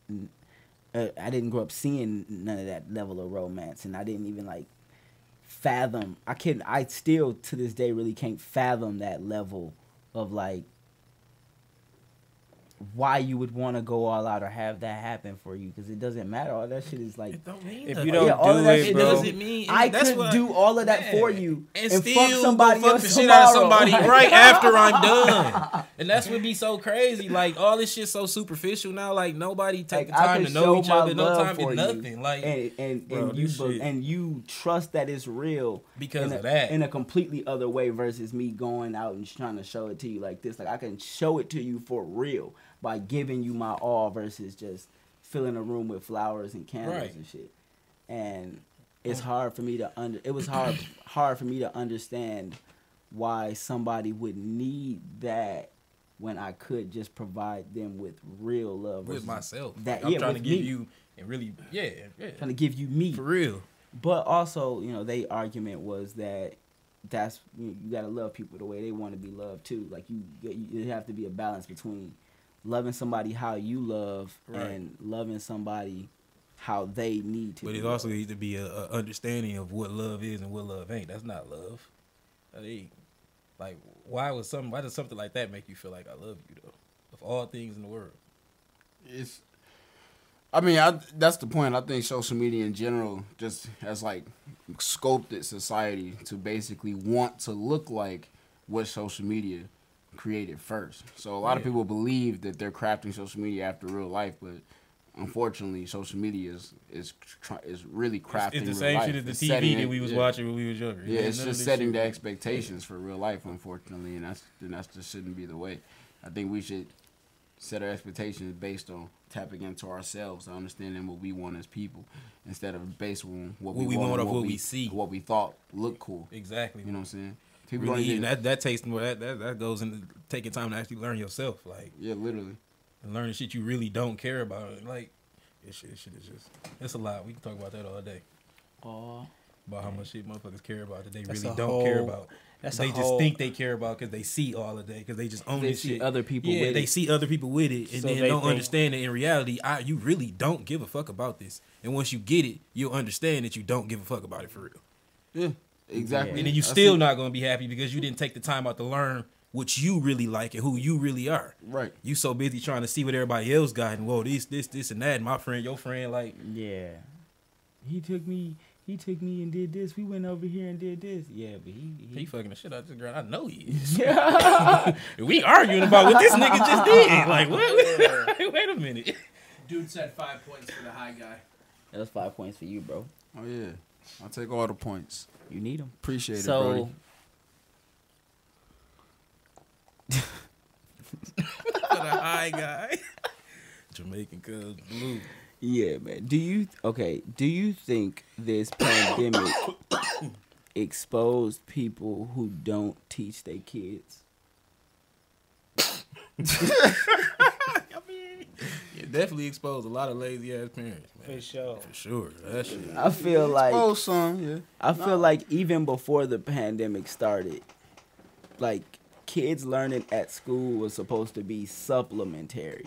uh, I didn't grow up seeing none of that level of romance, and I didn't even like fathom. I can not I still to this day really can't fathom that level of like why you would want to go all out or have that happen for you because it doesn't matter. All that shit is like.
It don't mean
If
nothing.
you don't
all
do
of that
it,
shit
it
bro.
doesn't mean
I
that's
could
what I-
do all of that
Yeah.
for you
and,
and,
still
fuck somebody
go fuck
else
the shit out of
tomorrow. *laughs*
somebody right after I'm done. And that's what be so crazy. Like all this shit so superficial now. Like nobody
Like,
take the
I
time
could
to
show
know each
my
other, no
love
time
for
to
you.
nothing. Like
and and,
Bro,
and you
this
bel-
shit-
and you trust that it's real
Because
in a,
of that.
in a completely other way versus me going out and trying to show it to you like this. Like I can show it to you for real by giving you my all versus just filling a room with flowers and candles
Right.
and shit. And it's hard for me to under. It was hard *coughs* hard for me to understand why somebody would need that. When I could just provide them with real love,
with
versus
myself.
that
I'm
yeah,
trying to
with
give
me.
you and really yeah, yeah.
trying to give you me
For real.
but also, you know, they argument was that that's you, know, you gotta love people the way they want to be loved too. Like you, you it have to be a balance between loving somebody how you love
Right.
and loving somebody how they need to.
But
be
it
loved.
also needs to be a, a understanding of what love is and what love ain't. That's not love. That ain't- like why was some why does something like that make you feel like I love you though? Of all things in the world.
It's, I mean, I that's the point. I think social media in general just has like sculpted society to basically want to look like what social media created first. So a lot of
Yeah.
people believe that they're crafting social media after real life, but unfortunately, social media is is try, is really crafting.
It's, it's the
real
same
life.
shit as the
It's
TV
setting
that
it-
we was
yeah.
watching when we was younger.
Yeah,
Ain't
it's
none of
just
this
setting
shit-
the expectations for real life, unfortunately, and that's and that's just shouldn't be the way. I think we should set our expectations based on tapping into ourselves, and understanding what we want as people, instead of based on what, we, want,
off
and
what we see.
what we thought looked cool.
Exactly.
You know what I'm saying? People
really
don't
even
even-
that that takes more that, that that goes into taking time to actually learn yourself, like
Yeah, literally.
and learning shit you really don't care about. Like this shit, this shit is just it's a lot. We can talk about that all day.
Oh,
About how much shit motherfuckers care about that they
That's
really
a
don't care
whole-
about.
that's a
they just
whole-
think they care about because they see all of that because they just own
They
this
see
shit.
other people
yeah,
with
they
it.
see other people with it and
So
then
they
don't
think-
understand that in reality, I you really don't give a fuck about this. And once you get it, you'll understand that you don't give a fuck about it for real.
Yeah, exactly.
And then
I
you still
see-
not gonna be happy because you didn't take the time out to learn what you really like and who you really are.
Right.
You so busy trying to see what everybody else got and whoa, this, this, this, and that. And my friend, your friend, like
yeah. He took me. He took me and did this. We went over here and did this. Yeah, but he.
he
he
fucking the shit out this girl. I know he is.
yeah.
*laughs* We arguing about what this nigga
*laughs*
just did. Like what? *laughs* Wait a minute.
Dude said five points for the high guy.
that was five points for you, bro.
Oh yeah, I take all the points.
You need them.
Appreciate it,
So.
Brody.
For the high guy. *laughs* Jamaican cuz blue.
Yeah, man. Do you okay? Do you think this *coughs* pandemic exposed people who don't teach their kids?
It definitely exposed a lot of lazy ass parents, man.
For sure.
For sure. That shit.
I feel like
Oh, some yeah.
I feel like even before the pandemic started, like kids learning at school was supposed to be supplementary.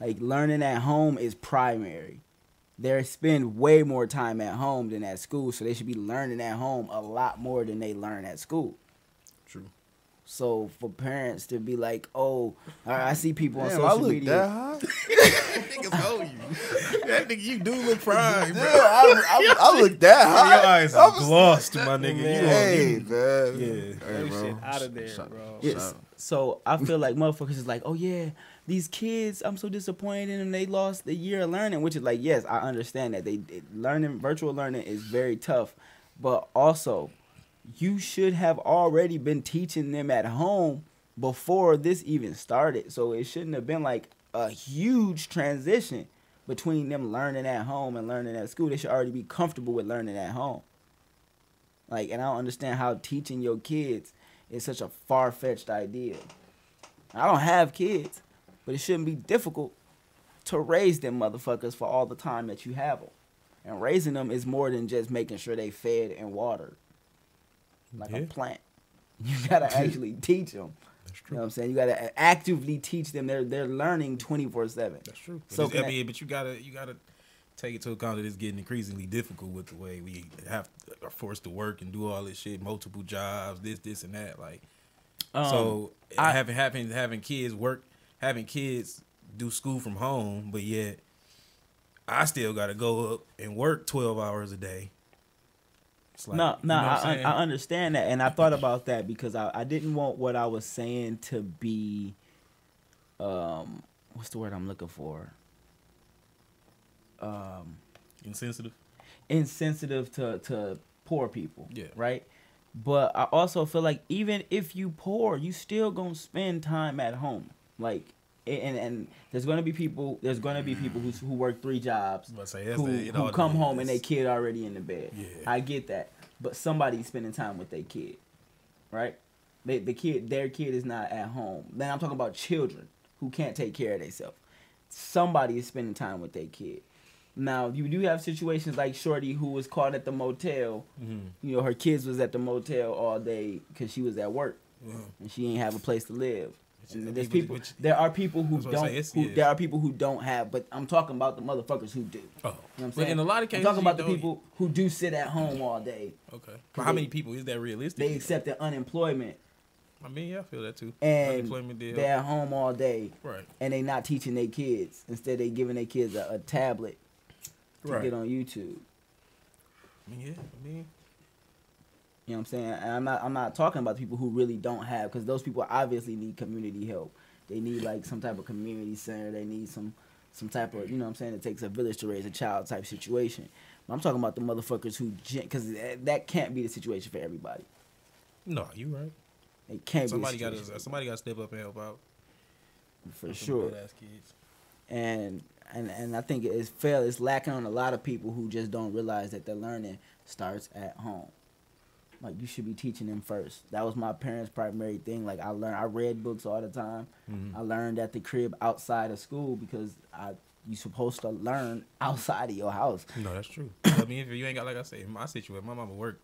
Like learning at home is primary. They spend way more time at home than at school, so they should be learning at home a lot more than they learn at school.
True.
So for parents to be like, "Oh, I I see people on
Damn, I
social
look
media."
that high. *laughs*
*laughs* That nigga, you do look prime,
Yeah, I, I, I look that high.
Your eyes
I
are
was-
glossed, my nigga. You are-
Hey, man.
Yeah.
Hey,
That
bro.
shit out of there, bro.
Yes. So I feel like motherfuckers is like, oh yeah, these kids, I'm so disappointed in them. They lost the year of learning, which is like, yes, I understand that they it- learning virtual learning is very tough, but also you should have already been teaching them at home before this even started. So it shouldn't have been like a huge transition between them learning at home and learning at school. They should already be comfortable with learning at home. Like, and I don't understand how teaching your kids is such a far fetched idea. I don't have kids, but it shouldn't be difficult to raise them motherfuckers for all the time that you have them. And raising them is more than just making sure they fed and watered, like a
Yeah.
plant. *laughs* You gotta actually teach them.
That's
You know what I'm saying? You gotta actively teach them. They're they're learning 24 seven.
That's true. But
So
it's-
can
I
I-
mean, but you gotta you gotta take into account that it's getting increasingly difficult with the way we have are forced to work and do all this shit, multiple jobs, this, this, and that. Like, so uh,
I-
having having having kids work, having kids do school from home, but yet I still gotta go up and work twelve hours a day. It's
no,
you
no,
know what I'm
I,
saying?
I understand that, and I thought about that because I, I didn't want what I was saying to be, um, what's the word I'm looking for? Um,
insensitive.
insensitive to to poor people.
Yeah.
Right. But I also feel like even if you poor, you still gonna spend time at home. Like, and and there's gonna be people. There's gonna be people who who work three jobs
I say that's
who,
a- it
who
all
come
depends.
home and they kid already in the bed.
Yeah.
I get that, but somebody's spending time with their kid, right? They, the kid, their kid is not at home. Then I'm talking about children who can't take care of themselves. Somebody is spending time with their kid. Now you do have situations like Shorty who was caught at the motel.
Mm-hmm.
You know her kids was at the motel all day because she was at work
Oh.
and she ain't have a place to live. And
is-
there's
which-
people.
which-
there are people who
That's what I'm
don't.
saying, it's-
who,
yeah.
There are people who don't have. But I'm talking about the motherfuckers who do.
Oh,
You know what I'm
But
saying?
in a lot of cases,
I'm talking
you
about the
don't-
people who do sit at home all day.
Okay, but how
they-
many people is that realistic?
They accepted unemployment
I mean, yeah, I feel that too.
and
Unemployment deal.
they're at home all day
Right.
and they not teaching their kids. Instead, they giving their kids a, a tablet to
Right.
get on YouTube.
I mean, yeah. I mean,
You know what I'm saying? And I'm not I'm not talking about the people who really don't have because those people obviously need community help. They need like some type of community center. They need some some type of you know what I'm saying. It takes a village to raise a child type situation. But I'm talking about the motherfuckers who because that, that can't be the situation for everybody.
no, you right.
It can't
Somebody
be the
got
situation
to somebody got to step up and help out.
for
Some
sure.
good-ass kids.
and and and I think it's fail. It's lacking on a lot of people who just don't realize that their learning starts at home. like you should be teaching them first. That was my parents' primary thing. Like I learned, I read books all the time. I learned at the crib outside of school because I you supposed to learn *laughs* outside of your house.
No, that's *coughs* true. I mean, if you ain't got like I say, in my situation, my mama worked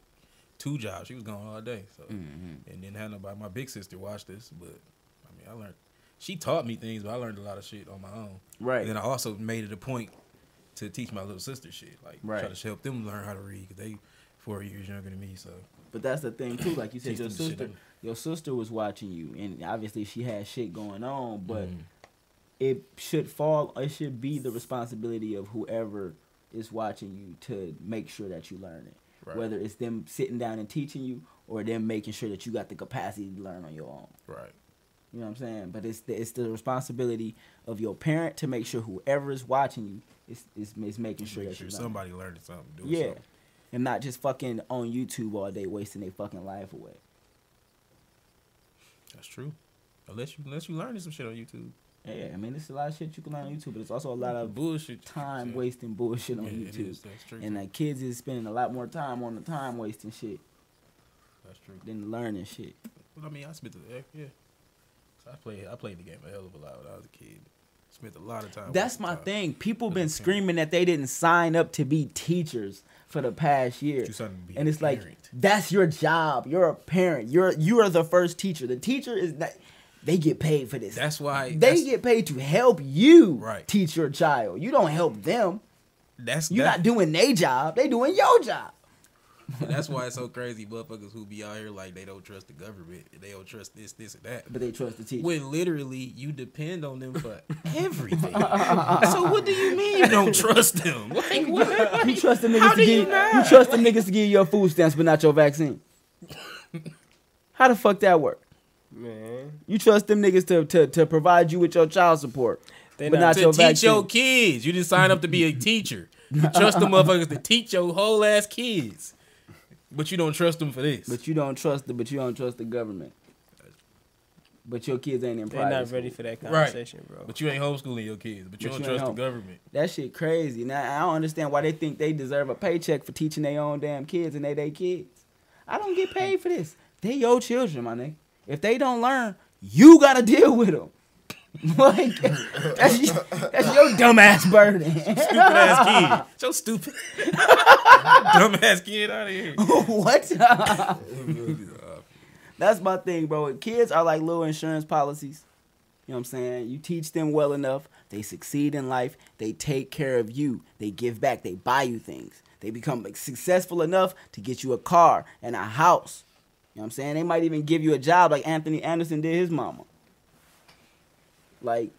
two jobs. She was gone all day, so
Mm-hmm.
and then had nobody. My big sister watched this, but I mean, I learned. She taught me things, but I learned a lot of shit on my own.
Right.
And then I also made it a point to teach my little sister shit, like
Right.
try to help them learn how to read because they four years younger than me. So
But that's the thing too. Like you said,
Teach
your
them the shit
sister,
out.
your sister was watching you, and obviously she had shit going on. But
Mm-hmm.
it should fall. It should be the responsibility of whoever is watching you to make sure that you learn it.
Right.
Whether it's them sitting down and teaching you, or them making sure that you got the capacity to learn on your own.
right,
You know what I'm saying? But it's the, it's the responsibility of your parent to make sure whoever is watching you is is, is making sure
make
that
sure
you learn.
somebody learned something. Doing
Yeah.
something.
And not just fucking on YouTube all day wasting their fucking life away.
that's true. Unless you unless you learning some shit on YouTube,
Yeah, I mean, it's a lot of shit you can learn on YouTube, but it's also a lot of
bullshit
time
Yeah.
wasting bullshit on
Yeah, it
YouTube.
is. That's true.
And like kids is spending a lot more time on the time wasting shit
that's true.
than learning shit.
Well, I mean, I spent the eh, yeah. So I played I played the game a hell of a lot when I was a kid. Spent a lot of time.
That's
wasting
my
time.
thing. People been
That's the thing.
screaming that they didn't sign up to be teachers for the past year.
You suddenly be
and it's
a
like
parent.
that's your job. You're a parent. You're you are the first teacher. The teacher is not they get paid for this.
That's why
they
that's,
get paid to help you
Right.
teach your child. You don't help them.
That's
You're
that-
not doing their job. They doing your job.
*laughs* That's why it's so crazy, motherfuckers who be out here like they don't trust the government, they don't trust this, this, and that.
But they trust the teacher.
When literally you depend on
*laughs*
them for everything. so what do you mean you don't trust
*laughs*
them? Like what?
You trust the niggas to give you, trust the niggas to give you your food stamps, but not your vaccine. How the fuck that work?
Man,
You trust them niggas to to, to provide you with your child support,
They
but
not-
not,
to
your
teach
vaccine.
your kids. You didn't sign up to be a teacher. You trust
*laughs*
the motherfuckers to teach your whole ass kids. But you don't trust them for this.
But you don't trust the but you don't trust the government. But your kids ain't in
they're
private.
not
school.
ready for that
Right.
conversation, bro.
But you ain't homeschooling your kids, but you
But you
don't
ain't
trust the
home.
government. *laughs*
That shit crazy. Now I don't understand why they think they deserve a paycheck for teaching their own damn kids and they they kids. I don't get paid for this. They your children, my nigga. If they don't learn, you gotta deal with them. *laughs* like *laughs* that's your, that's your dumb ass burden. *laughs*
Stupid ass
*laughs*
kid. So stupid. *laughs* Dumb ass kid out of
*laughs*
here.
what? *laughs* that's my thing, bro. Kids are like little insurance policies. You know what I'm saying? You teach them well enough, they succeed in life, they take care of you, they give back, they buy you things. They become like, successful enough to get you a car and a house. You know what I'm saying? They might even give you a job like Anthony Anderson did his mama. Like,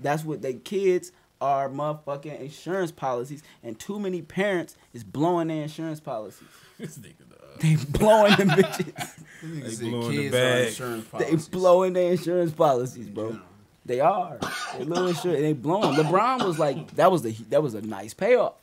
that's what they kids are motherfucking insurance policies, and too many parents is blowing their insurance policies.
This nigga, dog.
They blowing
*laughs*
them bitches.
Niggas
blew
said
in the
kids are
bag.
insurance
They
policies.
blowing their insurance policies, bro. They are. They little insurance. They blowing. LeBron was like that was the that was a nice payoff.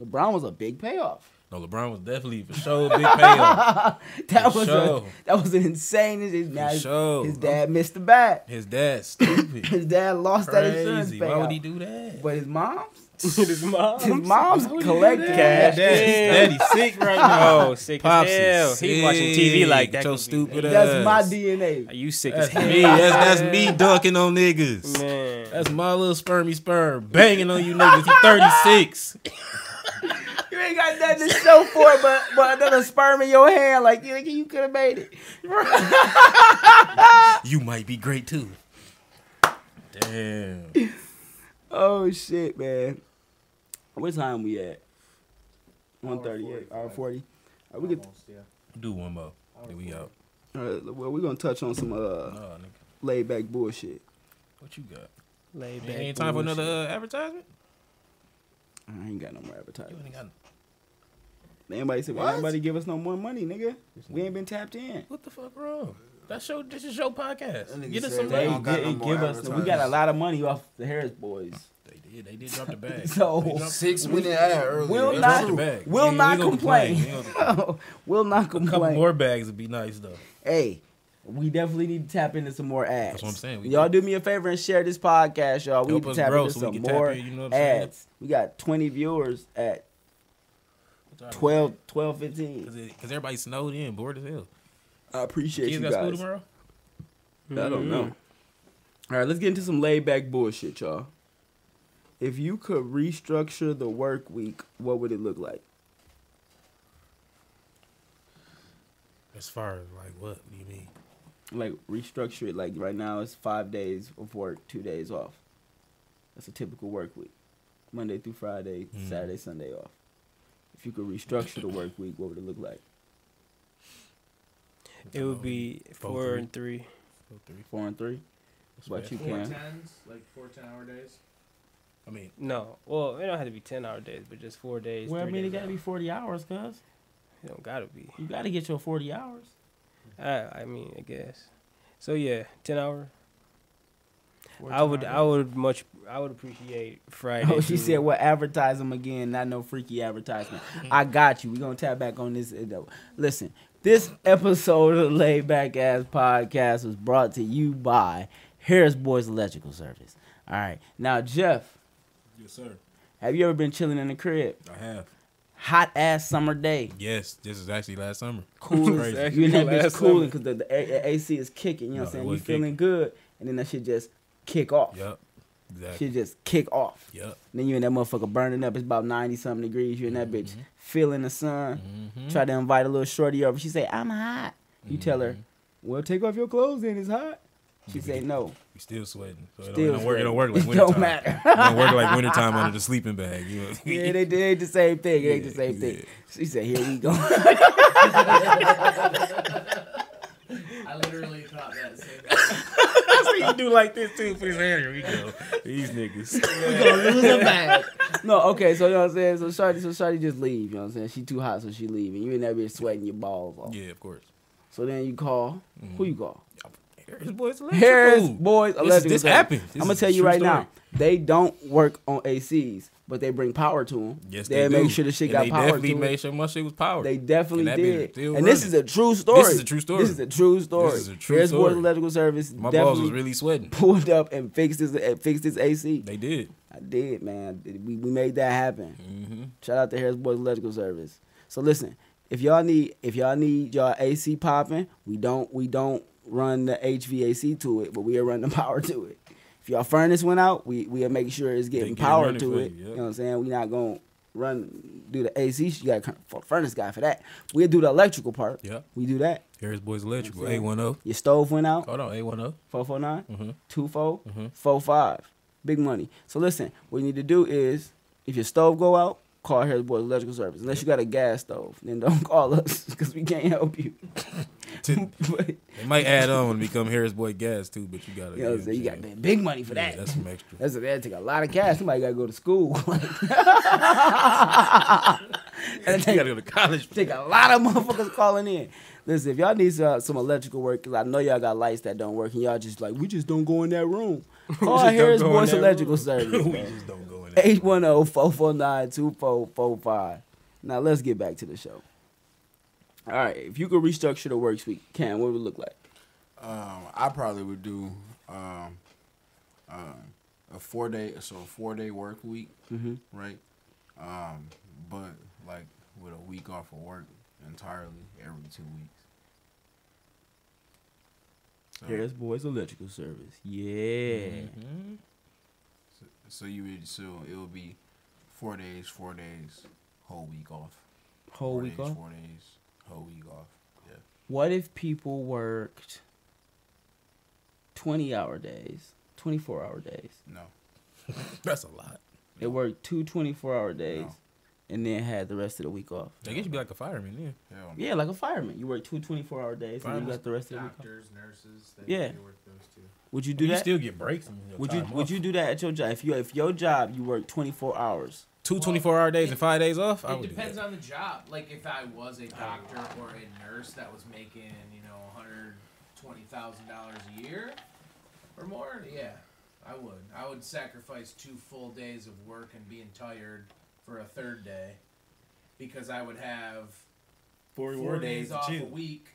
LeBron was a big payoff. *laughs*
No, LeBron was definitely for sure big payoff.
That
For
was
sure.
a, that was an insane. His, his,
sure.
his dad missed the bat.
His dad's stupid.
His dad lost that insurance
Crazy.
payoff.
Why would he do that?
But his mom's
his mom.
his mom's collecting
*laughs*
cash.
Daddy, daddy sick right now.
Oh, sick
Pops
as
is
hell. He watching TV
sick.
like
Get
that.
your
could be-
stupid ass.
That's my DNA.
Are you sick as
That's
hell?
me. That's, that's me dunking on niggas.
Man,
That's my little spermy sperm banging on you niggas. He 36.
You ain't got nothing to show for it, but but another sperm in your hand. Like you, you could have made it.
You might be great too. Damn.
Oh shit, man. What time we at? One thirty-eight. Hour forty. Uh, we could.
Almost, yeah.
Do one more. Then we out.
Uh, well, we're gonna touch on some
Oh,
uh,
nigga.
laid-back bullshit.
What you got?
lay back.
Ain't time for another uh, advertisement?
I ain't got no more
You
advertising.
ain't got
Anybody said, well, anybody give us no more money, nigga? We ain't been tapped in.
What the fuck wrong? That show. This is your
That
podcast.
nigga
Get us
said
some
they
They
money.
don't got no
didn't
more
give us. We got a lot of money off the Harris boys.
They did. They did drop the bag.
*laughs* So-
They dropped-
Six minute ad earlier.
Will
they
not-
dropped the bag.
will
We- we
not
gonna
complain.
We
*laughs*
gonna complain.
*laughs* we'll not
A couple
complain.
more bags would be nice though.
Hey, we definitely need to tap into some more ads.
That's what I'm saying. We
y'all
do.
do me a favor and share this podcast, y'all. We need
Help
to
us
tap
grow
into
so we
some
can tap
more
in, you know what I'm saying?
ads. We got 20 viewers at
tired.
12, 12, 15.
Because everybody snowed in, bored as hell.
I appreciate
Kids
you
got school
guys.
tomorrow?
I don't know. All right, let's get into some laid back bullshit, y'all. If you could restructure the work week, what would it look like?
As far as like what? What do you mean?
Like restructure it. Like right now, it's five days of work, two days off. That's a typical work week. Monday through Friday,
Mm.
Saturday, Sunday off. If you could restructure the work week, what would it look like?
It would be four
three.
and three.
Four and three. What about you,
Four
Cam?
tens, like four ten hour days.
I mean,
No, well, it don't have to be ten hour days, but just four days.
Well, I
three
mean, it
days
gotta be
off.
40 hours, cuz.
It don't gotta be.
You gotta get your 40 hours.
I, I mean, I guess. So yeah, ten hour. I would, I would much, I would appreciate
*laughs*
Friday.
*laughs* Oh, she
through-
said, "Well, advertise them again. Not no freaky advertisement. I got you. We gonna tap back on this. uh, though. Listen, this episode of the Laid Back Ass Podcast was brought to you by Harris Boys Electrical Service. All right, now Jeff,
yes, sir.
have you ever been chilling in the crib?
I have.
Hot ass summer day,
Yes, this is actually last summer.
*laughs* cool.
It's crazy.
You in that bitch
Last
cooling because the, the A- A- AC is kicking. You know
No,
what I'm
it
saying? You
wasn't kicking.
feeling good, and then that shit just kick off.
Yep. Exactly.
Shit just kick off.
Yep.
Then you in that motherfucker burning up. It's about ninety something degrees. You in that bitch
Mm-hmm.
feeling the sun. Try to invite a little shorty over. She say, "I'm hot." You tell
Mm-hmm.
her, "Well, take off your clothes. Then it's hot." She say, "No,
We still sweating. So Mm-hmm. it, don't,
Still
it don't work. It don't work like
sweating.
wintertime.
It don't matter. *laughs*
it don't work like wintertime under the sleeping bag. You know?
yeah, they did the same thing. It ain't the
Yeah,
same thing."
yeah.
She said, "Here we
*laughs*
go."
I literally thought that same thing.
you do like this too. Put his hand here. We go. These niggas.
*laughs* no, okay. So you know what I'm saying. So shorty, so shorty just leave. You know what I'm saying. She too hot, so she leave, and you in that bitch sweating your balls off.
*laughs* Yeah, Mm-hmm. of course.
So then you call. Who you call?
Harris boys electrical.
Harris boys.
This-
electrical
this
service.
happened. This
I'm gonna
is a
tell you
true
right
story.
now, they don't work on ACs, but they bring power to them.
Yes,
they,
they,
make
do.
sure the shit
And
got
they
power to
definitely
it.
made sure my shit was powered.
they definitely
And that bitch
did.
still
And this
running.
is a true story.
is a true story.
This is a true story.
This is a true
Harris
story.
Boys Electrical Service
my
definitely
balls was really
*laughs*
sweating.
pulled up and fixed this and fixed this AC.
They did. Mm-hmm.
I did, man. We, we made that happen. Shout out to Harris Boys Electrical Service. So listen, if y'all need if y'all need y'all AC popping, we don't we don't run the HVAC to it, but we'll run the *laughs* power to it. If y'all furnace went out, we we'll make sure it's getting
get it
power
running
to
for
it.
you,
You,
yep.
know what I'm saying? We not gonna run do the AC. You got a cur- furnace guy for that. We'll do the electrical part.
Yep.
We do that.
Harris boys electrical. A one oh. zero.
Your stove went out.
Hold on. A one oh.
*laughs*
zero. Mm-hmm.
449, 24, 45. Big money. So listen, what you need to do is if your stove go out, call Harris Boys Electrical Service. Unless you got a gas stove, then don't *laughs* call us because we can't help you. *laughs*
Ten-
but
They might add on and become Harris boy gas too, but you gotta.
you know, what I'm saying? you got to pay big money for that.
That's
*laughs*
some extra.
That's that take a lot of cash. Somebody gotta go to school. *laughs* That'd
you
take,
gotta go to *laughs* college.
take a lot of motherfuckers calling in. Listen, if y'all need some, some electrical work, 'cause I know y'all got lights that don't work, and y'all just like we just don't go in that
*laughs*
room. Call Harris Boys Electrical Service.
we
man.
just don't go in there.
810-449-2445. Now let's get back to the show. All right, if you could restructure the work week, Cam, what would it look like?
Um, I probably would do um, uh, a four day, so a four day work week,
Mm-hmm.
right? Um, but like with a week off of work entirely every two weeks. So,
Harris Boys Electrical Service. Yeah.
Mm-hmm.
so you would so it would be four days, four days, whole week off.
Whole
Four
week
days,
off.
Four days, whole week off. Yeah.
What if people worked 20 hour days, 24 hour days?
No.
That's a lot.
They worked two 24 hour days
No.
and then had the rest of the week off.
I guess you'd be like a fireman, yeah.
Hell no.
Yeah, like a fireman. You work two 24 hour days and you
Fireman's
got the rest of the week off.
Doctors, nurses, they,
Yeah.
they work those two.
Would you do
you
that?
still get breaks. and your
Would you
time
would
off.
you do that at your job? If you if your job you work twenty four hours,
two 24 hour days and five days off? I
It
would do
depends
that.
on the job. Like if I was a doctor or a nurse that was making, you know, hundred twenty thousand dollars a year or more, yeah, I would. I would sacrifice two full days of work and being tired for a third day because I would have four, days off a week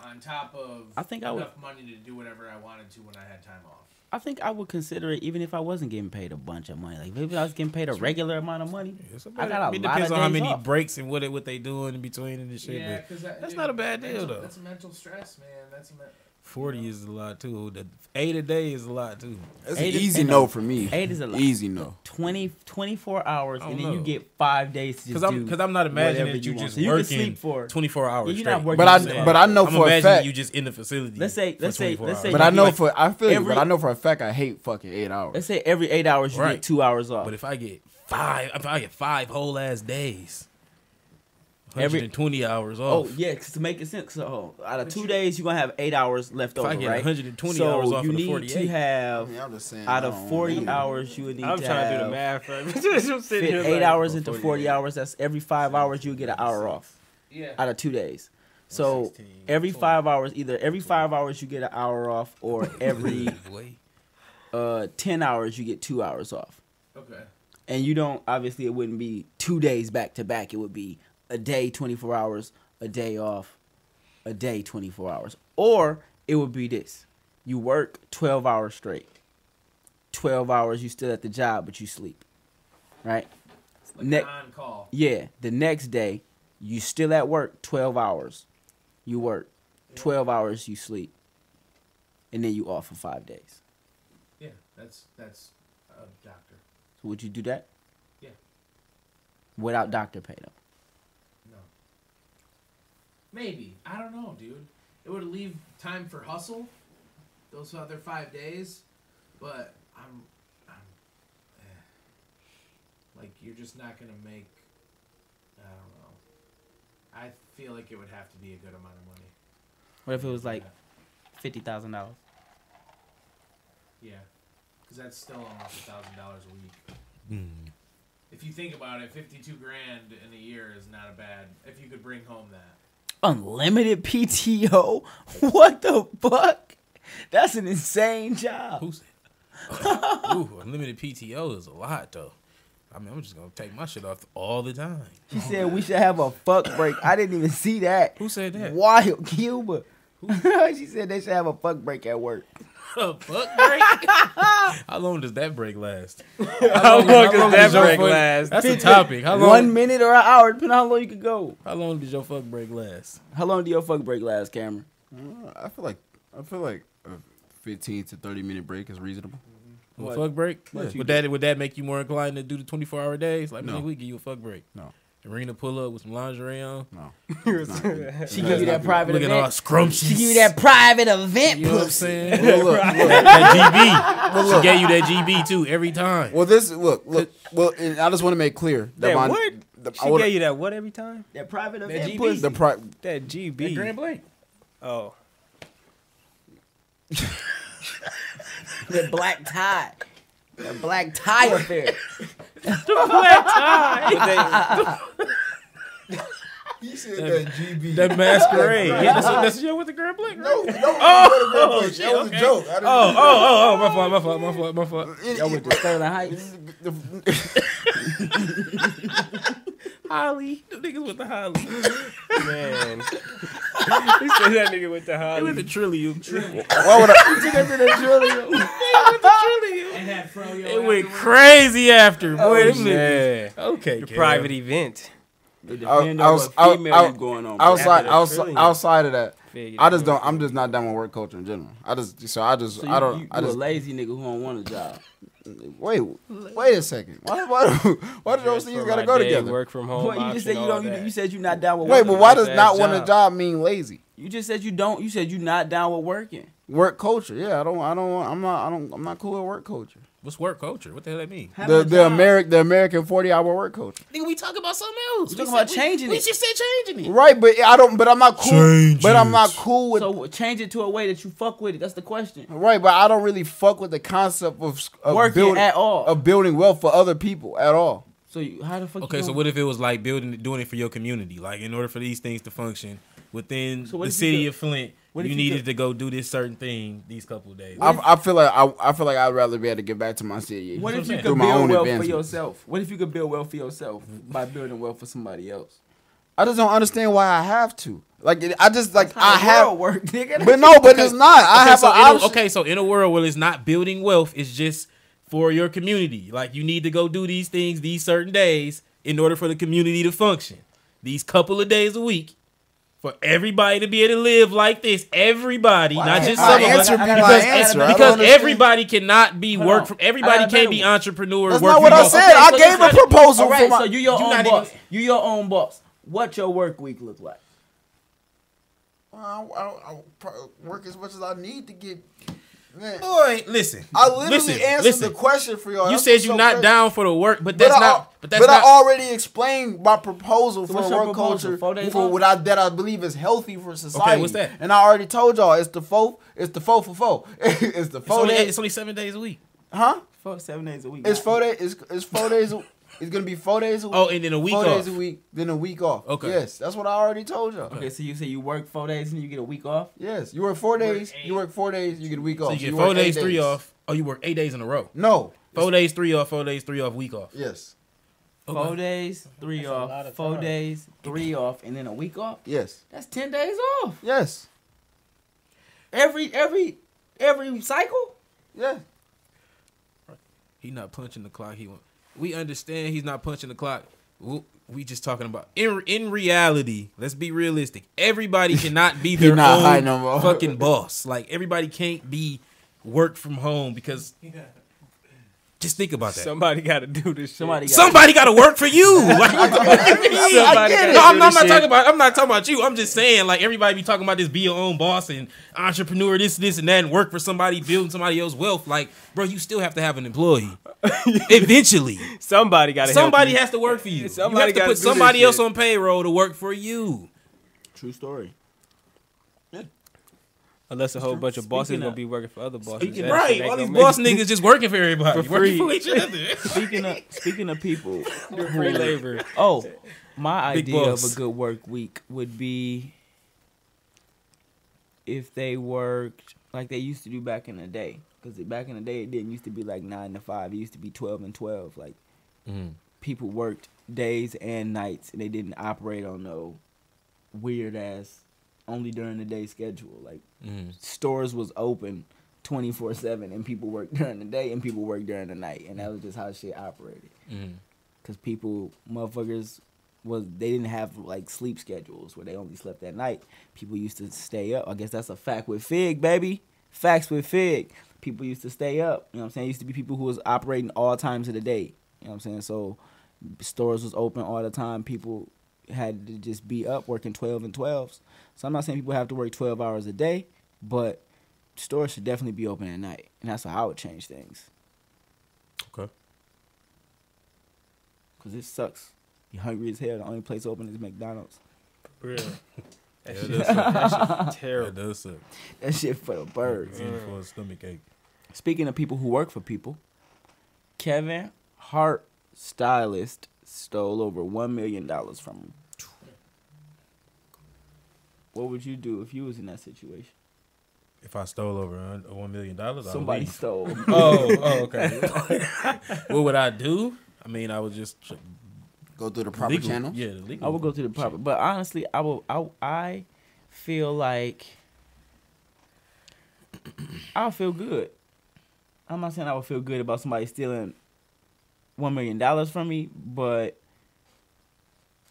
on top of
I think I would-
enough money to do whatever I wanted to when I had time off.
I think I would consider it even if I wasn't getting paid a bunch of money. Like maybe I was getting paid a regular amount of money.
It's
I
about-
got a
it
lot of
depends on how
days
many
off.
breaks and what it, what they doing in between and the shit.
Yeah,
but
because that,
that's
dude,
not a bad deal
mental-
though.
That's mental stress, man. That's me-
Forty is a lot too. The eight a day is a lot too.
That's
Eight
an
is-
easy
and
no
a-
for me.
eight is a lot.
easy no.
20, 24 hours,
I
and then
don't
you
know.
get five days to just
Because I'm
do
because I'm not imagining
whatever
that you,
want.
just
So you
working
can sleep for.
twenty four hours.
you're not
straight.
working
But
yourself
I
out.
but I know
I'm
for a
imagining
fact.
you just in the facility.
Let's say-
for
let's say-
24
let's say
hours.
but I know
like,
for I feel you.
every-
But I know for a fact I hate fucking eight hours.
Let's say every eight hours you
Right.
get two hours off.
But if I get five, if I get five whole ass days,
Every-
hundred and twenty hours
oh
off.
yeah, 'cause to make it sense. So oh, out of two days, you're gonna have eight hours left
If
over,
I get
right?
120
so
hours off
you
of the
need to
48.
have
I'm just saying.
out
I
of
don't
forty
know.
hours, you would need
I'm
to
trying to do the
have
*laughs*
math for me. Just I'm sitting
fit
here
eight
like,
hours into forty hours. That's every five hours you would get an hour off.
Yeah.
out of two days. So
116,
every
20.
five hours, either every five hours you get an hour off, or
*laughs*
every
Boy.
uh, ten hours you get two hours off.
okay.
And you don't obviously it wouldn't be two days back to back. It would be a day twenty four hours, a day off, a day twenty four hours, or it would be this: you work twelve hours straight, twelve hours you still at the job but you sleep, right?
It's like
Nick-
on call.
Yeah, the next day, you still at work 12 hours. You work 12 hours, you sleep. And then you off for five days.
Yeah, that's that's a doctor.
So would you do that?
Yeah.
Without doctor pay though.
No. Maybe I don't know, dude. It would leave time for hustle. Those other five days, but I'm, I'm, eh. like you're just not gonna make. I don't know. I feel like it would have to be a good amount of money.
What if it was like fifty thousand dollars?
Yeah, because that's still almost a thousand dollars a week. If you think about it, fifty-two grand in a year is not a bad. If you could bring home that,
Unlimited PTO? *laughs* What the fuck? That's an insane job.
Who's Ooh, unlimited PTO is a lot though. I mean, I'm just gonna take my shit off all the time.
She said we should have a fuck break. I didn't even see that.
Who said that?
Wild Cuba. *laughs* she said they should have a fuck break at work.
A fuck break? *laughs* How long does that break last?
How long
How
does
long
that
does your
break
fuck-
last?
That's a topic. How long?
One minute or an hour, depending on how long you could go.
How long does your fuck break last?
How long do your fuck break last, Cameron?
I feel like I feel like a fifteen to thirty minute break is reasonable.
A
What?
fuck break?
What
Yeah.
you
Would that would that make you more inclined to do the 24 hour days? Like,
No.
man, we give you a fuck break.
No.
Arena pull up with some lingerie on.
No,
*laughs*
She give you that private
Looking all
event.
scrumptious.
She give you that private event
You know what I'm
pussy.
saying?
Well, look, look,
that GB.
look.
She gave you that GB too every time.
well, this look, look. Well, and I just want to make clear that,
That
my
what?
the, I
She
wanna-
gave you that what every time?
That private
That
event
GB.
pussy.
the pri-
That GB.
Blank.
Oh. *laughs*
That black tie. That black tie affair.
He said that GB.
That
*laughs*
masquerade. yeah, that's, that's you with the Grand Blank.
no, no, oh, that was a joke. I didn't
Oh, oh, oh, my fault, my fault, my fault, my fault.
Y'all went to Sterling Heights.
Holly. The niggas with the Holly. *laughs*
Man. he said that nigga went to
They with
Hollywood.
the Trillium. Trillium.
*laughs* Why would I?
and had froyo.
It went
afterwards.
crazy after. Boy, them niggas.
Oh, Yeah.
Okay,
The
Kev.
private event.
It
I-
depends
I
on
was-
what
I-
female
I-
you going on. with.
outside,
After the
outside,
trillion.
outside of that,
Figure
I just don't. I'm just not down with work culture in general. I just, so I just,
So you,
I don't.
you,
I
you a
just
lazy nigga who don't want a job.
wait, wait a second. Why, why, do-
*laughs*
why do those things
For
gotta
my
go
day,
together?
Work from home.
Boy, you just
option,
said you
all
don't. You,
that.
you said you not down with
Wait,
working.
but why does
Bad
not want a
job.
job mean lazy?
You just said you don't. You said you not down with working.
Work culture, yeah. I don't, I don't, I'm not, I don't, I'm not cool with work culture.
What's work culture? What the hell that mean?
Having
The
a
the
job.
American the American forty hour work culture,
Nigga, we talking about something else.
We talking about changing it.
said changing
right? But I don't, but I'm not cool.
Change
But I'm
it.
not cool with
So change it to a way that you fuck with it. That's the question.
Right, but I don't really fuck with the concept of, of
Working at all.
of building wealth for other people at all.
So you, how the fuck?
Okay,
you
so
gonna-
what if it was like building, doing it for your community? Like, in order for these things to function within
So what
the
if you
city
could-
of Flint,
what if
you
you
needed
could-
to go do this certain thing these couple of days.
I, I feel like I, I feel like I'd rather be able to get back to my city.
What if you
Through
could
my own
build wealth for
advancements. *laughs*
yourself? What if you could build wealth for yourself by building wealth for somebody else?
I just don't understand why I have to. Like it- I just like I
How the world
have,
work, nigga.
but no, but it's not. I
okay,
have
so
an
in a-
option.
okay, so in a world where it's not building wealth, it's just for your community. Like you need to go do these things these certain days in order for the community to function. These couple of days a week. For everybody to be able to live like this, everybody, not just
My
some of us,
Uh, answer be my
because,
answer. I don't
because
understand.
everybody cannot be work. From, everybody
got a
can't
better
be
one.
entrepreneur.
That's
work
not what
from
I
home.
said. I
so
gave a
listen.
proposal
All right,
for my.
so you your
You
own
not even-
boss. You your own boss. What your work week look like?
I, I, I pro- work as much as I need to get. Man,
Boy, listen.
I literally
listen,
answered
listen.
the question for y'all.
You
That's
said
what's
you're
so
not
crazy.
down for the work,
But
but that's
I,
not. But that's
but
not.
I already explained my proposal for
what's
a
your
work
proposal? Four
culture
days
for
off?
what I, that I believe is healthy for society.
what's that?
And I already told y'all it's the four. It's the four for four. *laughs* it's the
it's,
four
only,
days.
it's only seven days a week.
Huh?
Fuck seven days a week.
It's four days. It's, it's four days. A, it's gonna be four days a week.
Oh, and then a week
Four
off.
days a week. Then a week off.
Okay.
Yes, that's what I already told y'all.
Okay, so you say you work four days and you get a week off.
Yes, you work four days. You work four days. You get a week off.
So you get
work
four
eight
days, three off. Oh, you work eight days in a row.
No.
Four days, three off. Four days, three off. Week off.
Yes.
Four days, three
That's a lot
off.
of
Four
time.
days, three off, and then a week off.
Yes.
That's ten days off.
Yes.
Every every every cycle.
Yeah.
He not punching the clock. He want. We understand he's not punching the clock. We, we just talking about in in reality. Let's be realistic.
*laughs*
Everybody cannot be their
not high
own
no more. *laughs*
fucking boss. Like everybody can't be work from home
*laughs*
because. Just think about that.
Somebody got to do this. Shit.
Somebody got
Somebody got to work for
*laughs*
you. Like, what do you mean?
Somebody gotta
No,
do
I'm, not- I'm not
this shit.
talking about. I'm not talking about you. I'm just saying, like everybody be talking about this, be your own boss and entrepreneur, this, this, and that, and work for somebody, building somebody else's wealth. Like, bro, you still have to have an employee.
*laughs*
Eventually,
Somebody got to.
somebody has to work for you.
Somebody
you have to
gotta
put
do this
somebody
shit.
else on payroll to work for you.
True story.
Unless a whole bunch of bosses
Speaking
gonna
of-
be working for other bosses. That shit
right?
ain't
All
gonna
these
make
boss
it.
niggas just working for everybody,
For
working for
free.
each
*laughs*
other.
Speaking of speaking of people,
free *laughs* labor.
oh, my
Big
idea of
boss.
a good work week would be if they worked like they used to do back in the day. Because back in the day, it didn't used to be like nine to five. It used to be twelve and twelve. Like
Mm-hmm.
people worked days and nights, and they didn't operate on no weird ass only during the day schedule. Like
Mm-hmm.
stores was open 24-7 and people worked *laughs* during the day and people worked during the night and that was just how shit operated
Mm-hmm.
because people motherfuckers was they didn't have like sleep schedules where they only slept at night people used to stay up i guess that's a fact with fig baby facts with fig people used to stay up you know what i'm saying used to be people who was operating all times of the day you know what i'm saying so stores was open all the time people had to just be up working 12 and 12s so i'm not saying people have to work 12 hours a day but stores should definitely be open at night and that's how i would change things
Okay.
because it sucks you're hungry as hell the only place open is mcdonald's *laughs*
Real. That
Yeah,
shit-
that's
*laughs* that shit terrible.
does suck.
That shit for the birds.
for a stomach ache.
Speaking of people who work for people, Kevin Hart stylist stole over one million dollars from him. What would you do if you was in that situation?
If I stole over a one million dollars,
Somebody stole.
*laughs* oh, oh, okay. what would I do? I mean, I would just tr-
Go through the proper
legal.
channel.
Yeah, the legal.
I
*laughs*
would go to the proper, but honestly, I will. I I feel like I feel good. I'm not saying I would feel good about somebody stealing one million dollars from me, but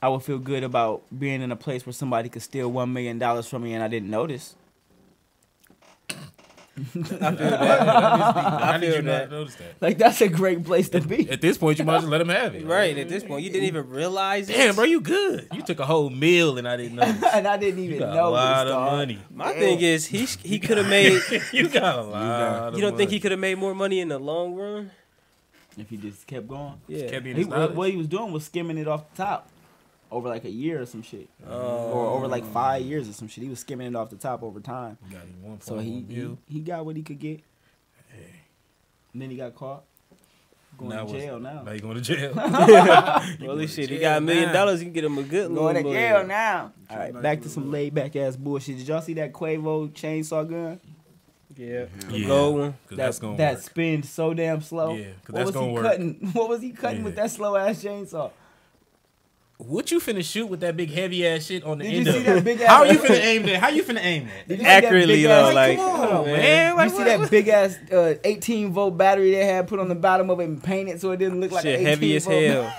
I would feel good about being in a place where somebody could steal one million dollars from me and I didn't notice.
I *laughs* feel
*laughs*
that.
How
I
did you
feel
not
that.
notice that?
Like that's a great place to be.
At this point, you might as well let him have *laughs* it.
Right at this point, you didn't even realize. it.
Damn, bro, you good. You took a whole meal and I didn't *laughs* know.
*laughs* and I didn't even
You got
notice.
a lot of
dog.
money.
My thing is, he sh- *laughs* he could have made.
*laughs* you got a lot.
You don't think he could have made more money in the long run?
If he just kept going,
Yeah.
Kept being
He,
his
what,
knowledge.
what he was doing was skimming it off the top over like a year or some shit,
Oh.
or over like five years or some shit. He was skimming it off the top over time,
Got him one
so he
Oh,
he, he got what he could get. And then he got caught going
Now
to
was-
jail now.
Now you going to jail.
Holy shit, he
jail
got a million
now.
dollars. You can get him a good
going to
little
jail
boy.
now. All right, back to some laid back ass bullshit. Did y'all see that Quavo chainsaw gun?
Yeah,
*laughs* Yeah.
gold one.
Because
That
that's going to
that
work.
spins so damn slow.
Yeah, 'cause
*laughs* what
that's
was
gonna
he
work.
cutting? What was he cutting with
Yeah.
that slow ass chainsaw?
What you finna shoot with that big heavy ass shit on the
Did you
end
see
of?
that big
How
ass- *laughs*
you finna aim that? How you finna aim that?
Did you see that
accurately
big
though.
ass-
Like,
Oh,
man, like,
you see
what-
that
what-
big ass uh, 18 volt battery they had put on the bottom of it and painted so it didn't look like an
Shit
18
heavy as
volt
hell.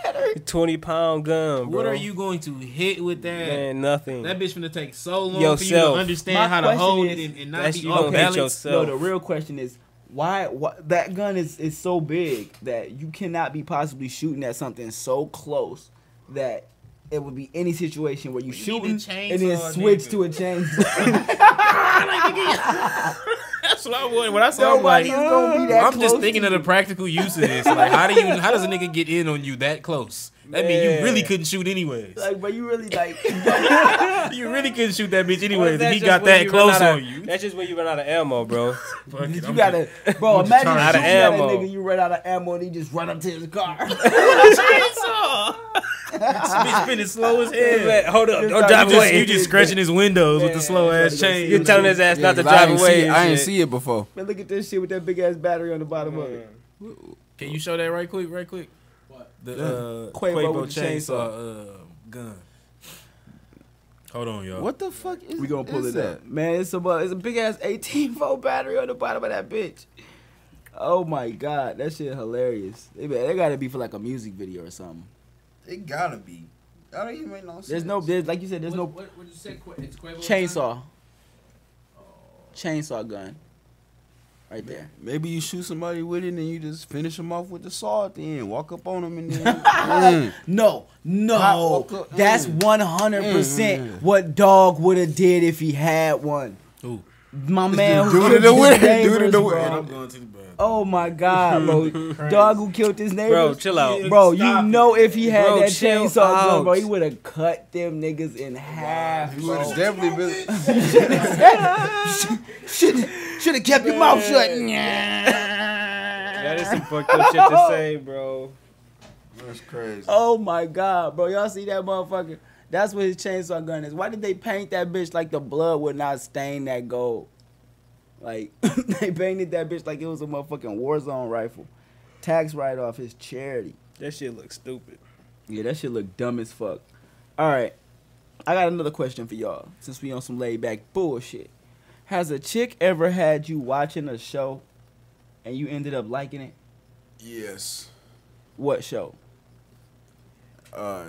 Twenty pound gun, bro.
What are you going to hit with that?
Man, nothing.
That bitch finna take so long for you
Yourself.
to understand
My
how to
question
hold
is,
it and, and not
that's
be
you
off
gonna hit
balance.
yourself.
No, the real question is why, why that gun is, is so big that you cannot be possibly shooting at something so close that it would be any situation where you
need
shooting
a
and then
chainsaw,
switch
nigga.
to a *laughs* chainsaw.
That's what I want. When I say I'm like,
Nobody is gonna be that
I'm
close
just
to
thinking of the practical use of this. Like, how do you? How does a nigga get in on you that close? That mean you really
Man.
couldn't shoot
*laughs*
anyways.
like, but you really like
you really couldn't shoot that bitch
Well,
anyways. If
that's
he
just
got
when
that
you
close
run out
on
of-
you.
That's just when you run out of ammo, bro.
Fuck it,
you
I'm good.
gotta, bro. Imagine
trying
you
out of
shooting at a
ammo.
nigga, you run out of ammo and he just run up to his car. *laughs*
This bitch spinning slow as hell. *laughs*
Man, hold up,
You
don't drive
just-
away.
You just scratching his windows with the slow ass chain.
You're telling his ass
Yeah,
not to
'cause I
drive
ain't
away.
see-
and
I ain't
shit.
see it before.
Man, look at this shit with that big ass battery on the bottom of it.
Can you show that right quick? Right quick.
What?
The uh,
Quavo
Quavo,
with the
chainsaw uh, gun. Hold on, y'all.
What the fuck is
We gonna pull
is
it up, man. It's a bu- it's a big ass 18 volt battery on the bottom of that bitch. Oh my god, that shit hilarious. They, be- they gotta be for like a music video or something.
It gotta be. That don't even make no sense.
There's no, there's like you said, there's
what,
no
What, what did you say? Qua- It's Quavo.
chainsaw, chainsaw gun, right there.
Maybe you shoot somebody with it and you just finish them off with the saw at the end. Walk up on them
*laughs*
and then. Mm.
No, no,
Pop- okay,
oh, that's
mm.
100 percent what dog would have did if he had one.
Ooh.
My man, who
Dude in
killed
the
his
wind, dude in
neighbors,
the wind.
bro.
I'm going to the bathroom.
Oh my god,
*laughs*
bro. Dog who killed his neighbors.
Bro, chill out.
Bro, you know if he had
Bro,
that
chill
chainsaw, gun, bro,
out.
he would have cut them niggas in half. *laughs*
You would have definitely been.
Should should have kept your mouth shut.
That is some fucked up shit to say, bro.
That's crazy.
Oh my god, bro, y'all see that motherfucker? That's what his chainsaw gun is. Why did they paint that bitch like the blood would not stain that gold? Like *laughs* they painted that bitch like it was a motherfucking war zone rifle. Tax write off his charity.
That shit looks stupid.
Yeah, that shit look dumb as fuck. All right, I got another question for y'all. Since we on some laid back bullshit, has a chick ever had you watching a show and you ended up liking it?
Yes.
What show? *laughs*
Uh,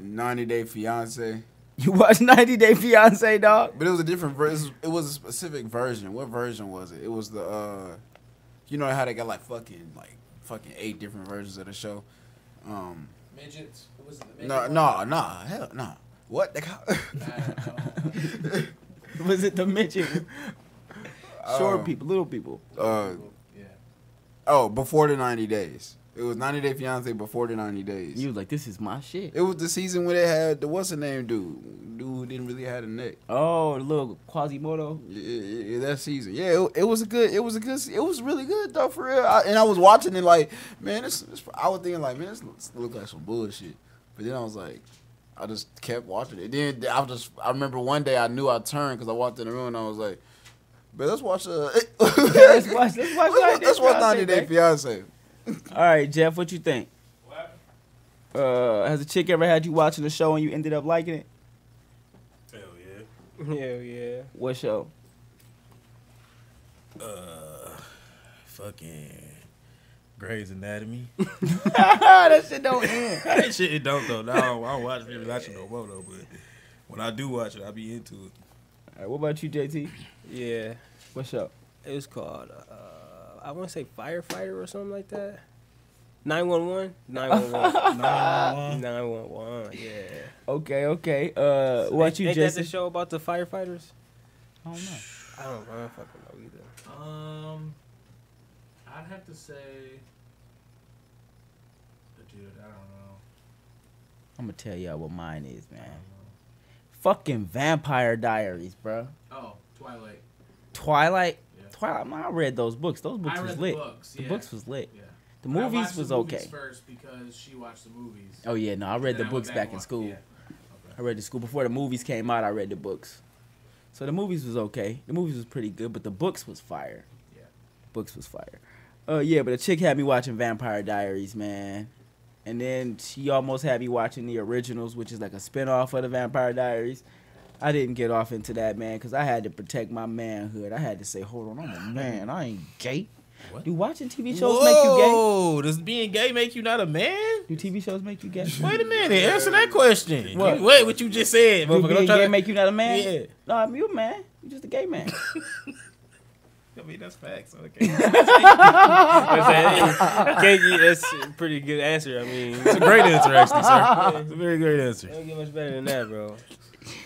90 Day Fiance.
You watched 90 Day Fiance, dog?
But it was a different version. It was a specific version. What version was it? It was the uh, you know how they got like fucking like fucking eight different versions of the show. Um,
Midgets. What was it? The
no,
midget
no, no, hell no. What the *laughs* cow?
one? I don't know.
Was it the midget? *laughs* Oh. Short
Uh,
people, little people.
uh,
Yeah.
oh, before the ninety days. It was ninety day fiance before the ninety days.
You was like, this is my shit.
it was the season where they had the what's the name dude, dude who didn't really have a neck.
Oh, the little Quasimodo.
Yeah, yeah, yeah, that season. Yeah, it, it was a good. It was a good. se- It was really good though, for real. I, and I was watching it like, man, this, this. I was thinking like, man, this looks, look like some bullshit. But then I was like, I just kept watching it. Then I was just. I remember one day I knew I turned because I walked in the room and I was like, but let's watch. Uh, *laughs*
let's watch- let's watch 90 Day
Let's watch
Fiancé,
Ninety Day
man.
Fiance.
All right, Jeff, what you think? Uh, has a chick ever had you watching a show and you ended up liking it?
Hell yeah.
Hell yeah.
What *laughs* show?
fucking Grey's
*laughs*
Anatomy.
that shit don't end.
that shit it don't though. No, I don't, I don't
*laughs*
watch really watch it no more though. But when I do watch it, I be into it.
All right, what about you, JT?
Yeah.
What's up?
It was called, uh, I want to say Firefighter or something like that. 911?
*laughs*
911. 911, yeah.
Okay, okay. Uh, what you
Ain't that the
just?
show about the firefighters?
I don't know.
I don't, I don't fucking know either.
Um, I'd have to say, dude, I don't know.
I'm gonna tell y'all what mine is,
I
man.
don't know.
Fucking Vampire Diaries, bro.
Oh, Twilight.
Twilight.
Yeah.
Twilight. Man, I read those books. Those books
I read
was
the
lit.
books.
The
yeah.
books was lit.
Yeah.
The
But I
movies
watched
was
the movies
okay.
First, because she watched the movies.
Oh yeah, no, I read
Then
the
went
books back
and
in
wa-
school.
yeah.
I read the school before the movies came out. I read the books, so the movies was okay. The movies was pretty good, but the books was fire.
Yeah.
books was fire. Uh, yeah, but a chick had me watching Vampire Diaries, man. and then she almost had me watching the originals, which is like a spinoff of the Vampire Diaries. I didn't get off into that man because I had to protect my manhood. I had to say, hold on,
*laughs*
I'm a man. I ain't gay. Do watching TV shows
Whoa, does being gay make you not a man?
make you gay? Do TV shows make you gay?
Wait a *laughs* minute, answer that question.
What?
What? Wait, what you just said,
Do
motherfucker.
being
Don't
gay
try to
make you not a man?
Yeah.
No, I'm you a man. You just a gay man.
I mean, that's facts. Okay, *laughs*
*laughs* KG, that's a pretty good answer. I mean,
it's a great answer, actually, *laughs* sir. It's a very great answer.
don't get much better than that, bro.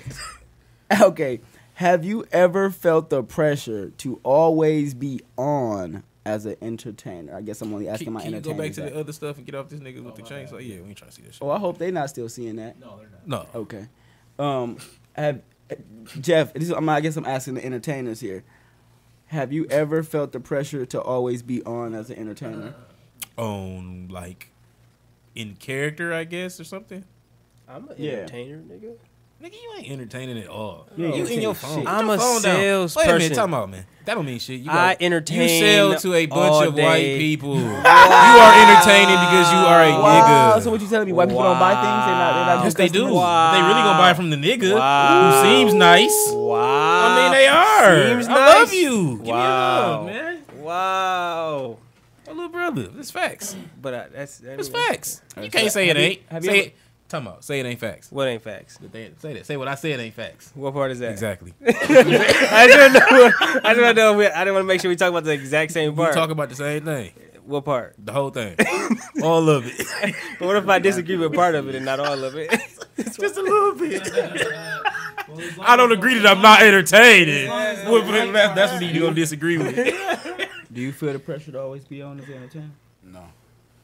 *laughs* okay. Have you ever felt the pressure to always be on as an entertainer? I guess I'm only asking
Can,
my
can you go
entertainer.
back to the other stuff and get off this nigga with the chainsaw? yeah, we ain't trying to see that shit.
oh, I hope they not still seeing that.
No, they're not.
No,
Okay. Um, have Jeff? This is, I'm, I guess I'm asking the entertainers here. Have you ever felt the pressure to always be on as an entertainer?
Uh, on Um, like in character, I guess, or something.
I'm an
Yeah.
entertainer, nigga.
Nigga, you ain't entertaining at all.
Yeah,
you in your
entertaining
phone.
shit.
Put
I'm
your
a
phone down. Wait a
salesperson.
minute, talk about man. That don't mean shit. You
I
got-
entertain
You sell to a
all
bunch of white
day.
people.
*laughs*
you are entertaining because you are a
Wow.
nigga.
So what you telling me? White people don't buy things? They're not. They're not
Yes, they do.
customers?
They really gonna buy from the nigga
Wow.
who seems nice.
Wow.
I mean, they are.
Seems
I love
nice.
you. Give me a
Wow.
hug, man.
Wow.
A little brother. It's facts.
But I, that's I mean,
It's
that's-
facts. You can't say it ain't.
have you
say
ever-
it. Talk about. Say it ain't facts.
What ain't facts?
But they- Say that. Say what I said ain't facts.
What part is that?
Exactly.
*laughs* I don't know. I don't know. We, I didn't want to make sure we talk about the exact same
We
part.
talk about the same thing.
what part?
The whole thing. All of it.
But what if I disagree with part of it and not all of
*laughs*
it?
*laughs* Just a little bit. I don't agree that I'm not entertaining. Well, but that- That's what you're gonna disagree with.
Do you feel the pressure to always be on as an entertainer?
No.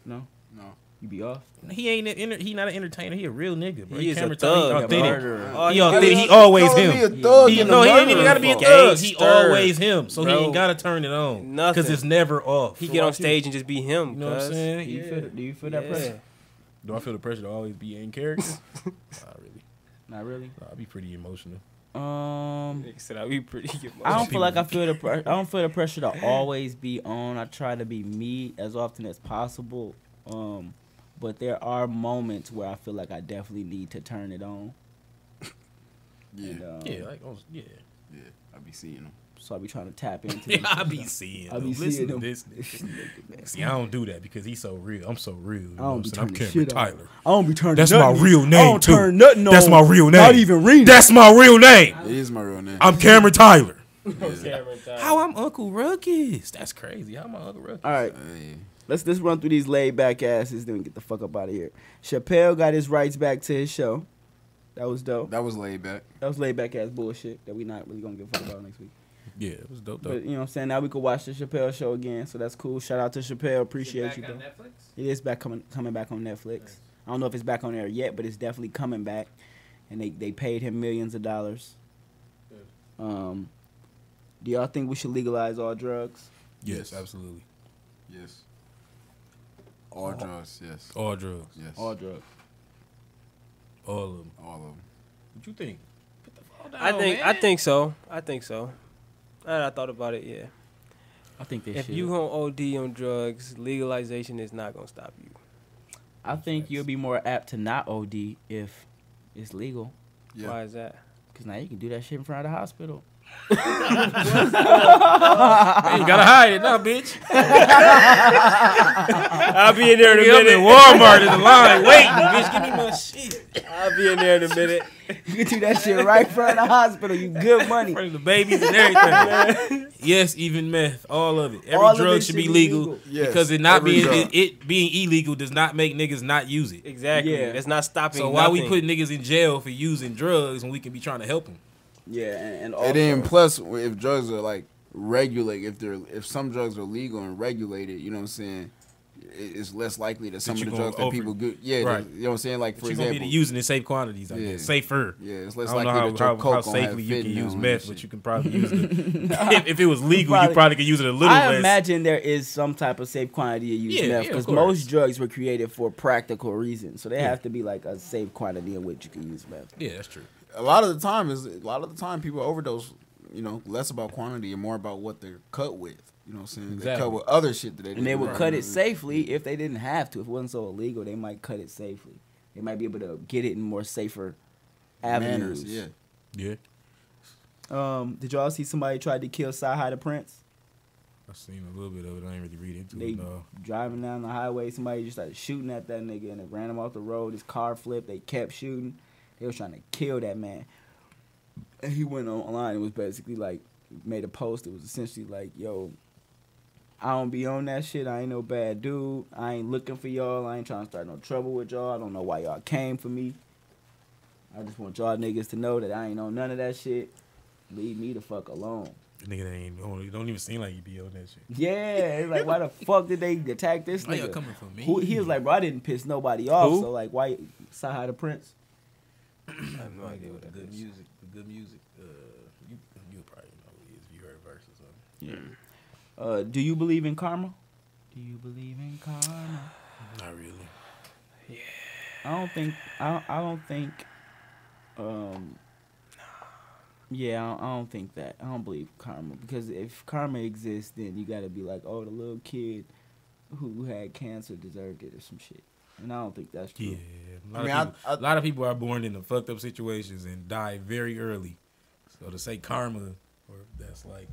No.
No.
You be off.
He ain't an enter- he not an entertainer. He a real nigga. Bro.
He is a
camera
thug,
He authentic.
Murderer.
Oh,
He
yeah.
authentic. He always him.
He a thug
He,
and a
no, he ain't even
murderer.
gotta be a
Motherfucker.
thug. He
Gangster.
always him, so he
Bro.
ain't gotta turn it on because
Nothing.
it's never off.
He get on stage and just be him.
You know what I'm
Do
saying?
you
Yeah.
feel? Do you feel that
Yeah.
pressure?
Do I feel the pressure to always be in character? not really.
Not really.
Nah, I be pretty emotional.
Um.
Nigga said I be pretty good.
I don't feel like I feel the pr- I don't feel the pressure to always be on. I try to be me as often as possible. Um, but there are moments where I feel like I definitely need to turn it on.
Yeah.
And, um,
*laughs* Yeah, like on- yeah.
Yeah. I be seeing them.
So I be trying to tap into.
*laughs* Yeah,
them
I be
things.
seeing.
I be
them. Listen
seeing
to
them.
this. nigga. See, I don't do that because he's so real. I'm so real. You
I
know what
don't
I'm
be turning
saying? I'm Cameron
shit on.
Tyler.
*laughs* I don't be turning.
That's my
nothing.
real
I
name
don't
too.
turn nothing on.
That's my real name.
Not even Rena.
That's my real name.
It is my real name.
I'm Cameron Tyler.
How
How I'm Uncle Ruckus? That's crazy. How am I Uncle Ruckus?
All right,
Hey.
let's just run through these laid back asses, then we get the fuck up out of here. Chappelle got his rights back to his show. That was dope.
That was laid back.
That was laid back ass bullshit that we not really gonna give a fuck about next week.
Yeah, it was dope.
But
dope.
you know what I'm saying? Now we could watch the Chappelle show again, so that's cool. Shout out to Chappelle. Appreciate
Back
you
on
though.
Netflix?
It is back coming coming back on Netflix. I don't know if it's back on there yet, but it's definitely coming back. And they, they paid him millions of dollars. Um do y'all think we should legalize all drugs?
Yes, absolutely.
Yes. All drugs. Yes.
All drugs.
Yes.
All
All,
drugs.
All of
*laughs*
them.
of them.
What you think? Put the phone down,
I think
man.
I think so. I think so. And I thought about it. Yeah.
I think they
If you gonna OD on drugs, legalization is not gonna stop you.
I think you'll be more apt to not OD if it's legal.
Yeah.
Why is that? *laughs*
Cause now you can do that shit in front of the hospital. *laughs*
Man, you gotta hide it now, bitch.
I'll be in there in a
Get up in
minute.
Walmart in the line
*laughs*
waiting. Bitch, give me my shit.
I'll be in there in a minute.
*laughs*
You can do that shit right in front of the hospital. You good money.
In front of the babies and
*laughs*
everything. yes, even meth, all of it. Every
All of
drug
this
should
shit
be
is
legal,
legal.
Yes,
because it not
every
being
drug.
it, it being illegal does not make niggas not use it.
Exactly.
Yeah.
That's not stopping.
So why we
nothing.
put niggas in jail for using drugs when we can be trying to help them?
Yeah, and, and all
And then plus, if drugs are like regulate, if they're if some drugs are legal and regulated, you know what I'm saying. it- It's less likely that some
you
of the
gonna
drugs that
over-
people get, yeah,
Right.
you know what I'm saying. Like for
But you gonna
example,
be using in safe quantities, I
Yeah.
guess. Safer.
yeah, it's
I
less
don't know
likely
how,
that your
how, how
coke gonna have
safely you can
fentanyl
use
and
meth,
shit.
but you can probably use it. if, if it was legal, you
probably-
probably could use it a little
I
less.
imagine there is some type of safe quantity of use
Yeah,
meth
yeah, of
because
course.
most drugs were created for practical reasons, so they
Yeah.
have to be like a safe quantity in which you can use meth.
yeah, that's true.
a lot of the time is a lot of the time people overdose you know, less about quantity and more about what they're cut with. You know what I'm saying? They
Exactly.
cut with other shit that they
And they would
didn't
cut
do.
it safely if they didn't have to. If it wasn't so illegal, they might cut it safely. They might be able to get it in more safer avenues.
Manners, yeah.
Yeah,
Um, did y'all see somebody tried to kill Sahai the Prince?
I've seen a little bit of it. I ain't really read into
They
it. No.
driving down the highway, somebody just started shooting at that nigga and it ran him off the road. His car flipped. They kept shooting. They was trying to kill that man. And he went online and was basically like made a post. It was essentially like, yo, I don't be on that shit. I ain't no bad dude. I ain't looking for y'all. I ain't trying to start no trouble with y'all. I don't know why y'all came for me. I just want y'all niggas to know that I ain't on none of that shit. Leave me the fuck alone. *laughs*
The nigga that ain't don't, don't even seem like he be on that shit.
Yeah, it's like why the fuck did they attack this
Why y'all
nigga?
coming for me?
Who, he was like, bro, I didn't piss nobody off.
Who?
So like, why Saha the Prince?
I have no idea what the good music. The good music. Uh, you you probably know who he is if you heard verses of him.
Uh, do you believe in karma? Do you believe in karma?
Not really.
I don't think. I don't, I don't think. Um. Yeah, I don't, I don't think that. I don't believe karma because if karma exists, then you got to be like, oh, the little kid who had cancer deserved it or some shit. And I don't think that's true.
Yeah, a lot,
I mean, I-
of people, a lot of people are born into fucked up situations and die very early. So to say karma, or that's like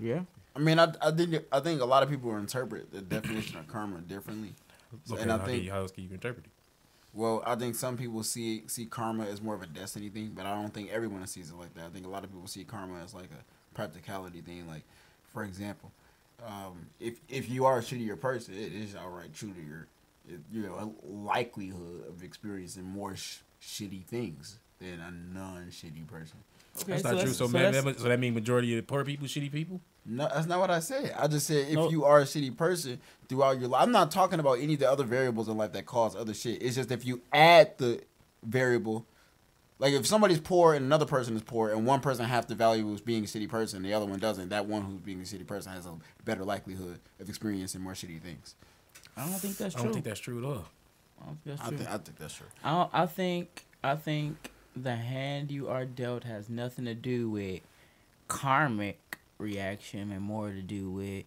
Yeah.
I mean, I, I think I think a lot of people interpret the definition of karma differently. So,
okay,
and I
how,
think-
can you, how else can you interpret it?
Well, I think some people see see karma as more of a destiny thing, but I don't think everyone sees it like that. I think a lot of people see karma as like a practicality thing. Like, for example, um, if if you are a shittier person, it is outright true to your your likelihood of experiencing more sh- shitty things than a non shitty person.
that's not true. So, man, that, so that means majority of the poor people, shitty people.
No, that's not what I said. I just said if
No.
you are a shitty person throughout your life, I'm not talking about any of the other variables in life that cause other shit. It's just if you add the variable, like if somebody's poor and another person is poor, and one person half the value is being a shitty person, the other one doesn't. That one who's being a shitty person has a better likelihood of experiencing more shitty things.
I don't think that's
I
true.
don't think that's true at all.
I don't think that's
I
true.
think I think that's true.
I, don't- I think I think the hand you are dealt has nothing to do with karmic reaction and more to do with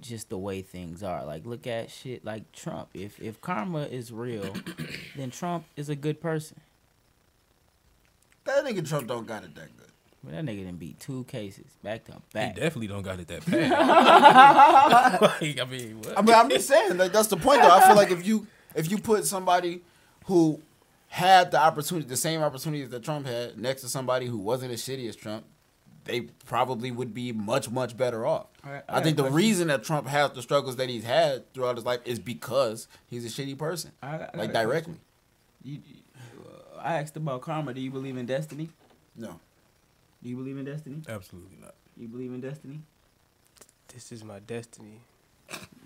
just the way things are. Like look at shit like Trump. If if karma is real, then Trump is a good person.
That nigga Trump don't got it that good.
But that nigga didn't beat two cases back to back.
He definitely don't got it
*laughs*
that bad. like, I mean, what?
I mean, I'm just saying like that's the point though. I feel like if you if you put somebody who had the opportunity, the same opportunities that Trump had, next to somebody who wasn't as shitty as Trump, they probably would be much much better off.
Alright,
I, think the reason that Trump has the struggles that he's had throughout his life is because he's a shitty person,
I- I got a
like
question.
directly.
You, you- I asked about karma. Do you believe in destiny?
No,
Do you believe in destiny?
Absolutely not.
You believe in destiny?
This is my destiny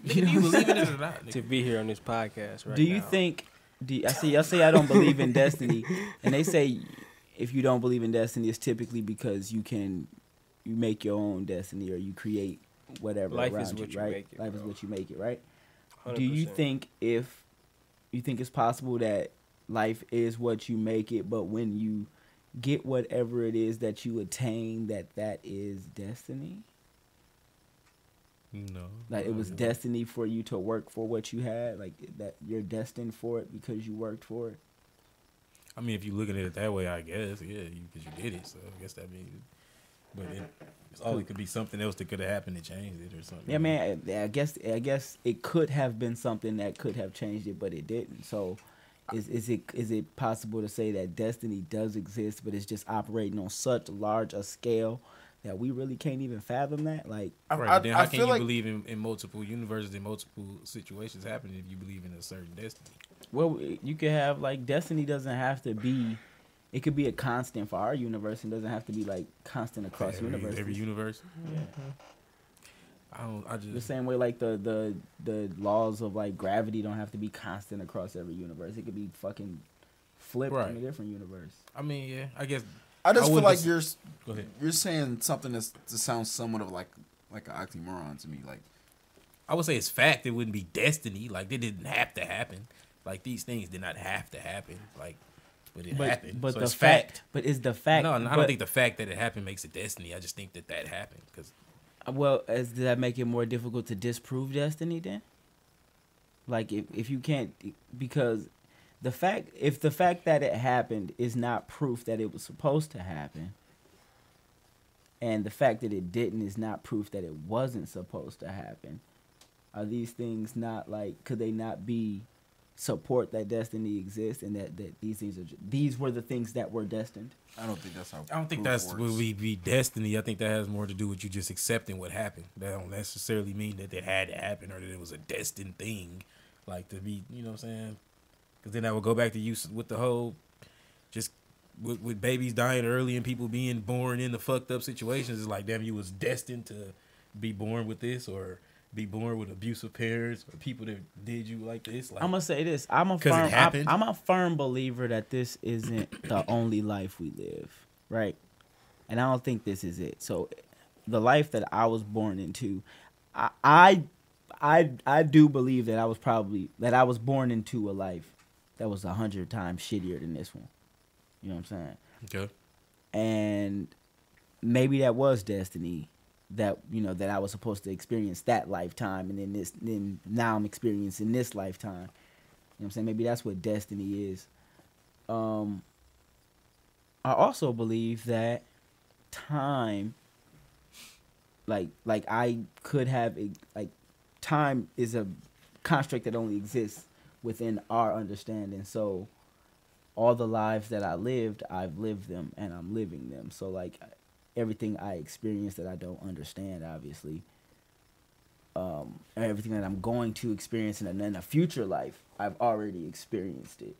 Nigga, do *laughs* you believe in it or
*laughs*
not?
to
Nigga?
be here on this podcast right
do you
now.
think? Do you, I see? Y'all say I don't believe in destiny, and they say if you don't believe in destiny, it's typically because you can you make your own destiny or you create whatever
Life
around
is what
you,
you
right?
make it,
Life is
bro.
what you make it, right? Do you
100%.
think if you think it's possible that life is what you make it, but when you get whatever it is that you attain, that that is destiny?
No.
Like it was
Mm-hmm.
destiny for you to work for what you had, like that you're destined for it because you worked for it.
I mean, if you looking at it that way, I guess, yeah, because you, did it. So I guess that means, but it, it's always could be something else that could have happened to change it or something.
Yeah, man. I, I guess I guess it could have been something that could have changed it, but it didn't. So, is is it is it possible to say that destiny does exist, but it's just operating on such large a scale that we really can't even fathom that? Like,
Right,
I-
but then
I
how can
feel
you
like-
believe in, in multiple universes and multiple situations happening if you believe in a certain destiny?
well, you could have like destiny doesn't have to be. It could be a constant for our universe, and doesn't have to be like constant across
every,
universes. Mm-hmm.
Every universe.
Yeah.
I don't. I just.
The same way, like the the the laws of like gravity don't have to be constant across every universe. It could be fucking flipped in a
Right.
different universe.
I mean, yeah. I guess.
I just
I
feel
would
like
just-
you're s-
Go ahead.
you're saying something that's, that sounds somewhat of like like an oxymoron to me. Like
I would say it's fact. It wouldn't be destiny. Like they didn't have to happen. Like these things did not have to happen. Like but it
But-
happened.
but
so
the
it's fact.
But it's the fact.
No, no, I
but-
don't think the fact that it happened makes it destiny. I just think that that happened because
uh, Well, as, does that make it more difficult to disprove destiny then? Like if, if you can't because the fact if the fact that it happened is not proof that it was supposed to happen and the fact that it didn't is not proof that it wasn't supposed to happen. Are these things not like could they not be support that destiny exists and that, that these things are ju- these were the things that were destined?
I don't think that's how.
I don't think
proof
that's
works.
what we be destiny. I think that has more to do with you just accepting what happened. That don't necessarily mean that it had to happen or that it was a destined thing. Like to be, you know what I'm saying? Because then I would go back to you s- with the whole just with, with babies dying early and people being born in the fucked up situations. It's like, damn, you was destined to be born with this or be born with abusive parents or people that did you like this. Like,
I'm gonna say this. I'm a
'Cause it
firm. I,
happened.
I'm a firm believer that this isn't the only life we live, right? And I don't think this is it. So, the life that I was born into, I, I, I, I do believe that I was probably that I was born into a life that was a hundred times shittier than this one. You know what I'm saying?
okay.
and maybe that was destiny that you know that I was supposed to experience that lifetime and then this then now I'm experiencing this lifetime. You know what I'm saying? Maybe that's what destiny is. Um I also believe that time like like I could have a, like time is a construct that only exists within our understanding. So all the lives that I lived, I've lived them and I'm living them. So like everything I experienced that I don't understand, obviously, um, and everything that I'm going to experience in a, in a future life, I've already experienced it.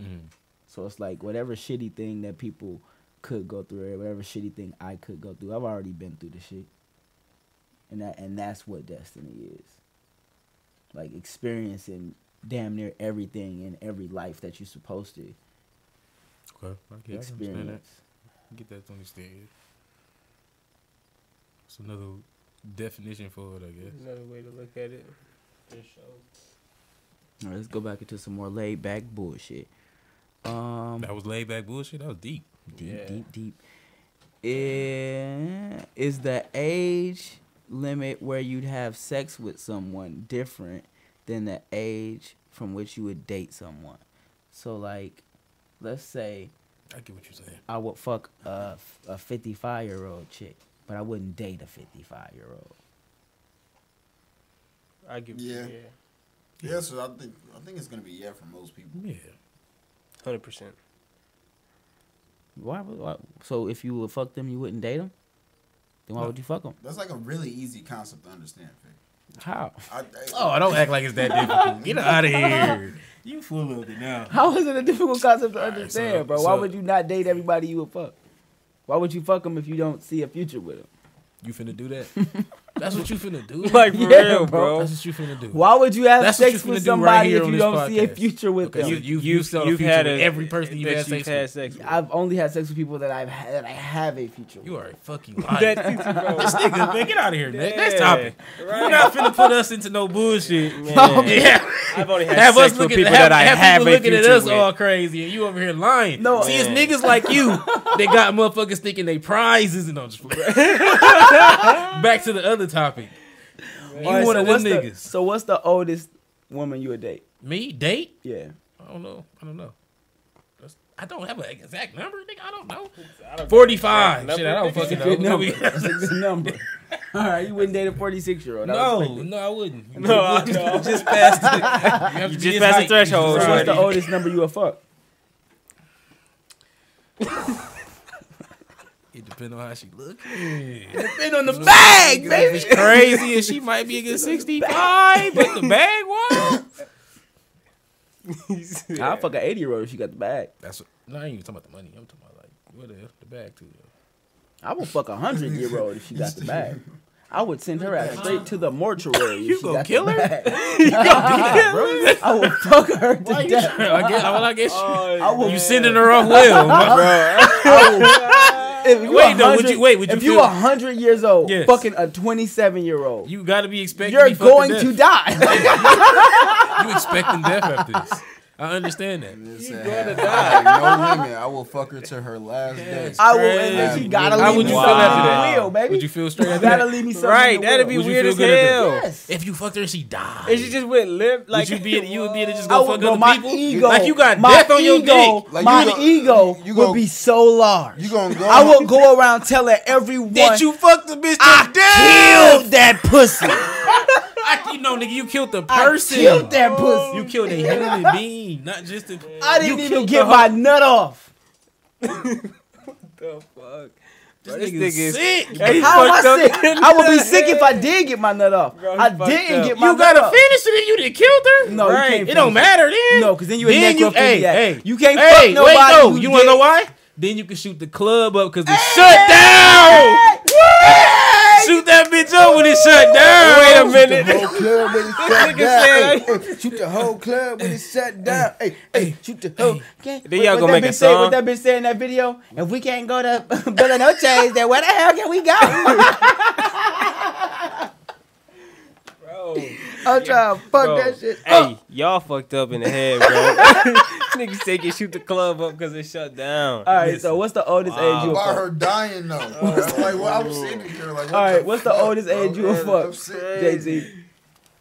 Mm.
So it's like whatever shitty thing that people could go through, or whatever shitty thing I could go through, I've already been through the shit. And that and that's what destiny is. Like experiencing damn near everything in every life that you're supposed to
Okay. Okay. I can understand that.
experience.
Get that to understand. It's another definition for it, I guess.
Another way to look at it. Just show.
All right, let's go back into some more laid back bullshit. Um,
That was laid back bullshit. That was deep.
deep,
Yeah.
deep, deep. Eh, Is the age limit where you'd have sex with someone different than the age from which you would date someone? So, like, let's say
I get what you're saying.
I would fuck a a 55 year old chick, but I wouldn't date a 55 year old.
I give yeah,
Yeah. Yeah, so I think I think it's gonna be yeah for most people.
Yeah. *laughs*
hundred percent.
Why, would- why? So, if you would fuck them, you wouldn't date them? Then why would you fuck them?
That's like a really easy concept to understand. Vic.
How?
I, I, *laughs*
Oh, don't act like it's that difficult. Get out of here. You fool of it now.
How is it a difficult concept to
Alright,
understand,
so-
bro? Why
so-
would you not date everybody you would fuck? Why would you fuck them if you don't see a future with them?
You finna do
*laughs*
that? That's what you finna do?
Like for
Yeah, bro.
real, bro.
That's what you finna do.
Why would you have
That's what
sex
you finna
with
do right
somebody
here
if
on
you
this
don't see a
podcast.
future with
Okay,
them?
you, you've, you've seen a
you've
future
had
with
a-
every person you've
that
had
you've
sex
had
with.
sex
*laughs*
with.
I've only had sex with people that I've had, that I have a future.
You
with.
are
*laughs*
a fucking
That
liar.
*laughs* too, bro.
this nigga, man, get out of here. Next, next
Yeah.
topic. You're not finna put us into no bullshit.
Man,
Yeah.
I've only had
have
sex
us
with
looking
people
have,
that I
have,
have
people
a
looking at
future
us
with. *laughs*
all crazy and you over here lying.
No,
see,
man.
it's niggas like you that got motherfuckers thinking they prizes and I'm just playing. Back to the other topic. You
Alright,
one of
what's
them
the-
niggas.
so what's the oldest woman you would date?
Me date?
Yeah,
I don't know. I don't know. That's, I don't have an exact number, nigga. I don't know. Forty five. Shit, I don't fucking
good
know. *laughs*
number. That's a good number. All right, you wouldn't date a forty-six year old.
No, no, I wouldn't. You
No, I know. I'm just past
have to
just
be his
passed the
height.
threshold,
Right.
what's the
Alrighty.
oldest number you would fuck?
It depends on how she look.
Been on the bag, baby.
It's crazy, and she might be a good sixty-five, but the bag was.
I'll fuck an eighty-year-old if she got the bag.
That's what, no, I ain't even talking about the money. I'm talking about like what the the bag too.
I would fuck a hundred year old if she got the bag. I would send her ass straight to the mortuary. if
You
she
gonna
got the
kill her?
bag.
*laughs*
I would fuck her to death.
I guess. Well, I guess
I would,
you sending her off well.
*laughs*
bro.
if you
Wait, though, would
100
you- wait, would you
if you
feel-
a hundred years old,
Yes.
fucking a twenty-seven year old, you,
You gotta be expecting.
are
*laughs* me fucking
going
death.
to die.
You expecting death after this? I understand that.
It's a- I like no women. I will fuck her to her last day.
I will, and then she
Crazy.
gotta leave
How would
me
you
something
feel after
in
that?
the will, baby.
Would you feel straight
You
after that?
gotta leave me something in
Right,
the
that'd
will.
be
Would you
weird
feel
as
good at
hell.
that?
Yes.
If you fucked her and she died,
If she just went lip like
would you be in, you would be in to just
I
go
would
fuck
go.
other
My
people.
ego,
like you got
my
death on your
ego,
dick.
Like,
my
you gon-
ego
you
would
gon-
be so large.
You gonna go?
I
*laughs*
will go around telling everyone
That you fucked the bitch.
I
to death.
killed that pussy.
I, you know, nigga, you killed the
I
person.
killed that pussy.
You killed a human being, not just a.
I didn't
you
even
killed
get
the whole-
my nut off.
the oh, fuck.
This
This
nigga
nigga is-
sick. bro.
Hey,
How am
fucked
I
up.
sick?
*laughs*
I would be sick if I did get my nut off.
Bro, he
I
fucked
didn't
up.
get my
You
nut
gotta
off.
finish it, and you done killed her.
No, you
right.
can't
it don't
finish
matter then.
No, because then you a
Then you-
necrophiliac.
hey, hey.
you can't
Hey,
fuck nobody.
wait, no. You want to
dead.
know why? Then you can shoot the club up because it's shut down. Shoot that bitch up when it shut down.
Wait a minute.
Shoot the whole club when it's shut
said,
down. Hey, hey, shoot the whole club when it's shut down. Hey, hey, shoot the whole.
Okay.
Then
What-
y'all
what
gonna
that
make a
bitch say-
song?
What that bitch said in that video? If we can't go to *laughs* Bella Noche's, then where the hell can
*laughs*
we go?
Bro.
I'm trying to fuck
Bro,
that shit.
Hey, y'all fucked up in the head, *laughs* bro. Niggas take and shoot the club up because it shut down.
All right, so what's the oldest age you a
By
fuck?
her dying *laughs* though. like, well, I'm sitting here like. What
All right,
*laughs*
the
what's the
fuck,
oldest
bro?
age you a
Yeah,
fuck,
I'm sitting-
Jay Z?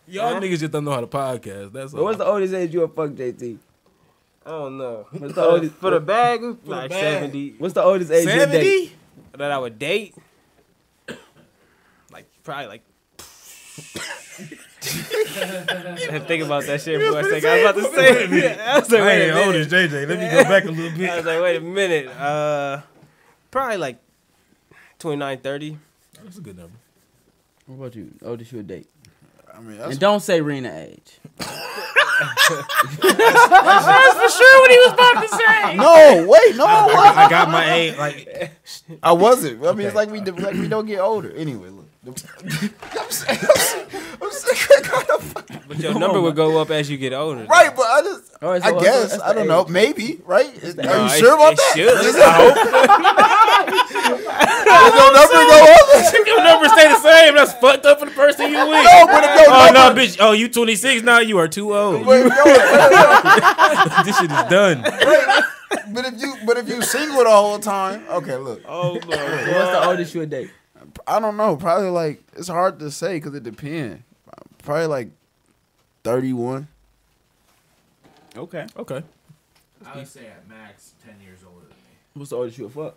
Y'all niggas just don't know how to podcast. That's all.
What's the oldest age you a fuck, Jay Z?
I don't know.
What's the oldest?
For the bag, like
bag.
70.
What's the oldest age you date?
seventy?
That I would date? Like, probably like. I had to *laughs* think about that shit for a second. I was about to say. *laughs* I was like,
I
wait
ain't
a
old
minute.
as JJ. Let me go back a little
I
bit.
was like, wait a minute. Uh, probably like 29, 30.
That's a good number.
What about you? Oldest you a date?
I mean,
And
that's
don't say Rena age.
No, Oh, wait, no, I wasn't.
I got my age. Like
I wasn't. I mean, it's like we like we don't get older. Anyway, *laughs* look. I'm sick. I'm sick. I'm sick. I gotta fuck-
But *laughs* your number would go up as you get older.
Right, but I just.
All right, so
I
what's the-
guess
that's
I
the
don't know.
age.
Maybe right? Is-
No,
Are you
it-
sure about
it
that?
should.
Does your number go
*laughs*
up?
Your number stay the same. That's fucked up for the person you with.
No, but if your
Oh no,
number-
bitch! Oh, you 26 now. You are too old.
But if your-
this shit is done.
But if you but if you single the whole time, okay, look,
Oh, Lord.
What's the oldest you a date?
I don't know. Probably like it's hard to say because it depends. Probably like thirty one.
Okay.
Okay.
I would say at max ten years older than me.
What's the oldest you a fuck?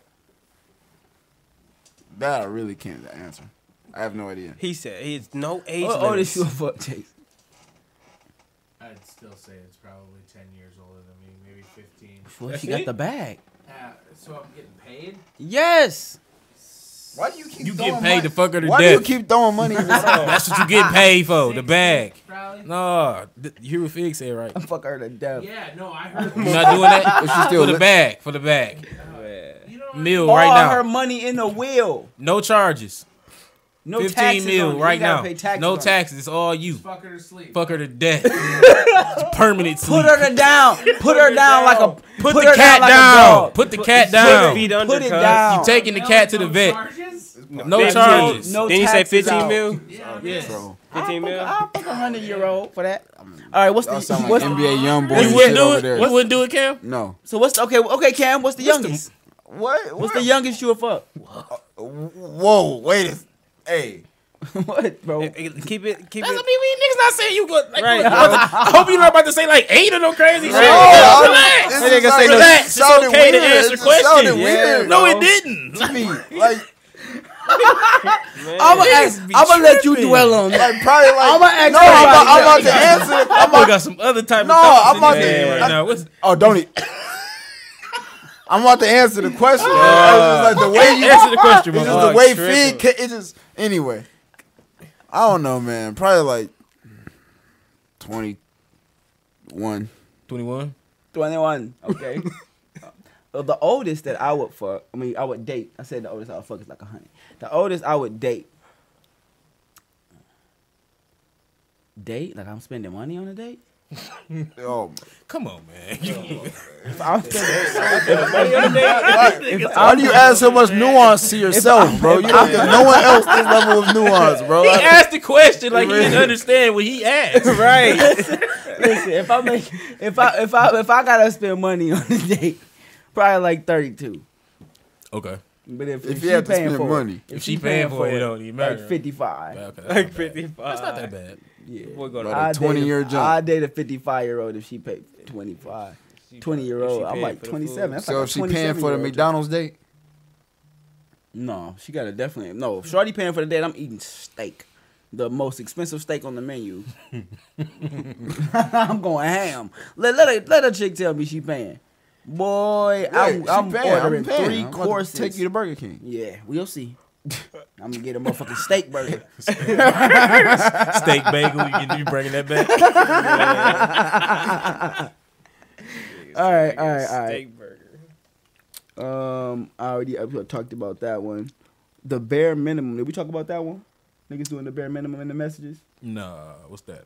That I really can't answer. I have no idea.
He said he's no age
What
limit.
oldest you a fuck, Chase?
I'd still say it's probably ten years older than me, maybe fifteen.
Well, she got the bag.
Uh, so I'm getting paid.
Yes.
Why do you keep
You
throwing
get paid
money?
to fuck her to
Why do you
death.
keep throwing money? in
*laughs*
this-
That's what you get paid for. The bag.
Probably.
No, th- you hear what Fig said, right?
Fuck her to death.
Yeah. No, I heard. *laughs*
You not doing that
But she still
for the
li-
bag. For the bag.
You know, what?
Meal
All
right
her
now.
money in the will.
No charges.
No
15
taxes on it.
mil
You
right
gotta
now.
Pay taxes
No
on it.
taxes. It's all you.
fuck her to sleep.
Fuck her
*laughs*
to death. Permanent
Put
sleep.
her to down. Put her down like a.
Put
put
the
her
cat
down like a
down.
dog.
Put the cat
Put
down.
feet
You
under,
Put it
cuz.
down.
taking the cat to the
No
vet.
Charges?
No
Fifteen.
charges.
No
Then you say
taxes
15
out.
*laughs* mil?
Yeah.
Bro,
15
*laughs*
mil?
I'll fuck a hundred year old for that. All right. What's the
y'all sound like
what's
NBA young boy
You
shit
wouldn't do
over
it.
there.
You wouldn't do it, Cam.
No.
so what's okay okay Cam? What's the youngest?
What?
What's the youngest you a fuck?
Whoa! Wait. a- Hey.
*laughs* what, bro?
Hey, Keep it,
That's
keep
what
it.
I mean. We niggas not saying you go. Like,
Right.
I hope you not about to say like eight or no crazy shit.
Oh,
Relax.
this
That nigga
is not-
say no.
it
It's
sounded
okay to
weird.
answer
It just sounded
questions.
weird.
No,
bro.
*laughs*
it didn't.
to me. Like,
Man.
I'm gonna ask.
be
I'm gonna let you dwell on that.
like probably like.
I'ma ask
no, I'm about,
somebody.
I'm about to answer it. I'm
I
about,
got some other type
No,
of thoughts
I'm
in
about
this
to-
head right
I'm-
now. What's,
oh, don't eat. *laughs* I'm about to answer the question. It's just like the way you
answer the question,
It's
bro.
just
Dog
the way
tripping.
Fig. ca- It just anyway. I don't know, man. Probably like twenty one.
Twenty-one.
21. Okay. Uh, the oldest that I would fuck, I mean, I would date. I said the oldest I would fuck is like a hundred. The oldest I would date. Date? Like I'm spending money on a date?
Oh,
Come on, man. *laughs* You-
If I'm spending,
why do you add so much nuance to yourself, bro? You don't give *laughs* no one else this level of nuance,
*laughs*
bro.
he asked the question like he didn't understand what he asked.
Right.
Listen, if I make, if I, if I, if I gotta spend money on a date, probably like thirty-two.
Okay.
But if,
If
if,
you
she
had to
paying
spend
for
money.
it,
If she paying for it, it don't even matter.
Like fifty-five.
Okay, that's
Like
not bad.
55.
That's not that bad.
Yeah.
We're going
About a 20
date a-
year jump.
I date a 55 year old if she paid 25. 20 year old.
If she
I'm
paid
like
for the
27. That's
So
like
if
a
she paying for the
27-year-old.
McDonald's date,
No, she got to definitely. No, if Shorty paying for the date. I'm eating steak. The most expensive steak on the menu. *laughs* I'm going ham. Let, let, a, let a chick tell me she paying. Boy,
Yeah,
I'm,
she
I'm
paying, I'm
ordering
paying.
3
I'm about to
courses.
Take you to Burger King.
yeah, we'll see. I'm gonna get a motherfucking steak
*laughs*
burger.
Steak bagel, you can you bringing that back?
all right, all right, all right.
Steak burger.
Um, I already I talked about that one. The bare minimum. Did we talk about that one? Niggas doing the bare minimum in the messages.
Nah, what's that?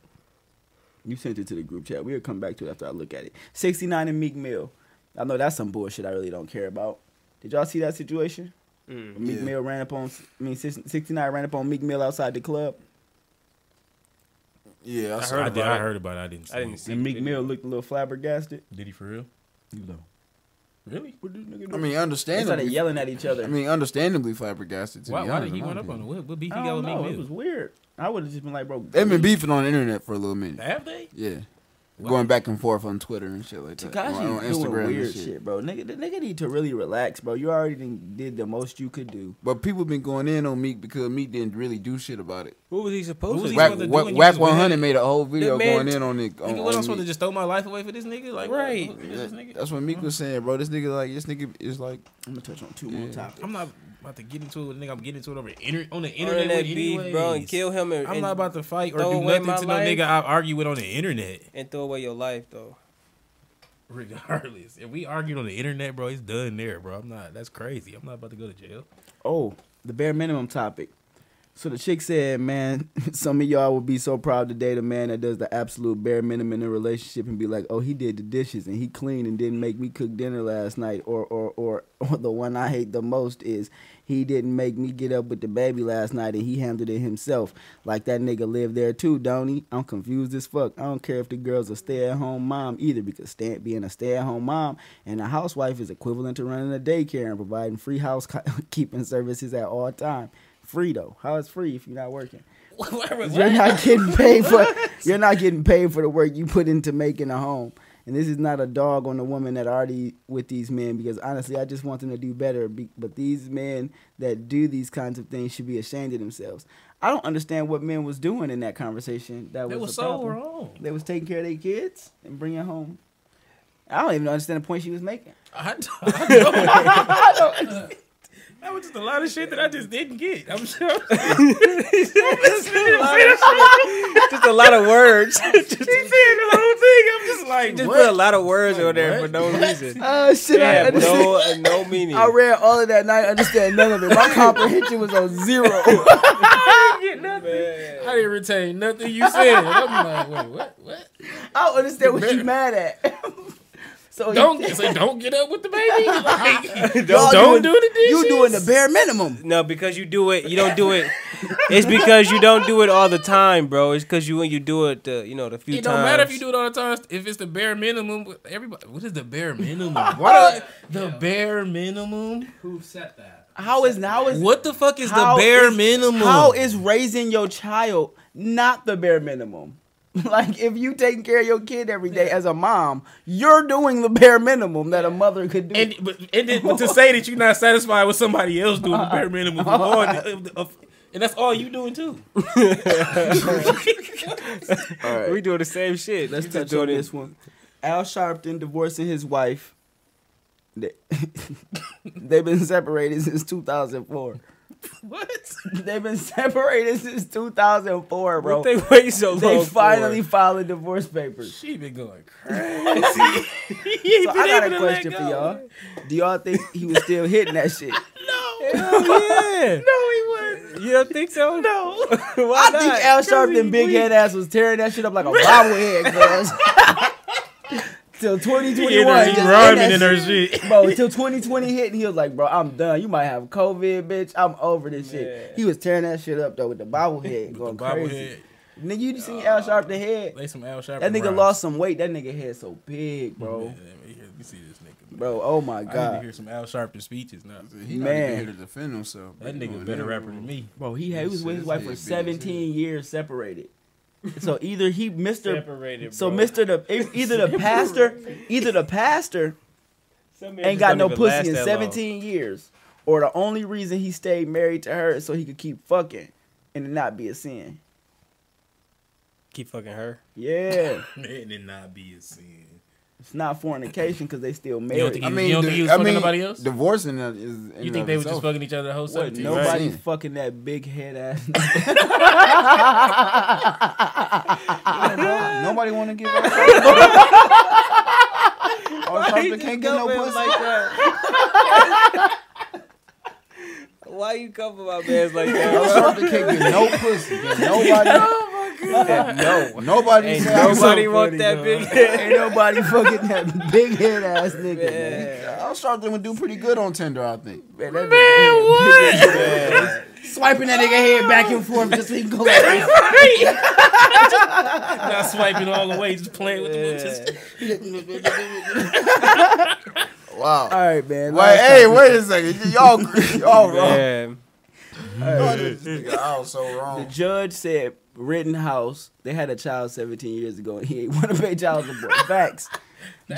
You sent it to the group chat. We'll come back to it after I look at it. Sixty nine and Meek Mill. I know that's some bullshit. I really don't care about. Did y'all see that situation?
Mm.
Meek Mill ran up on. I mean, sixty nine ran up on Meek Mill outside the club,
Yeah, I
I heard,
saw
I,
it.
did, I heard about it. I didn't see
I didn't
it.
see
and Meek
it.
Mill looked a little flabbergasted.
Did he for real?
No.
Really?
I mean,
They started
understandably.
yelling at each other.
I mean, understandably flabbergasted. To
Why,
be
why
honest,
did he
in my
run up on
opinion.
him? What, what beef he
I
got
don't
with
know.
Meek
It was
Mill?
weird. I would have just been like, bro.
They've been beefing on the internet for a little minute.
Have they?
Yeah, going back and forth on Twitter and shit like that. on, on
Takashi doing
Instagram and
weird
shit.
shit. bro. Nigga, the nigga need to really relax, bro. You already done did the most you could do.
But people been going in on Meek because Meek didn't really do shit about it.
What was he supposed
What was
to
he
do?
Whack,
supposed to
whack,
do? You
whack
just went
100 made a whole video
That man
going in on
Oh,
it. On,
Nigga, what
on
I'm supposed to
Meek.
just throw my life away for this nigga? Like, what-
Right.
what is this nigga?
That's what Meek was saying, bro. This nigga like this nigga is like
I'm gonna touch on two more
Yeah.
topics.
I'm not about to get into it with a nigga. I'm getting into it over the inter- on the internet
Internet
with
beef, bro, and
anyways.
kill him and,
I'm
and,
not about to fight or
throw
do
away
nothing
my
to no
life.
nigga I argue with on the internet. *laughs*
and throw away your life though.
Regardless, if we argued on the internet, bro, it's done there, bro. I'm not. That's crazy. I'm not about to go to jail.
Oh, the bare minimum topic. So the chick said, "Man, *laughs* some of y'all would be so proud to date a man that does the absolute bare minimum in a relationship and be like, oh, he did the dishes and he cleaned and didn't make me cook dinner last night, or or or, *laughs* or the one I hate the most is he didn't make me get up with the baby last night and he handled it himself. Like that nigga lived there too, don't he? I'm confused as fuck. I don't care if the girl's a stay-at-home mom either because stay, being a stay-at-home mom and a housewife is equivalent to running a daycare and providing free *laughs* housekeeping services at all time. Free though. How is free if you're not
*laughs*
working? 'Cause You're not getting paid for you're not getting paid for the work you put into making a home. And this is not a dog on the woman that already with these men because honestly, I just want them to do better. Be- But these men that do these kinds of things should be ashamed of themselves. I don't understand what men was doing in that conversation. That
That
was,
was
a
so
problem.
wrong.
They was taking care of their kids and bringing home. I don't even understand the point she was
*laughs*
making.
I, I know. That was just a lot of shit that I just didn't get. *laughs* I'm sure.
*laughs* Just a lot of words. *laughs* just
She said the whole thing. I'm just like,
just
what?
put a lot of words on there for no *laughs* reason.
Oh shit! I,
Yeah,
understand-
no, uh, no meaning.
I read all of that and I didn't understand none of it.
*laughs*
My comprehension was on zero.
I didn't retain nothing you said. I'm like, wait, what? What?
I don't understand what you mad at. *laughs* so *laughs*
Don't *laughs*
you,
so don't get up with the baby. Like,
*laughs*
don't
Y'all
don't
doing-
do the dishes.
you doing the bare minimum.
No, because you do it, you don't do it. It's because you don't do it all the time, bro. It's because you when you do it, the you know the few
It
times.
don't matter if you do it all the time. If it's the bare minimum, what- everybody. What is
*laughs*
the bare minimum? What the bare minimum?
Who set that?
How is how is
What the fuck is
how
the bare
is-
minimum?
How is raising your child not the bare minimum? *laughs* Like if you taking care of your kid every day as a mom, you're doing the bare minimum that a mother could do.
and but, and then, but to say that you're not satisfied with somebody else doing the bare minimum, of all the- of the- of- and that's all you doing too.
we doing the same shit.
Let's
You just
touch on
doing it.
this one. Al Sharpton divorcing his wife. They- *laughs* They've been separated since 2004.
What?
They've been separated since 2004, bro.
What they wait so long?
They
for?
finally filed the divorce papers.
She been going crazy.
So I got a question for y'all. Do y'all think he was still hitting that shit?
Hell
no, he
yeah. You don't think so? No. Why
I think Al Sharpton big head ass was tearing that shit up like a bobblehead, cuz. *laughs* Till 2021.
He
just in
rhyming
that
in her
shit.
shit.
bro, until 2020 hit, and he was like, bro, I'm done. You might have COVID, bitch. I'm over this shit.
Man.
He was tearing that shit up, though, with the bobblehead going crazy.
Bobblehead.
Nigga, you seen Al Sharp the head?
Lay some Al Sharpton
That nigga
rhymes.
lost some weight. That nigga head so big, bro.
Man, let me hear- let me see this nigga. man.
Bro, oh my
I need to
god,
hear some Al Sharpton speeches now.
He not
Man.
even here to defend himself.
That
He
nigga
going
better
there.
rapper than me.
bro. He, had, he was
This
with
is
his wife
big
for
as hell.
17 years *laughs* separated. So either he Mister
Separated,
So
bro.
Mister
*laughs*
the e- either the pastor either the pastor
Some men
ain't
just
got
don't
no
even
pussy
last
in
that long.
17 years, or the only reason he stayed married to her is so he could keep fucking and it not be a sin.
Keep
*laughs*
fucking her.
Yeah,
*laughs* Man, it not be a sin.
it's not fornication because they still
You don't
married.
think
I
he,
mean,
you don't
the-
think he was
I
fucking
mean,
nobody else?
Divorcing that is. in
You
and
think
of
they were just
itself.
fucking each other the whole
What?
seventeen? Right?
Nobody
Right.
fucking that big head ass. *laughs*
Nobody want to
*laughs*
give up. All
you
something
just
can't get no
go in
pussy.
like that? Why you cover my man's like that? Oh
All something can't get no
*laughs*
pussy. Get nobody.
no.
Nobody. said I was-
Nobody want that big
*laughs* Ain't nobody fucking that big head ass nigga. Man,
Al Sharpton would do pretty good on Tinder, I think.
man, that nigga-
Swiping that nigga head back and forth just so he can go.
Not swiping all the way, just playing with the *laughs* just
Wow.
All right, man.
Wait, hey, wait a second. Y'all, y'all wrong.
man.
This
Nigga, I was so
The
wrong.
judge said Rittenhouse. They had a child 17 years ago, and he ain't want to pay child support. Facts.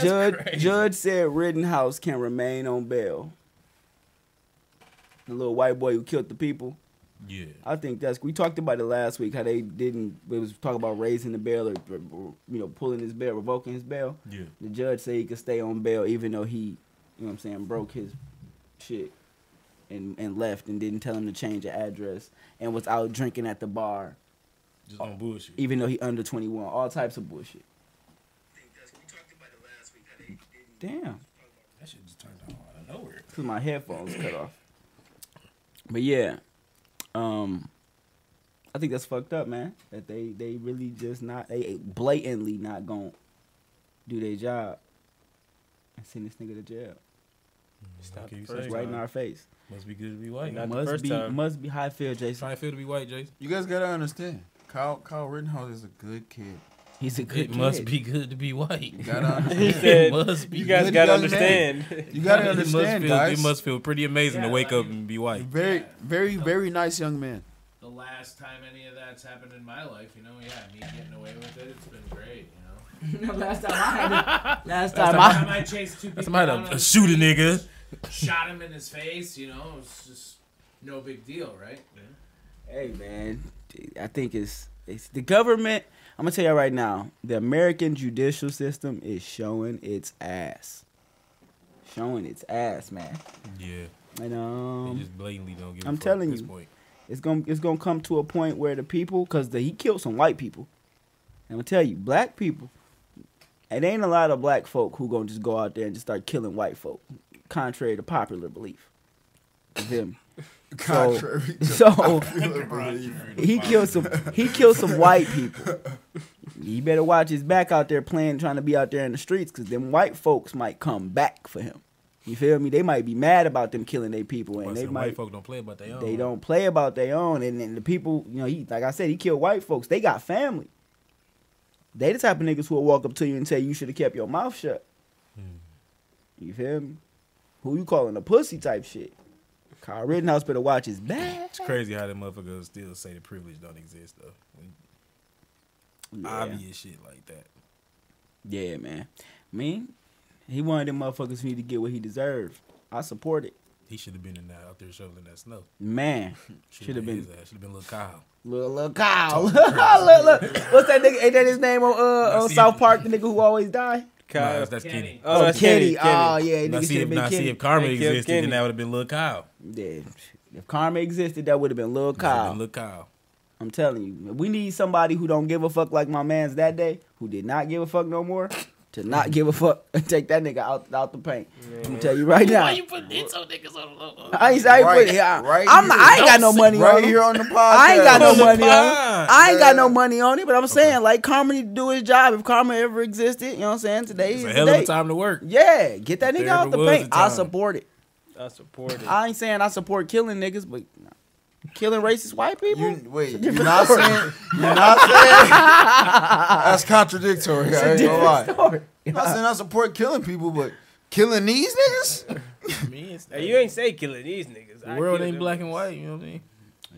judge
crazy.
Judge said Rittenhouse can remain on bail. The little white boy who killed the people.
Yeah.
I think that's we talked about it last week how they didn't it was talking about raising the bail or you know pulling his bail revoking his bail.
Yeah.
The judge said he could stay on bail even though he you know what I'm saying broke his shit and and left and didn't tell him to change the address and was out drinking at the bar
Just on bullshit.
even though he under 21 all types of bullshit. Damn,
That shit just turned on out of nowhere.
cause my headphones cut off. But yeah, um, I think that's fucked up, man. That they they really just not they blatantly not gonna do their job and send this nigga to jail.
It's not
What can
the
you
first
It's
say?
right in our face.
Must be good to be white.
Not the
must
first
be
time.
must be high feel, Jason.
Trying to feel to be white, Jason.
You guys gotta understand. Kyle Kyle Rittenhouse is a good kid.
He's a good
It
kid.
must be good to be white. *laughs*
You gotta understand.
He said,
must be
"You guys
good
gotta
young man."
*laughs*
understand."
You gotta
It must
understand,
feel-
guys.
It must feel pretty amazing to
Yeah,
wake
I
up
mean-
and be white.
Very, very, very nice young man.
The last time any of that's happened in my life, you know, yeah, me getting away with it, it's been great, you know.
last time I had it. Last
Last
time
time
I
I chased two people
Somebody
down on
to
the
shoot a
street,
nigga.
shot him in his face, you know, it's just no big deal, right?
Hey man, I think it's it's the government. I'm gonna tell y'all right now, the American judicial system is showing its ass. Showing its ass, man.
Yeah.
And
They
um,
just blatantly don't give a
I'm
fuck
telling
at this
you.
point.
it's gonna it's gonna come to a point where the people, cause the, he killed some white people. I'm gonna tell you, black people. It ain't a lot of black folk who gonna just go out there and just start killing white folk, contrary to popular belief. You feel
*laughs*
me?
Contrary
*laughs* So
to belief.
he killed some he killed some white people. He better watch his back out there playing, trying to be out there in the streets, cause them white folks might come back for him. You feel me? They might be mad about them killing their people, and
Well,
they
some
might
white folk don't play about their own.
they don't play about their own. And, and the people, you know, he like I said, he killed white folks. They got family. They the type of niggas who will walk up to you and say you should have kept your mouth shut. You feel me? Who you calling a pussy type shit? Kyle Rittenhouse better watch his back.
It's crazy how them motherfuckers still say the privilege don't exist though. When
Yeah.
*laughs* Obvious shit like that.
Yeah, man. I mean, he one of them motherfuckers who need to get what he deserved. I support it.
He should have been in that out there shoveling that snow.
Man, should have been
Should have been little Kyle.
little little Kyle. *laughs* look, look, what's that nigga? Ain't that his name on uh,
Now
on
see-
South Park? The nigga who always die.
Nah,
Kyle.
that's Kenny.
Oh, that's Kenny. Kenny.
Oh yeah,
Now
nigga should
see, if,
have been
now see
Kenny.
if Karma
They killed
existed,
Kenny.
then that would have been little Kyle.
Yeah, if karma existed, that would have been Lil Kyle.
Little Kyle.
I'm telling you, we need somebody who don't give a fuck like my man's that day, who did not give a fuck no more, to
*laughs*
not give a fuck *laughs* and take that nigga out out the paint. I'm gonna tell you right now. Why you putting these niggas on? I ain't, I ain't
Right-
putting. I,
right
I'm not- I ain't got no money on
Right
it.
here on the
*laughs*
podcast.
I ain't got no
On the
money on it.
pod.
I ain't got no money on it, but I'm saying like karma need to do his job if karma ever existed. You know what I'm saying? Today
It's
is
a
the
hell of
day.
a time to work.
Yeah, get that
If
nigga
there
out
ever
the
was a
paint. I
time.
support it.
I support it.
I ain't saying I support killing niggas, but Killing racist white people?
You, wait, you're not saying you're not
*laughs*
saying that's contradictory. I ain't gonna lie. I'm not saying I support killing people, but killing these niggas?
Hey, you ain't say killing these niggas.
The world ain't black and white. You know what I mean?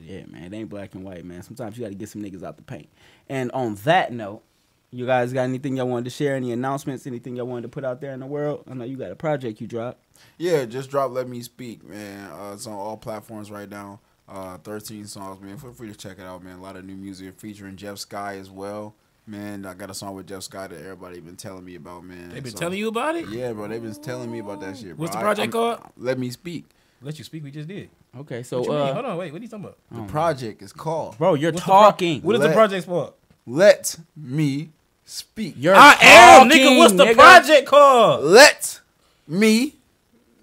Yeah, man, it ain't black and white, man. Sometimes you got to get some niggas out the paint. And on that note, you guys got anything y'all wanted to share? Any announcements? Anything y'all wanted to put out there in the world? I know you got a project you dropped.
Yeah, just drop Let Me Speak, man. Uh, it's on all platforms right now. Uh, 13 songs, man. Feel free to check it out, man. A lot of new music featuring Jeff Sky as well. Man, I got a song with Jeff Sky that everybody been telling me about, man.
They've been
So-
telling you about it.
Yeah, bro. They've been telling me about that shit. Bro.
What's the
I-
project
I'm-
called?
Let Me Speak.
Let you speak. We just did.
Okay, so
What you mean?
uh,
Hold on. Wait. What are you talking about?
The project is called
bro, you're
What's the pro-
talking.
What is the
Let-
project for?
Let Me Speak.
you're
I am,
talking,
nigga. What's the
nigga.
project called?
Let Me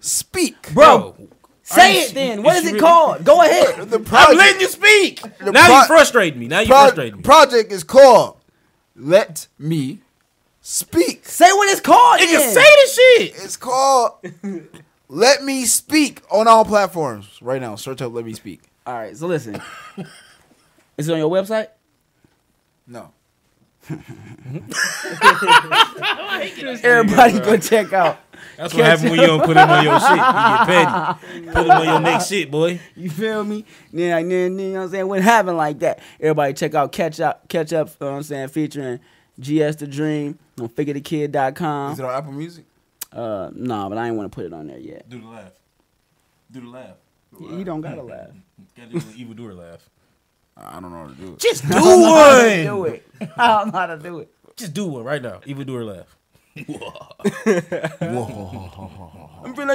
Speak.
bro?
Yo,
Say
you-
it then.
is
What is
you
it
really-
called? Go ahead.
The
I'm
project,
letting you speak.
The
now you
pro-
frustrate me. Now you
pro-
frustrate me.
project is called Let Me Speak.
Say what it's called.
Nigga,
then.
say this shit.
It's called Let Me Speak on all platforms right now. Search up Let Me Speak.
All right, so *laughs* listen. is it on your website?
No.
Everybody go check out.
That's what happens when you don't put him on your shit. You get petty. *laughs* Put him on your next shit, boy.
You feel me? Then, I- then, then you know what I'm saying? What happened like that? Everybody check out Catch Up, Catch Up, you know what I'm saying? Featuring GS The Dream on figuredakid.com.
Is it on Apple Music?
Uh, nah, but I ain't want to put it on there yet.
Do the laugh. Do the *laughs* laugh.
You don't gotta laugh.
Gotta do the evil doer laugh.
I don't know how to do it.
Just
*laughs*
do
I
one.
do it. *laughs* I don't know how to do it.
Just do one right now. Evil doer laugh.
I'm feeling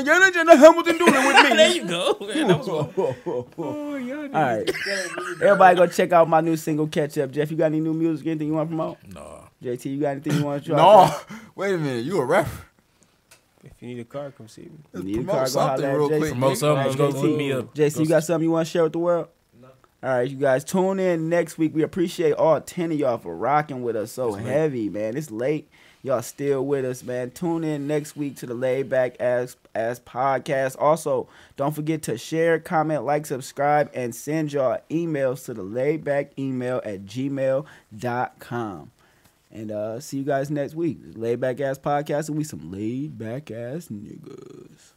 you're the Hamilton doing it with me.
There you go. *laughs* Man, that was one.
All right, everybody go check out my new single Catch Up. Jeff, you got any new music? Anything you want to promote?
Nah.
JT, you got anything you want to drop?
*laughs* No. Wait a minute. You a rapper.
If you need a car, come see me.
No,
Promote something real quick.
Promote something. Go look me up.
JC, you got something you want to share with the world? No. All right, you guys tune in next week. We appreciate all ten of y'all for rocking with us so heavy, man. It's late. Y'all still with us, man. Tune in next week to the Laid Back Ass Ass podcast. Also, don't forget to share, comment, like, subscribe, and send y'all emails to the laidback email at gmail.com. And uh see you guys next week. Laid Back Ass Podcast, and we some laid back ass niggas.